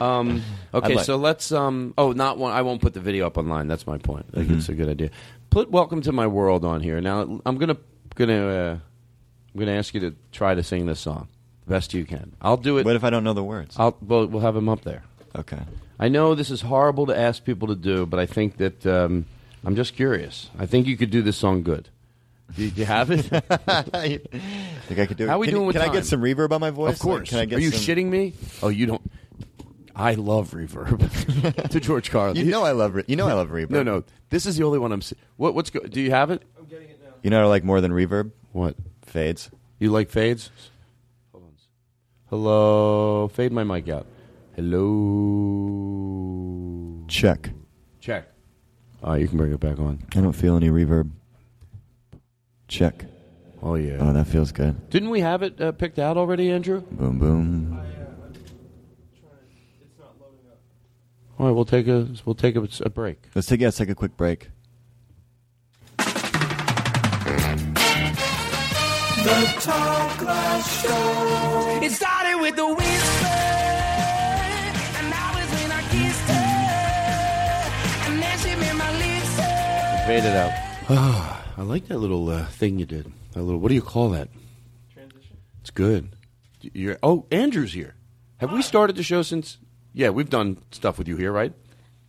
[SPEAKER 2] um, okay,
[SPEAKER 3] I'd like-
[SPEAKER 2] so let's. Um, oh, not one. I won't put the video up online. That's my point. I think it's a good idea. Put "Welcome to My World" on here. Now I'm gonna gonna uh, I'm gonna ask you to try to sing this song the best you can. I'll do it.
[SPEAKER 3] What if I don't know the words?
[SPEAKER 2] I'll we'll, we'll have them up there.
[SPEAKER 3] Okay.
[SPEAKER 2] I know this is horrible to ask people to do, but I think that um, I'm just curious. I think you could do this song good. Do you, do you have it?
[SPEAKER 3] I think I could do it.
[SPEAKER 2] How are we
[SPEAKER 3] Can-
[SPEAKER 2] doing with
[SPEAKER 3] Can I
[SPEAKER 2] time?
[SPEAKER 3] get some reverb on my voice?
[SPEAKER 2] Of course.
[SPEAKER 3] Like, can I get
[SPEAKER 2] Are you
[SPEAKER 3] some-
[SPEAKER 2] shitting me? Oh, you don't. I love reverb. to George Carlin.
[SPEAKER 3] You know I love re- you know I love reverb.
[SPEAKER 2] No, no. This is the only one I'm. Se- what? What's? Go- do you have it?
[SPEAKER 3] You know what I like more than reverb?
[SPEAKER 2] What?
[SPEAKER 3] Fades.
[SPEAKER 2] You like fades? Hold on. Hello. Fade my mic out. Hello.
[SPEAKER 3] Check.
[SPEAKER 9] Check.
[SPEAKER 2] Oh, you can bring it back on.
[SPEAKER 3] I don't feel any reverb. Check.
[SPEAKER 2] Oh yeah.
[SPEAKER 3] Oh, that feels good.
[SPEAKER 2] Didn't we have it uh, picked out already, Andrew?
[SPEAKER 3] Boom boom.
[SPEAKER 2] All right, we'll take a we'll take a, a break.
[SPEAKER 3] Let's take yeah, let's take a quick break.
[SPEAKER 11] The Todd Glass Show. It started with the whisper. And that was when I kissed her. And then she made my lips.
[SPEAKER 2] Fade it out. I like that little uh, thing you did. That little what do you call that? Transition. It's good. You're oh Andrew's here. Have we started the show since? Yeah, we've done stuff with you here, right?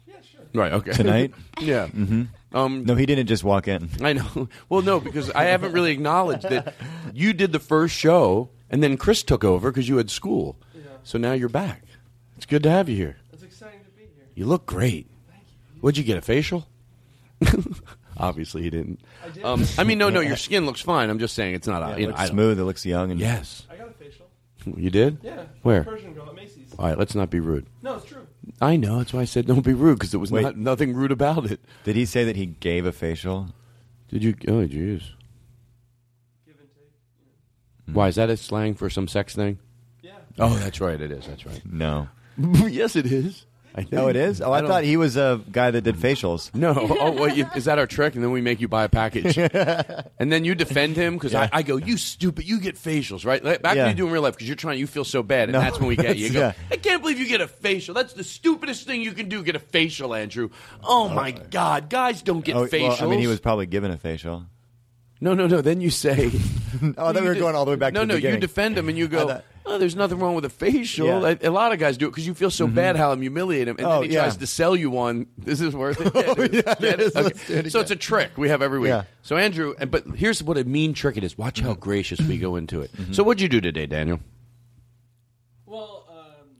[SPEAKER 2] Yeah, sure. Right. Okay.
[SPEAKER 3] Tonight?
[SPEAKER 2] yeah.
[SPEAKER 3] Mm-hmm.
[SPEAKER 2] Um,
[SPEAKER 3] no, he didn't just walk in.
[SPEAKER 2] I know. Well, no, because I haven't really acknowledged that you did the first show, and then Chris took over because you had school. So now you're back. It's good to have you here.
[SPEAKER 15] It's exciting to be here.
[SPEAKER 2] You look great. What'd you get? A facial? Obviously, he didn't.
[SPEAKER 15] I did.
[SPEAKER 2] Um, I mean, no, no, your skin looks fine. I'm just saying it's not. uh,
[SPEAKER 3] it
[SPEAKER 2] you know,
[SPEAKER 3] looks
[SPEAKER 2] I don't-
[SPEAKER 3] smooth. It looks young. And
[SPEAKER 2] Yes.
[SPEAKER 15] I got a facial.
[SPEAKER 2] You did?
[SPEAKER 15] Yeah.
[SPEAKER 2] Where?
[SPEAKER 15] Persian girl at Macy's.
[SPEAKER 2] All right, let's not be rude.
[SPEAKER 15] No, it's true.
[SPEAKER 2] I know. That's why I said don't be rude because it was
[SPEAKER 3] Wait.
[SPEAKER 2] not, nothing rude about it.
[SPEAKER 3] Did he say that he gave a facial?
[SPEAKER 2] Did you? Oh, jeez. Why is that a slang for some sex thing?
[SPEAKER 15] Yeah.
[SPEAKER 2] Oh, that's right. It is. That's right.
[SPEAKER 3] No.
[SPEAKER 2] yes, it is. I
[SPEAKER 3] No, it is. Oh, I,
[SPEAKER 2] don't-
[SPEAKER 3] thought he was a guy that did facials.
[SPEAKER 2] No. Oh, well, you, is that our trick? And then we make you buy a package, and then you defend him because I, I go, "You stupid! You get facials, right? Like, Back
[SPEAKER 3] Yeah.
[SPEAKER 2] when you do in real life because you're trying, you feel so bad, and
[SPEAKER 3] No,
[SPEAKER 2] that's when we get you. You go,
[SPEAKER 3] yeah.
[SPEAKER 2] I can't believe you get a facial. That's the stupidest thing you can do. Get a facial, Andrew. Oh my God, guys don't get
[SPEAKER 3] oh,
[SPEAKER 2] facials.
[SPEAKER 3] Well, I mean, he was probably given a facial.
[SPEAKER 2] No, no, no. Then you
[SPEAKER 3] Oh,
[SPEAKER 2] say,
[SPEAKER 3] I thought we were going all the way back
[SPEAKER 2] no,
[SPEAKER 3] to the
[SPEAKER 2] no. You
[SPEAKER 3] beginning.
[SPEAKER 2] defend him and you go.
[SPEAKER 3] thought-
[SPEAKER 2] Oh, there's nothing wrong with a facial.
[SPEAKER 3] Yeah.
[SPEAKER 2] Like, a lot of guys do it because you feel so bad how I'm humiliating him, and
[SPEAKER 3] Oh,
[SPEAKER 2] then he
[SPEAKER 3] yeah. Oh,
[SPEAKER 2] tries to sell you one. This is worth it. Yeah, it is.
[SPEAKER 3] yeah, it
[SPEAKER 2] Yeah, it
[SPEAKER 3] is.
[SPEAKER 2] is. Okay.
[SPEAKER 3] Let's do it
[SPEAKER 2] So
[SPEAKER 3] again.
[SPEAKER 2] it's a trick we have every week.
[SPEAKER 3] Yeah. Mm-hmm.
[SPEAKER 2] So Andrew, and, but here's what a mean trick it is. Watch how gracious we go into it. So what'd you do today, Daniel?
[SPEAKER 15] Well, um,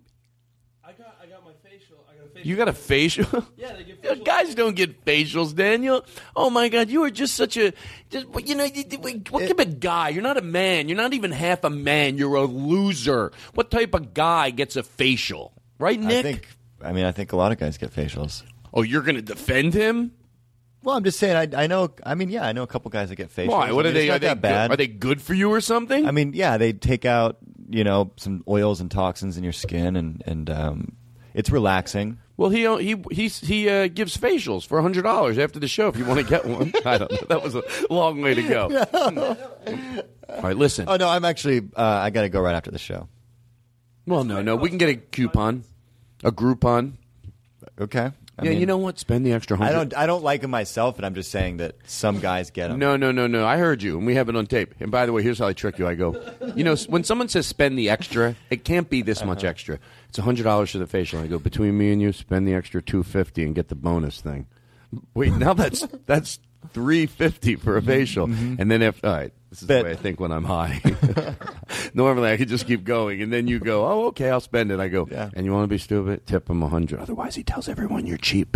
[SPEAKER 15] I got I got my facial. I got a facial.
[SPEAKER 2] You got a facial.
[SPEAKER 15] Yeah, they get
[SPEAKER 2] Yeah,
[SPEAKER 15] facial.
[SPEAKER 2] Guys don't get facials, Daniel. Oh my God, you are just such a, just, what- you know, you- you- what what type of guy? You're not a man. You're not even half a man. You're a loser. What type of guy gets a facial? Right, Nick?
[SPEAKER 3] I think. I mean, I think a lot of guys get facials.
[SPEAKER 2] oh, you're going to defend him?
[SPEAKER 3] Well, I'm just saying. I, I know. I mean, yeah, I know a couple guys that get facials.
[SPEAKER 2] Why? What
[SPEAKER 3] I
[SPEAKER 2] are
[SPEAKER 3] mean, It's
[SPEAKER 2] they?
[SPEAKER 3] not
[SPEAKER 2] Are they,
[SPEAKER 3] that
[SPEAKER 2] good-
[SPEAKER 3] bad?
[SPEAKER 2] are they good for you or something?
[SPEAKER 3] I mean, yeah, they take out you know some oils and toxins in your skin, and and um, it's relaxing.
[SPEAKER 2] well, he he he he uh, gives facials for hundred dollars after the show if you want to get one. I don't know. That was a long way to go. All right, listen.
[SPEAKER 3] Oh no, I'm actually. Uh, I got to go right after the show.
[SPEAKER 2] Well, no, no, we can get a coupon, a Groupon.
[SPEAKER 3] Okay. I
[SPEAKER 2] yeah,
[SPEAKER 3] mean,
[SPEAKER 2] you know what? Spend the extra hundred.
[SPEAKER 3] I don't. I don't like them myself, and I'm just saying that some guys get them.
[SPEAKER 2] No, no, no, no. I heard you, and we have it on tape. And by the way, here's how I trick you. I go, you know, s- when someone says spend the extra, it can't be this
[SPEAKER 3] Uh-huh.
[SPEAKER 2] much extra. It's hundred dollars for the facial. I go between me and you, spend the extra two fifty and get the bonus thing. Wait, now that's that's three fifty for a facial, and then if all right, this
[SPEAKER 3] Mm-hmm.
[SPEAKER 2] is
[SPEAKER 3] Bet.
[SPEAKER 2] the way I think when I'm high. Normally, I could just keep going, and then you go, "Oh, okay, I'll spend it." I go,
[SPEAKER 3] Yeah.
[SPEAKER 2] "And you want to be stupid? Tip him a hundred. Otherwise, he tells everyone you're cheap."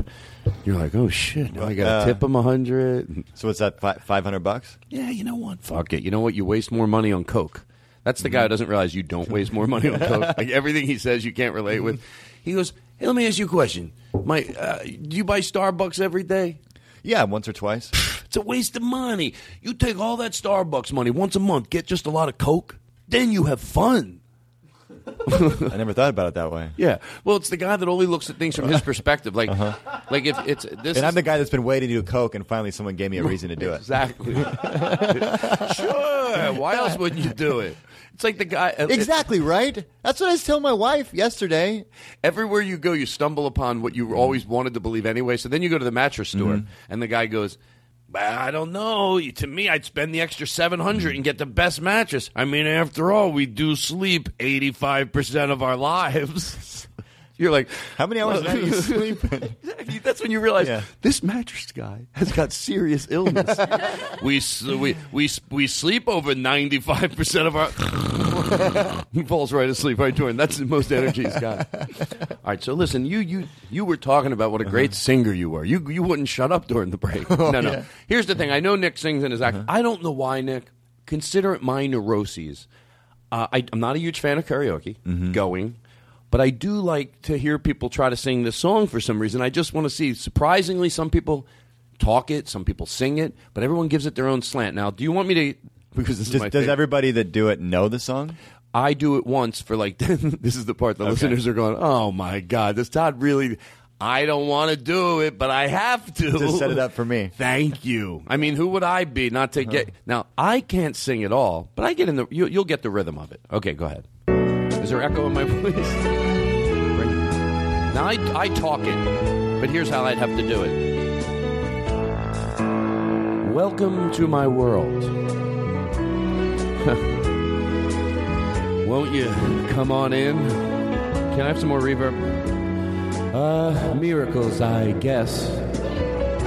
[SPEAKER 2] You're like, "Oh shit! Now I gotta
[SPEAKER 3] Uh,
[SPEAKER 2] tip him a hundred.
[SPEAKER 3] So what's that? Fi Five hundred bucks?
[SPEAKER 2] Yeah, you know what? Fuck it. You know what? You waste more money on coke. That's the guy who doesn't realize you don't waste more money on coke. Like everything he says, you can't relate with. He goes, "Hey, let me ask you a question. My, uh, do you buy Starbucks every day?
[SPEAKER 3] Yeah, once or twice.
[SPEAKER 2] It's a waste of money. You take all that Starbucks money once a month, get just a lot of coke, then you have fun."
[SPEAKER 3] I never thought about it that way.
[SPEAKER 2] Yeah. Well, it's the guy that only looks at things from his perspective. Like, like if it's this.
[SPEAKER 3] And
[SPEAKER 2] is-
[SPEAKER 3] I'm the guy that's been waiting to do coke, and finally someone gave me a reason to do it.
[SPEAKER 2] Exactly. sure. Why else wouldn't you do it? It's like the guy.
[SPEAKER 3] Exactly right. That's what I was telling my wife yesterday.
[SPEAKER 2] Everywhere you go, you stumble upon what
[SPEAKER 3] Mm-hmm.
[SPEAKER 2] you always wanted to believe anyway. So then you go to the mattress store, and the guy goes, "Well, "I don't know. You- To me, I'd spend the extra seven
[SPEAKER 3] Mm-hmm.
[SPEAKER 2] hundred and get the best mattress. I mean, after all, we do sleep eighty five percent of our lives." You're like,
[SPEAKER 3] How many hours a night are you sleeping?
[SPEAKER 2] Exactly. That's when you realize
[SPEAKER 3] Yeah.
[SPEAKER 2] this mattress guy has got serious illness. we, s- we we s- we sleep over ninety five percent of our. he falls right asleep right during. That's the most energy he's got. All right, so listen, you you you were talking about what a great singer you were. You you wouldn't shut up during the break. No, no.
[SPEAKER 3] Uh-huh. Oh, yeah. Uh-huh.
[SPEAKER 2] Here's the thing. I know Nick sings in his act. I don't know why, Nick.
[SPEAKER 3] Mm-hmm.
[SPEAKER 2] Consider it my neuroses. Uh, I, I'm not a huge fan of karaoke. Going. But I do like to hear people try to sing this song for some reason. I just want to see. Surprisingly, some people talk it, some people sing it, but everyone gives it their own slant. Now, do you want me to? Because this is
[SPEAKER 3] Does,
[SPEAKER 2] my
[SPEAKER 3] does
[SPEAKER 2] favorite.
[SPEAKER 3] everybody that do it know the song?
[SPEAKER 2] I do it once for like this is the part the
[SPEAKER 3] Okay.
[SPEAKER 2] listeners are going, "Oh my god, this Todd really I don't want to do it, but I have to."
[SPEAKER 3] Just set it up for me. Uh-huh.
[SPEAKER 2] Thank you. I mean, who would I be not to get Now, I can't sing at all, but I get in the you, you'll get the rhythm of it. Okay, go ahead. Is there echo in my voice? Bring- Now I I talk it, but here's how I'd have to do it. Welcome to my world. Won't you come on in? Can I have some more reverb? Uh, miracles, I guess.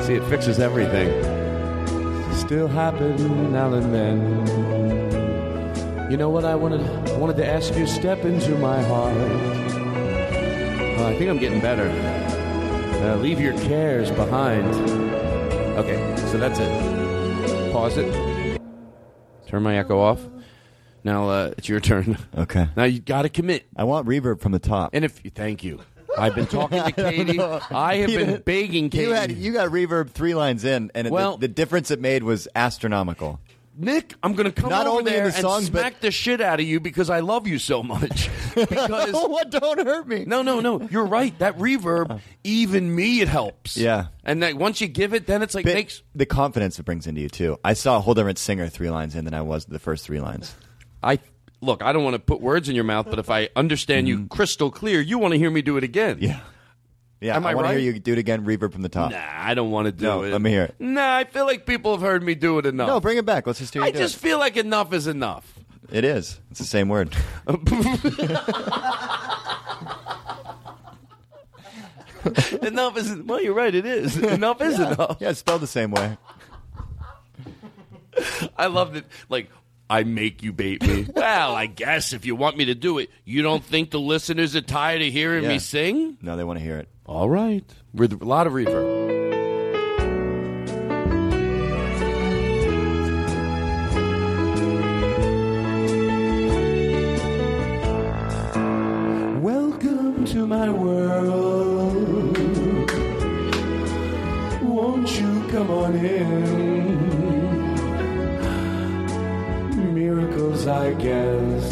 [SPEAKER 2] See, it fixes everything. Still happen now and then. You know what I wanted wanted to ask you? Step into my heart. Uh, I think I'm getting better. Uh, leave your cares behind. Okay, so that's it. Pause it. Turn my echo off. Now uh, it's your turn.
[SPEAKER 3] Okay.
[SPEAKER 2] Now you got to commit.
[SPEAKER 3] I want reverb from the top.
[SPEAKER 2] And if thank you, I've been talking to Katie. I have been begging Katie.
[SPEAKER 3] You, had, you got reverb three lines in, and it- the-
[SPEAKER 2] Well-
[SPEAKER 3] the, difference it made was astronomical.
[SPEAKER 2] Nick, I'm going to come
[SPEAKER 3] Not
[SPEAKER 2] over
[SPEAKER 3] only in
[SPEAKER 2] there
[SPEAKER 3] the
[SPEAKER 2] and
[SPEAKER 3] songs, but-
[SPEAKER 2] smack the shit out of you because I love you so much. Because
[SPEAKER 3] Oh, what? Don't hurt me.
[SPEAKER 2] No, no, no. You're right. That reverb, even me, it helps.
[SPEAKER 3] Yeah.
[SPEAKER 2] And that once you give it, then it's like
[SPEAKER 3] But
[SPEAKER 2] makes.
[SPEAKER 3] the confidence it brings into you too. I saw a whole different singer three lines in than I was the first three lines.
[SPEAKER 2] I look. I don't want to put words in your mouth, but if I understand
[SPEAKER 3] Mm-hmm.
[SPEAKER 2] you crystal clear, you want to hear me do it again. Yeah.
[SPEAKER 3] Yeah,
[SPEAKER 2] Am I
[SPEAKER 3] want to
[SPEAKER 2] right?
[SPEAKER 3] hear you do it again, reverb from the top.
[SPEAKER 2] Nah, I don't want to do
[SPEAKER 3] No,
[SPEAKER 2] it.
[SPEAKER 3] let me hear it.
[SPEAKER 2] Nah, I feel like people have heard me do it enough.
[SPEAKER 3] No, bring it back. Let's just hear you
[SPEAKER 2] I
[SPEAKER 3] do
[SPEAKER 2] just
[SPEAKER 3] it.
[SPEAKER 2] feel like enough is enough.
[SPEAKER 3] It is. It's the same word.
[SPEAKER 2] enough is well. You're right. It is enough is
[SPEAKER 3] Yeah.
[SPEAKER 2] enough.
[SPEAKER 3] Yeah, it's spelled the same way.
[SPEAKER 2] I love that. Like I make you bait me. well, I guess if you want me to do it, you don't think the listeners are tired of hearing me
[SPEAKER 3] Yeah.
[SPEAKER 2] sing?
[SPEAKER 3] No, they want to hear it.
[SPEAKER 2] All right, with a lot of reverb.
[SPEAKER 8] Welcome to my world. Won't you come on in? Miracles, I guess,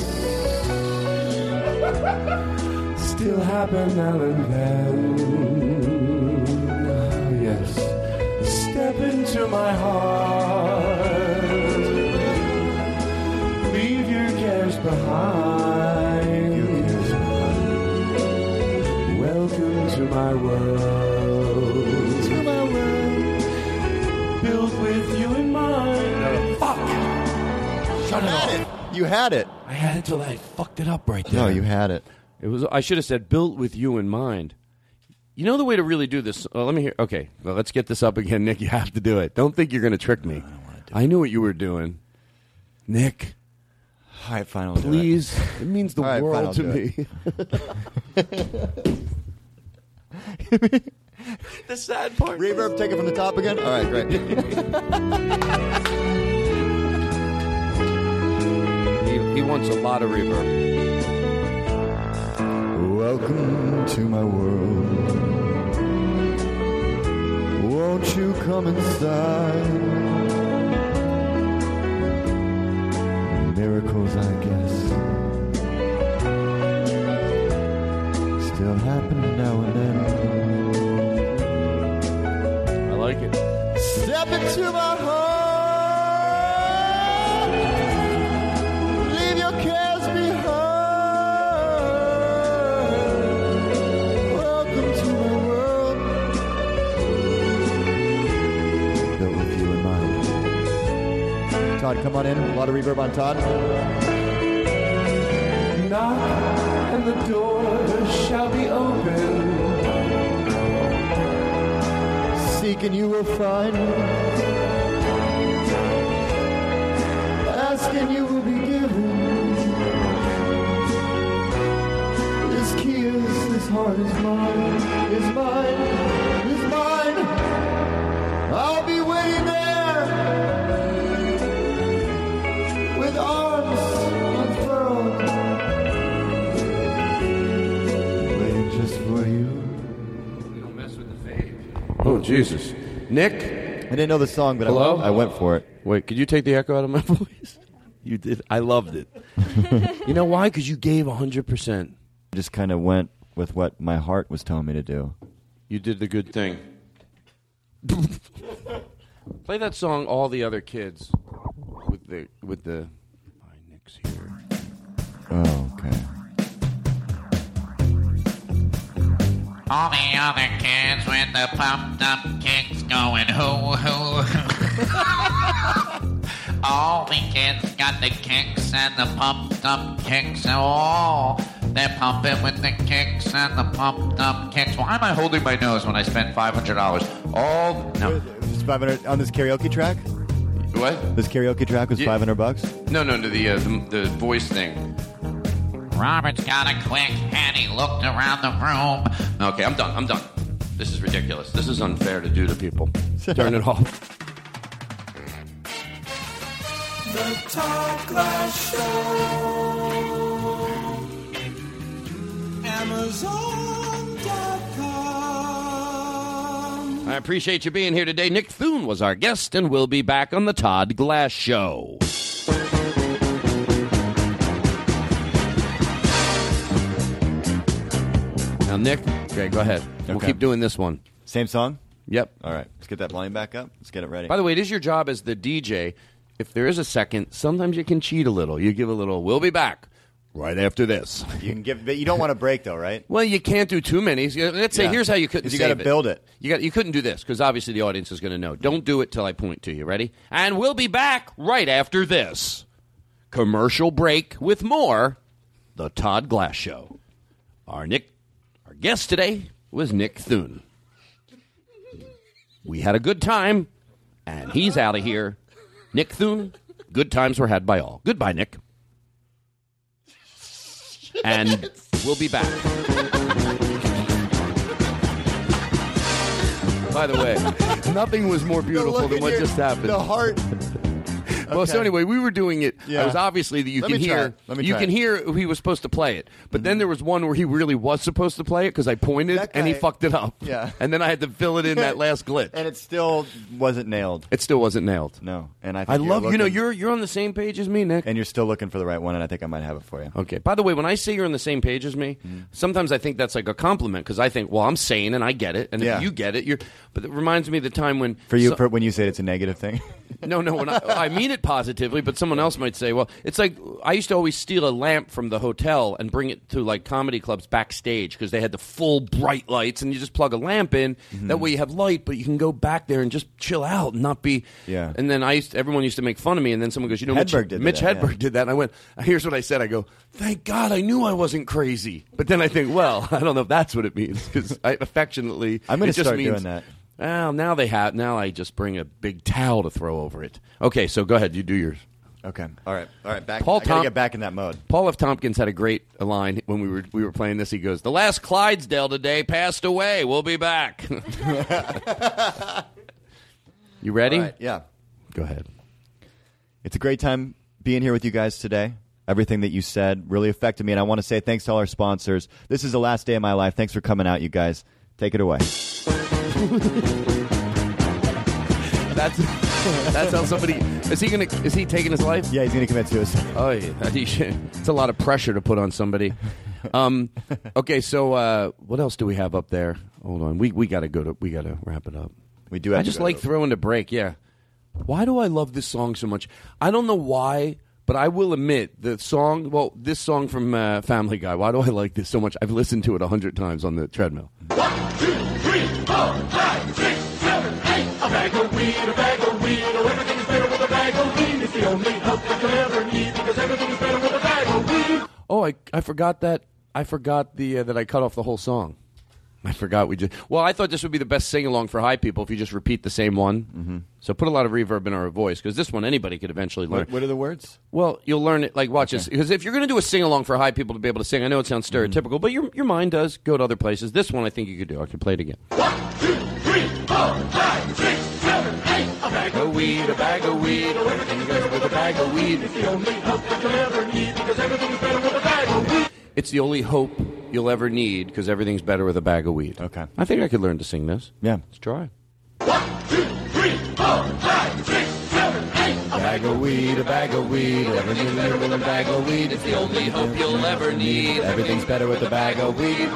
[SPEAKER 8] still happen now and then. Yes, step into my heart. Leave your cares behind. Welcome to my world. To my world. Built with you in mind. Fuck! Shut it off.
[SPEAKER 3] You had it.
[SPEAKER 2] I had it till I fucked it up right there.
[SPEAKER 3] No, you had it.
[SPEAKER 2] It was. I should have said built with you in mind. You know the way to really do this. Uh, let me hear. Okay, well, let's get this up again, Nick. You have to do it. Don't think you're going to trick me. I, knew what you were doing, Nick.
[SPEAKER 3] All right, fine. I'll do it.
[SPEAKER 2] Please, it. means the
[SPEAKER 3] All right, fine, I'll
[SPEAKER 2] world to
[SPEAKER 3] do it.
[SPEAKER 2] me. the sad part.
[SPEAKER 3] Reverb, take it from the top again. All right, great.
[SPEAKER 2] He, he wants a lot of reverb.
[SPEAKER 3] Welcome to my world. Won't you come inside? Miracles, I guess. Still happen now and then.
[SPEAKER 2] I like it.
[SPEAKER 8] Step into my heart. Leave your cares behind. Welcome to my world.
[SPEAKER 3] Built with you in mind. Todd, come on in. A lot of reverb on Todd.
[SPEAKER 8] Knock and the door shall be open.
[SPEAKER 3] Seek and you will find.
[SPEAKER 8] Ask and you will be given. This key is, this heart is mine, is mine, is mine. I'll be waiting there with arms unfurled.
[SPEAKER 2] Oh, Jesus. Nick?
[SPEAKER 3] I didn't know the song, but I
[SPEAKER 2] Hello?
[SPEAKER 3] went- I went for it.
[SPEAKER 2] Wait, could you take the echo out of my voice? You did. I loved it. you know why? Because you gave 100%.
[SPEAKER 3] Just kind of went with what my heart was telling me to do.
[SPEAKER 2] You did the good thing. Play that song, All the Other Kids, with the. with the.
[SPEAKER 3] Oh, okay.
[SPEAKER 6] All the other kids with the pumped up kicks going hoo hoo. all the kids got the kicks and the pumped up kicks and all. They're pumping with the kicks and the pumped up kicks. Why am I holding my nose when I spent $500? All. No.
[SPEAKER 3] Just 500 on this karaoke track?
[SPEAKER 2] What?
[SPEAKER 3] This karaoke track was
[SPEAKER 2] Yeah.
[SPEAKER 3] 500 bucks?
[SPEAKER 2] No, no, no, the, uh, the, the voice thing.
[SPEAKER 6] Robert's got a quick and he looked around the room.
[SPEAKER 2] Okay, I'm done. I'm done. This is ridiculous. This is unfair to do to people. Turn it off.
[SPEAKER 8] The Todd Glass Show. Amazon.com.
[SPEAKER 2] I appreciate you being here today. Nick Thune was our guest, and we'll be back on the Todd Glass Show. Now, Nick, okay, go ahead. We'll
[SPEAKER 3] Okay.
[SPEAKER 2] keep doing this one.
[SPEAKER 3] Same song?
[SPEAKER 2] Yep.
[SPEAKER 3] All right. Let's get that volume back up. Let's get it ready.
[SPEAKER 2] By the way, it is your job as the DJ. If there is a second, sometimes you can cheat a little. You give a little, we'll be back right after this.
[SPEAKER 3] you can give, but you don't want to break though, right?
[SPEAKER 2] Well, you can't do too many. So, Let's say
[SPEAKER 3] Yeah.
[SPEAKER 2] here's how you couldn't.
[SPEAKER 3] You
[SPEAKER 2] got
[SPEAKER 3] gotta
[SPEAKER 2] to
[SPEAKER 3] build it.
[SPEAKER 2] You got. You couldn't do this because obviously the audience is going to know. Don't do it till I point to you. Ready? And we'll be back right after this commercial break with more. The Todd Glass Show. Our Nick, our guest today was Nick Thune. We had a good time, and he's out of here. Nick Thune. Good times were had by all. Goodbye, Nick. And we'll be back. By the way, nothing was more beautiful than what just happened.
[SPEAKER 3] The heart.
[SPEAKER 2] Well, so anyway, we were doing it.
[SPEAKER 3] Yeah.
[SPEAKER 2] I was obviously that you
[SPEAKER 3] Let
[SPEAKER 2] can
[SPEAKER 3] me try
[SPEAKER 2] hear.
[SPEAKER 3] it. Let me
[SPEAKER 2] you
[SPEAKER 3] try
[SPEAKER 2] can
[SPEAKER 3] it.
[SPEAKER 2] hear he was supposed to play it, but then there was one where he really was supposed to play it because I pointed and he
[SPEAKER 3] guy-
[SPEAKER 2] fucked it up.
[SPEAKER 3] Yeah.
[SPEAKER 2] and then I had to fill it in that last glitch.
[SPEAKER 3] And it still wasn't nailed.
[SPEAKER 2] It still wasn't nailed.
[SPEAKER 3] No. And I, think
[SPEAKER 2] I
[SPEAKER 3] you're
[SPEAKER 2] love you know
[SPEAKER 3] looking-
[SPEAKER 2] you're you're on the same page as me, Nick.
[SPEAKER 3] and you're still looking for the right one, and I think I might have it for you.
[SPEAKER 2] Okay. By the way, when I say you're on the same page as me,
[SPEAKER 3] Mm-hmm.
[SPEAKER 2] sometimes I think that's like a compliment because I think, well, I'm sane and I get it, and
[SPEAKER 3] Yeah.
[SPEAKER 2] if you get it, you're. But it reminds me of the time when
[SPEAKER 3] For you,
[SPEAKER 2] so-
[SPEAKER 3] for when you say it's a negative thing,
[SPEAKER 2] No, no, when I, I mean it positively, but someone else might say, well, it's like I used to always steal a lamp from the hotel and bring it to like comedy clubs backstage because they had the full bright lights, and you just plug a lamp in.
[SPEAKER 3] Mm-hmm.
[SPEAKER 2] That way you have light, but you can go back there and just chill out and not be.
[SPEAKER 3] Yeah.
[SPEAKER 2] And then I used everyone used to make fun of me, and then someone goes, you know,
[SPEAKER 3] Hedberg
[SPEAKER 2] Mitch,
[SPEAKER 3] did
[SPEAKER 2] Mitch
[SPEAKER 3] that, yeah.
[SPEAKER 2] Hedberg did that. And I went, here's what I said. I go, thank God I knew I wasn't crazy. But then I think, well, I don't know if that's what it means because I affectionately.
[SPEAKER 3] I'm gonna
[SPEAKER 2] it just
[SPEAKER 3] start
[SPEAKER 2] means,
[SPEAKER 3] doing that.
[SPEAKER 2] Well, now they have. Now I just bring a big towel to throw over it. Okay, so go ahead. You do yours.
[SPEAKER 3] Okay. All right. All right. Back.
[SPEAKER 2] Paul
[SPEAKER 3] I gotta
[SPEAKER 2] Tom-
[SPEAKER 3] get back in that mode.
[SPEAKER 2] Paul F. Tompkins had a great line when we were we were playing this. He goes, "The last Clydesdale today passed away. We'll be back." you ready?
[SPEAKER 3] All right, yeah.
[SPEAKER 2] Go ahead.
[SPEAKER 3] It's a great time being here with you guys today. Everything that you said really affected me, and I want to say thanks to all our sponsors. This is the last day of my life. Thanks for coming out, you guys. Take it away.
[SPEAKER 2] That's that's how somebody is he gonna is he taking his life?
[SPEAKER 3] Yeah, he's gonna commit suicide.
[SPEAKER 2] Oh yeah, it's a lot of pressure to put on somebody. Um, okay, so uh, what else do we have up there? Hold on, we we gotta go to we gotta wrap it up.
[SPEAKER 3] We do. Have
[SPEAKER 2] I
[SPEAKER 3] to
[SPEAKER 2] just
[SPEAKER 3] go
[SPEAKER 2] like
[SPEAKER 3] to-
[SPEAKER 2] throwing the break. Yeah. Why do I love this song so much? I don't know why, but I will admit the song. Well, this song from uh, Family Guy. Why do I like this so much? I've listened to it a hundred times on the treadmill.
[SPEAKER 8] Three, four, five, six, seven, eight. A bag of weed, a bag of weed. Oh, everything's better with a bag of weed. It's the only help that you'll ever need because everything's better with a bag of weed.
[SPEAKER 2] Oh, I I forgot that I forgot the uh, that I cut off the whole song. I forgot we just. Well, I thought this would be the best sing along for high people if you just repeat the same one. Mm-hmm. So put a lot of reverb in our voice because this one anybody could eventually learn.
[SPEAKER 3] What, what are the words?
[SPEAKER 2] Well, you'll learn it. Like, watch this. Because if you're going to do a sing along for high people to be able to sing, I know it sounds stereotypical, but your, your mind does go to other places. This one I think you could do. I could play it again.
[SPEAKER 8] Three, four, five, six, seven, eight. A bag of weed, a bag of weed. Oh, everything goes with a bag of weed. It's the only help that you'll ever need because everything's better with a bag of weed.
[SPEAKER 2] It's the only hope you'll ever need because everything's better with a bag of weed.
[SPEAKER 3] Okay.
[SPEAKER 2] I think I could learn to sing this.
[SPEAKER 3] Yeah.
[SPEAKER 2] Let's try.
[SPEAKER 8] A bag of weed, a bag of weed, everything's better with a bag of weed. It's the only hope you'll ever need. Everything's better with a bag of weed.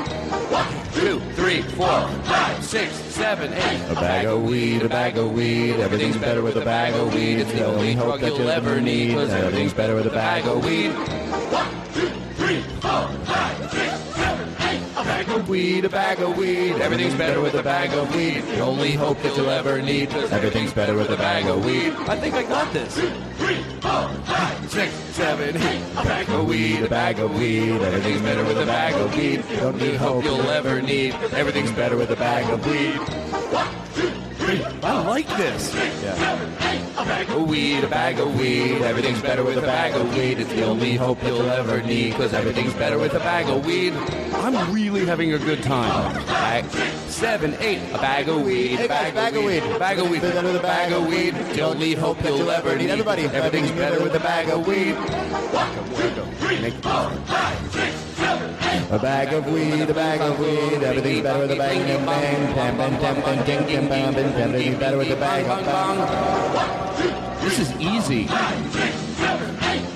[SPEAKER 8] One, two, three, four, five, six, seven, eight. A bag of weed, a bag of weed, everything's better with a bag of weed. It's the only hope that you'll ever need. Everything's better with a bag of weed. A bag of weed, a bag of weed. Everything's better with a bag of weed. The only hope that you'll ever need. Everything's better with a bag of weed. I think I got this. Six, seven, eight. A bag of weed, a bag of weed. Everything's better with a bag of weed. The only hope you'll ever need. Everything's better with a bag of weed. I like this. A bag of weed, a bag of weed. Everything's better with a bag of weed. It's the only hope you'll ever need. Cause everything's better with a bag of weed. I'm really having a good time. Bag, seven, eight. A bag of weed, a bag, of weed, a bag of weed. Better with a bag of weed. The only hope that you'll ever need. Everybody, everything's better with a bag of weed. A bag of weed, a bag of weed, everything's better with a bang, bang, bang, bam, bam, bam, bam, ding, ding, bam, bam, bam, everything's better with a bang, bang, bang. This is easy.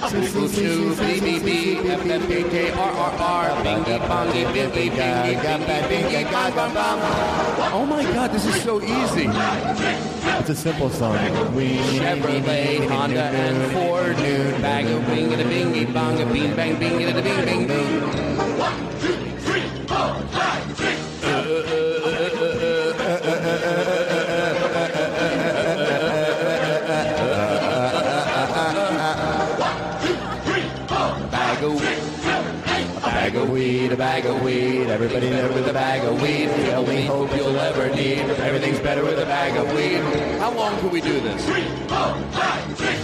[SPEAKER 8] Sizzle two, B B B, F F K K R R R, bingy bongy, bingy bingy, bingy bingy, bang bang bang. Oh my God, this is so easy.
[SPEAKER 3] It's a simple song. We
[SPEAKER 8] Chevrolet, Honda, and Ford. Noon bag of bing and a bingy bong a bing bang bing and a bing bing bing. One, two, three, four, five, six. Bag of weed, a bag of weed, a bag of weed. Everybody there with a bag of weed. The only hope you'll ever need. Everything's better with a bag of weed. How long can we do this?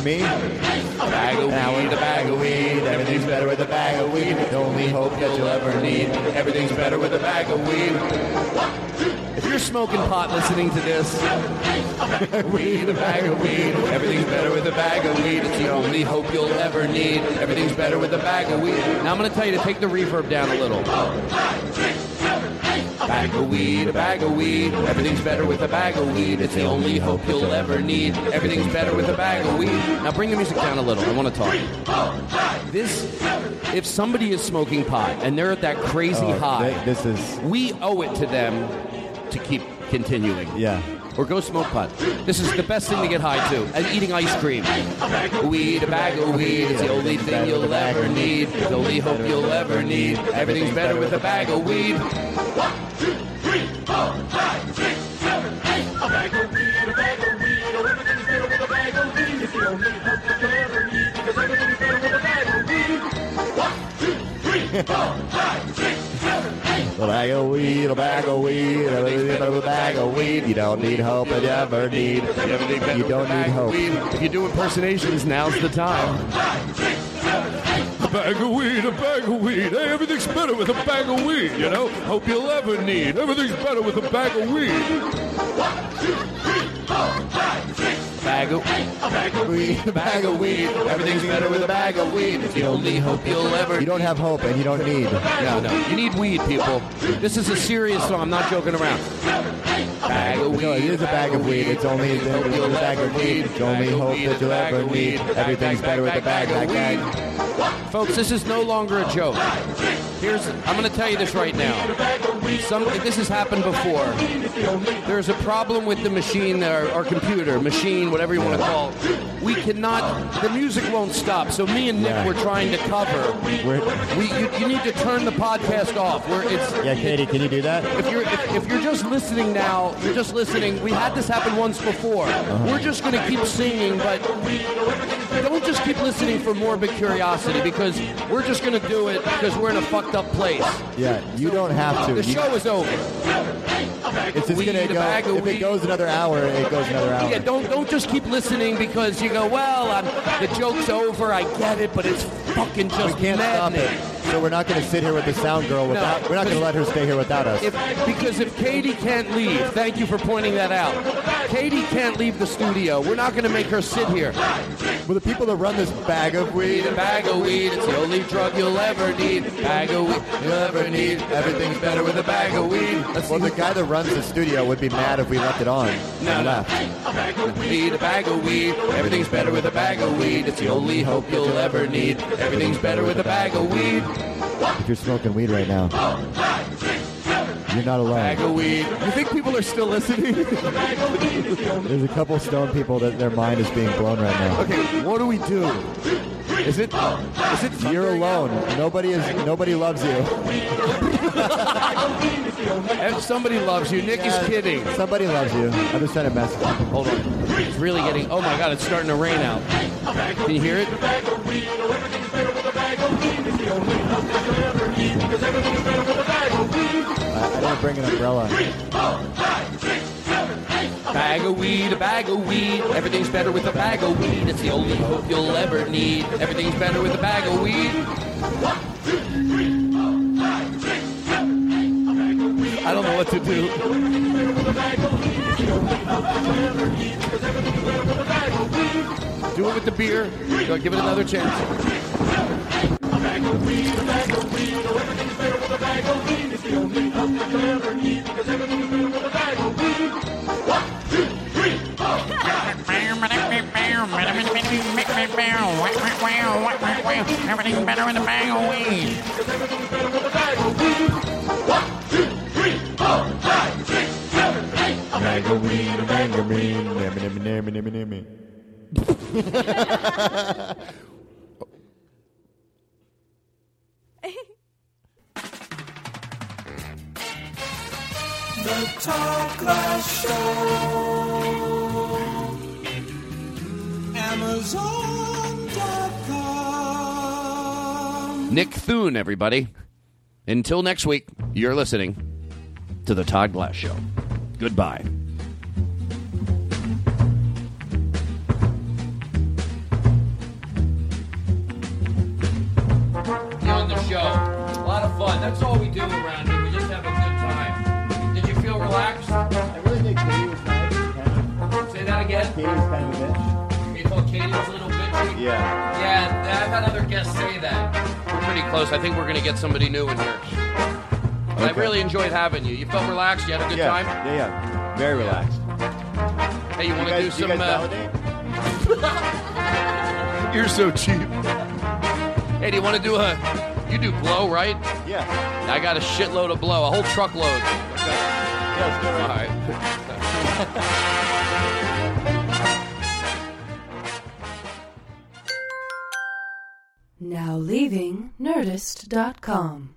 [SPEAKER 3] Me?
[SPEAKER 8] A bag of weed, a bag of weed. Everything's better with a bag of weed. The only hope that you'll ever need. Everything's better with a bag of weed. If you're smoking pot listening to this, weed, a bag of weed. Everything's better with a bag of weed. It's the only hope you'll ever need. Everything's better with a bag of weed. Now I'm going to tell you to take the reverb down a little. Bag of weed, a bag of weed. Everything's better with a bag of weed. It's the only hope you'll ever need. Everything's better with a bag of weed. Now bring the music down a little. I want to talk. This, if somebody is smoking pot and they're at that crazy
[SPEAKER 3] Oh,
[SPEAKER 8] high,
[SPEAKER 3] they- this is-
[SPEAKER 8] we owe it to them to keep continuing.
[SPEAKER 3] Yeah.
[SPEAKER 8] Or go smoke pot. This is the best thing to get high to. And eating ice cream. Weed, a bag of weed. It's the only thing you'll ever need. The only hope you'll ever need. Everything's better with a bag of weed.
[SPEAKER 3] A bag of weed, a bag of weed, everything's better with a bag of weed. You don't need hope that you ever need. You don't need hope.
[SPEAKER 8] If you do impersonations, now's the time.
[SPEAKER 2] A bag of weed, a bag of weed. Hey, everything's better with a bag of weed, you know? Hope you'll ever need. Everything's better with a bag of weed.
[SPEAKER 8] Bag of, a bag of weed, a bag of weed. Everything's better with a bag of weed. It's the only hope you'll ever.
[SPEAKER 3] You don't have hope and you don't need.
[SPEAKER 8] No, no. You need weed, people. This is a serious song. I'm not joking around. Bag of weed.
[SPEAKER 3] No, it is a bag of weed. It's only the only bag of weed. It's only hope that you'll ever need. Everything's better with a bag, bag, bag.
[SPEAKER 8] Folks, this is no longer a joke. Here's, I'm going to tell you this right now. Some, this has happened before. There's a problem with the machine, or, or computer, machine, whatever you want to call it. We cannot, the music won't stop. So me and Nick
[SPEAKER 3] Yeah.
[SPEAKER 8] were trying to cover. we, you, you need to turn the podcast off. Where it's
[SPEAKER 3] Yeah, Katie, can you do that?
[SPEAKER 8] if you're if, if you're just listening now, you're just listening. We had this happen once before. We're just going to keep singing, but don't just keep listening for morbid curiosity because we're just going to do it because we're in a fucked up place.
[SPEAKER 3] Yeah, you don't have to.
[SPEAKER 8] The
[SPEAKER 3] You-
[SPEAKER 8] show is over.
[SPEAKER 3] It's just
[SPEAKER 8] Weed,
[SPEAKER 3] gonna
[SPEAKER 8] a bag
[SPEAKER 3] go.
[SPEAKER 8] of
[SPEAKER 3] If
[SPEAKER 8] weed.
[SPEAKER 3] it goes another hour, it goes another
[SPEAKER 8] Yeah,
[SPEAKER 3] hour.
[SPEAKER 8] don't don't just keep listening because you go, well, i the joke's over. I get it, but it's fucking just
[SPEAKER 3] We can't stop
[SPEAKER 8] maddening.
[SPEAKER 3] it. So we're not gonna sit here with the sound girl without. We're not gonna let her stay here without us.
[SPEAKER 8] If, because if Katie can't leave, thank you for pointing that out. Katie can't leave the studio. We're not going to make her sit here. Well, the people that run this bag of weed, a bag of weed, it's the only drug you'll ever need. Bag of weed, you'll ever need. Everything's better with a bag of weed.
[SPEAKER 3] Well, the guy that runs the studio would be mad if we left it on.
[SPEAKER 8] No, no. A bag of weed, a bag of weed. Everything's better with a bag of weed. It's the only hope you'll ever need. Everything's better with a bag of weed.
[SPEAKER 3] If you're smoking weed right now, you're not
[SPEAKER 8] Bag of
[SPEAKER 3] alone.
[SPEAKER 8] weed. You think people are still listening?
[SPEAKER 3] There's a couple stone people that their mind is being blown right now.
[SPEAKER 8] Okay, what do we do? Is it is it
[SPEAKER 3] You're alone. Nobody is. Nobody loves you.
[SPEAKER 8] If somebody loves you, Nick is kidding.
[SPEAKER 3] Somebody loves you. I just sent a message.
[SPEAKER 8] Hold on. It's really getting. Oh my God! It's starting to rain out. Can you hear it?
[SPEAKER 3] I, I didn't bring an umbrella.
[SPEAKER 8] Bag of weed, a bag of weed. Everything's better with a bag of weed. It's the only hope you'll ever need. Everything's better with a bag of weed. I don't know what to do. Do it with the beer. Go, give it another chance.
[SPEAKER 6] Everything better with a bag oh, of weed.
[SPEAKER 11] The Todd Glass Show. Amazon.com.
[SPEAKER 2] Nick Thune, everybody. Until next week, you're listening to The Todd Glass Show. Goodbye.
[SPEAKER 9] on the show. A lot of fun. That's all we do around here. We just have a good time. Did you feel relaxed? I really think Katie was nice. Say that again. Katie was kind of a bitch. You thought Katie was a little bitchy?
[SPEAKER 3] Yeah.
[SPEAKER 9] Yeah, I've had other guests say that.
[SPEAKER 2] We're pretty close. I think we're going to get somebody new in here. But I
[SPEAKER 9] Okay.
[SPEAKER 2] really enjoyed having you. You felt relaxed. You had a good
[SPEAKER 9] Yeah.
[SPEAKER 2] time.
[SPEAKER 3] Yeah, yeah. Very relaxed.
[SPEAKER 2] Hey, you want to
[SPEAKER 3] guys-
[SPEAKER 2] do
[SPEAKER 3] you
[SPEAKER 2] some?
[SPEAKER 3] guys
[SPEAKER 2] uh... You're so cheap. Hey, do you want to do a? You do blow, right?
[SPEAKER 3] Yeah.
[SPEAKER 2] I got a shitload of blow, a whole truckload. All right.
[SPEAKER 4] Now leaving Nerdist.com.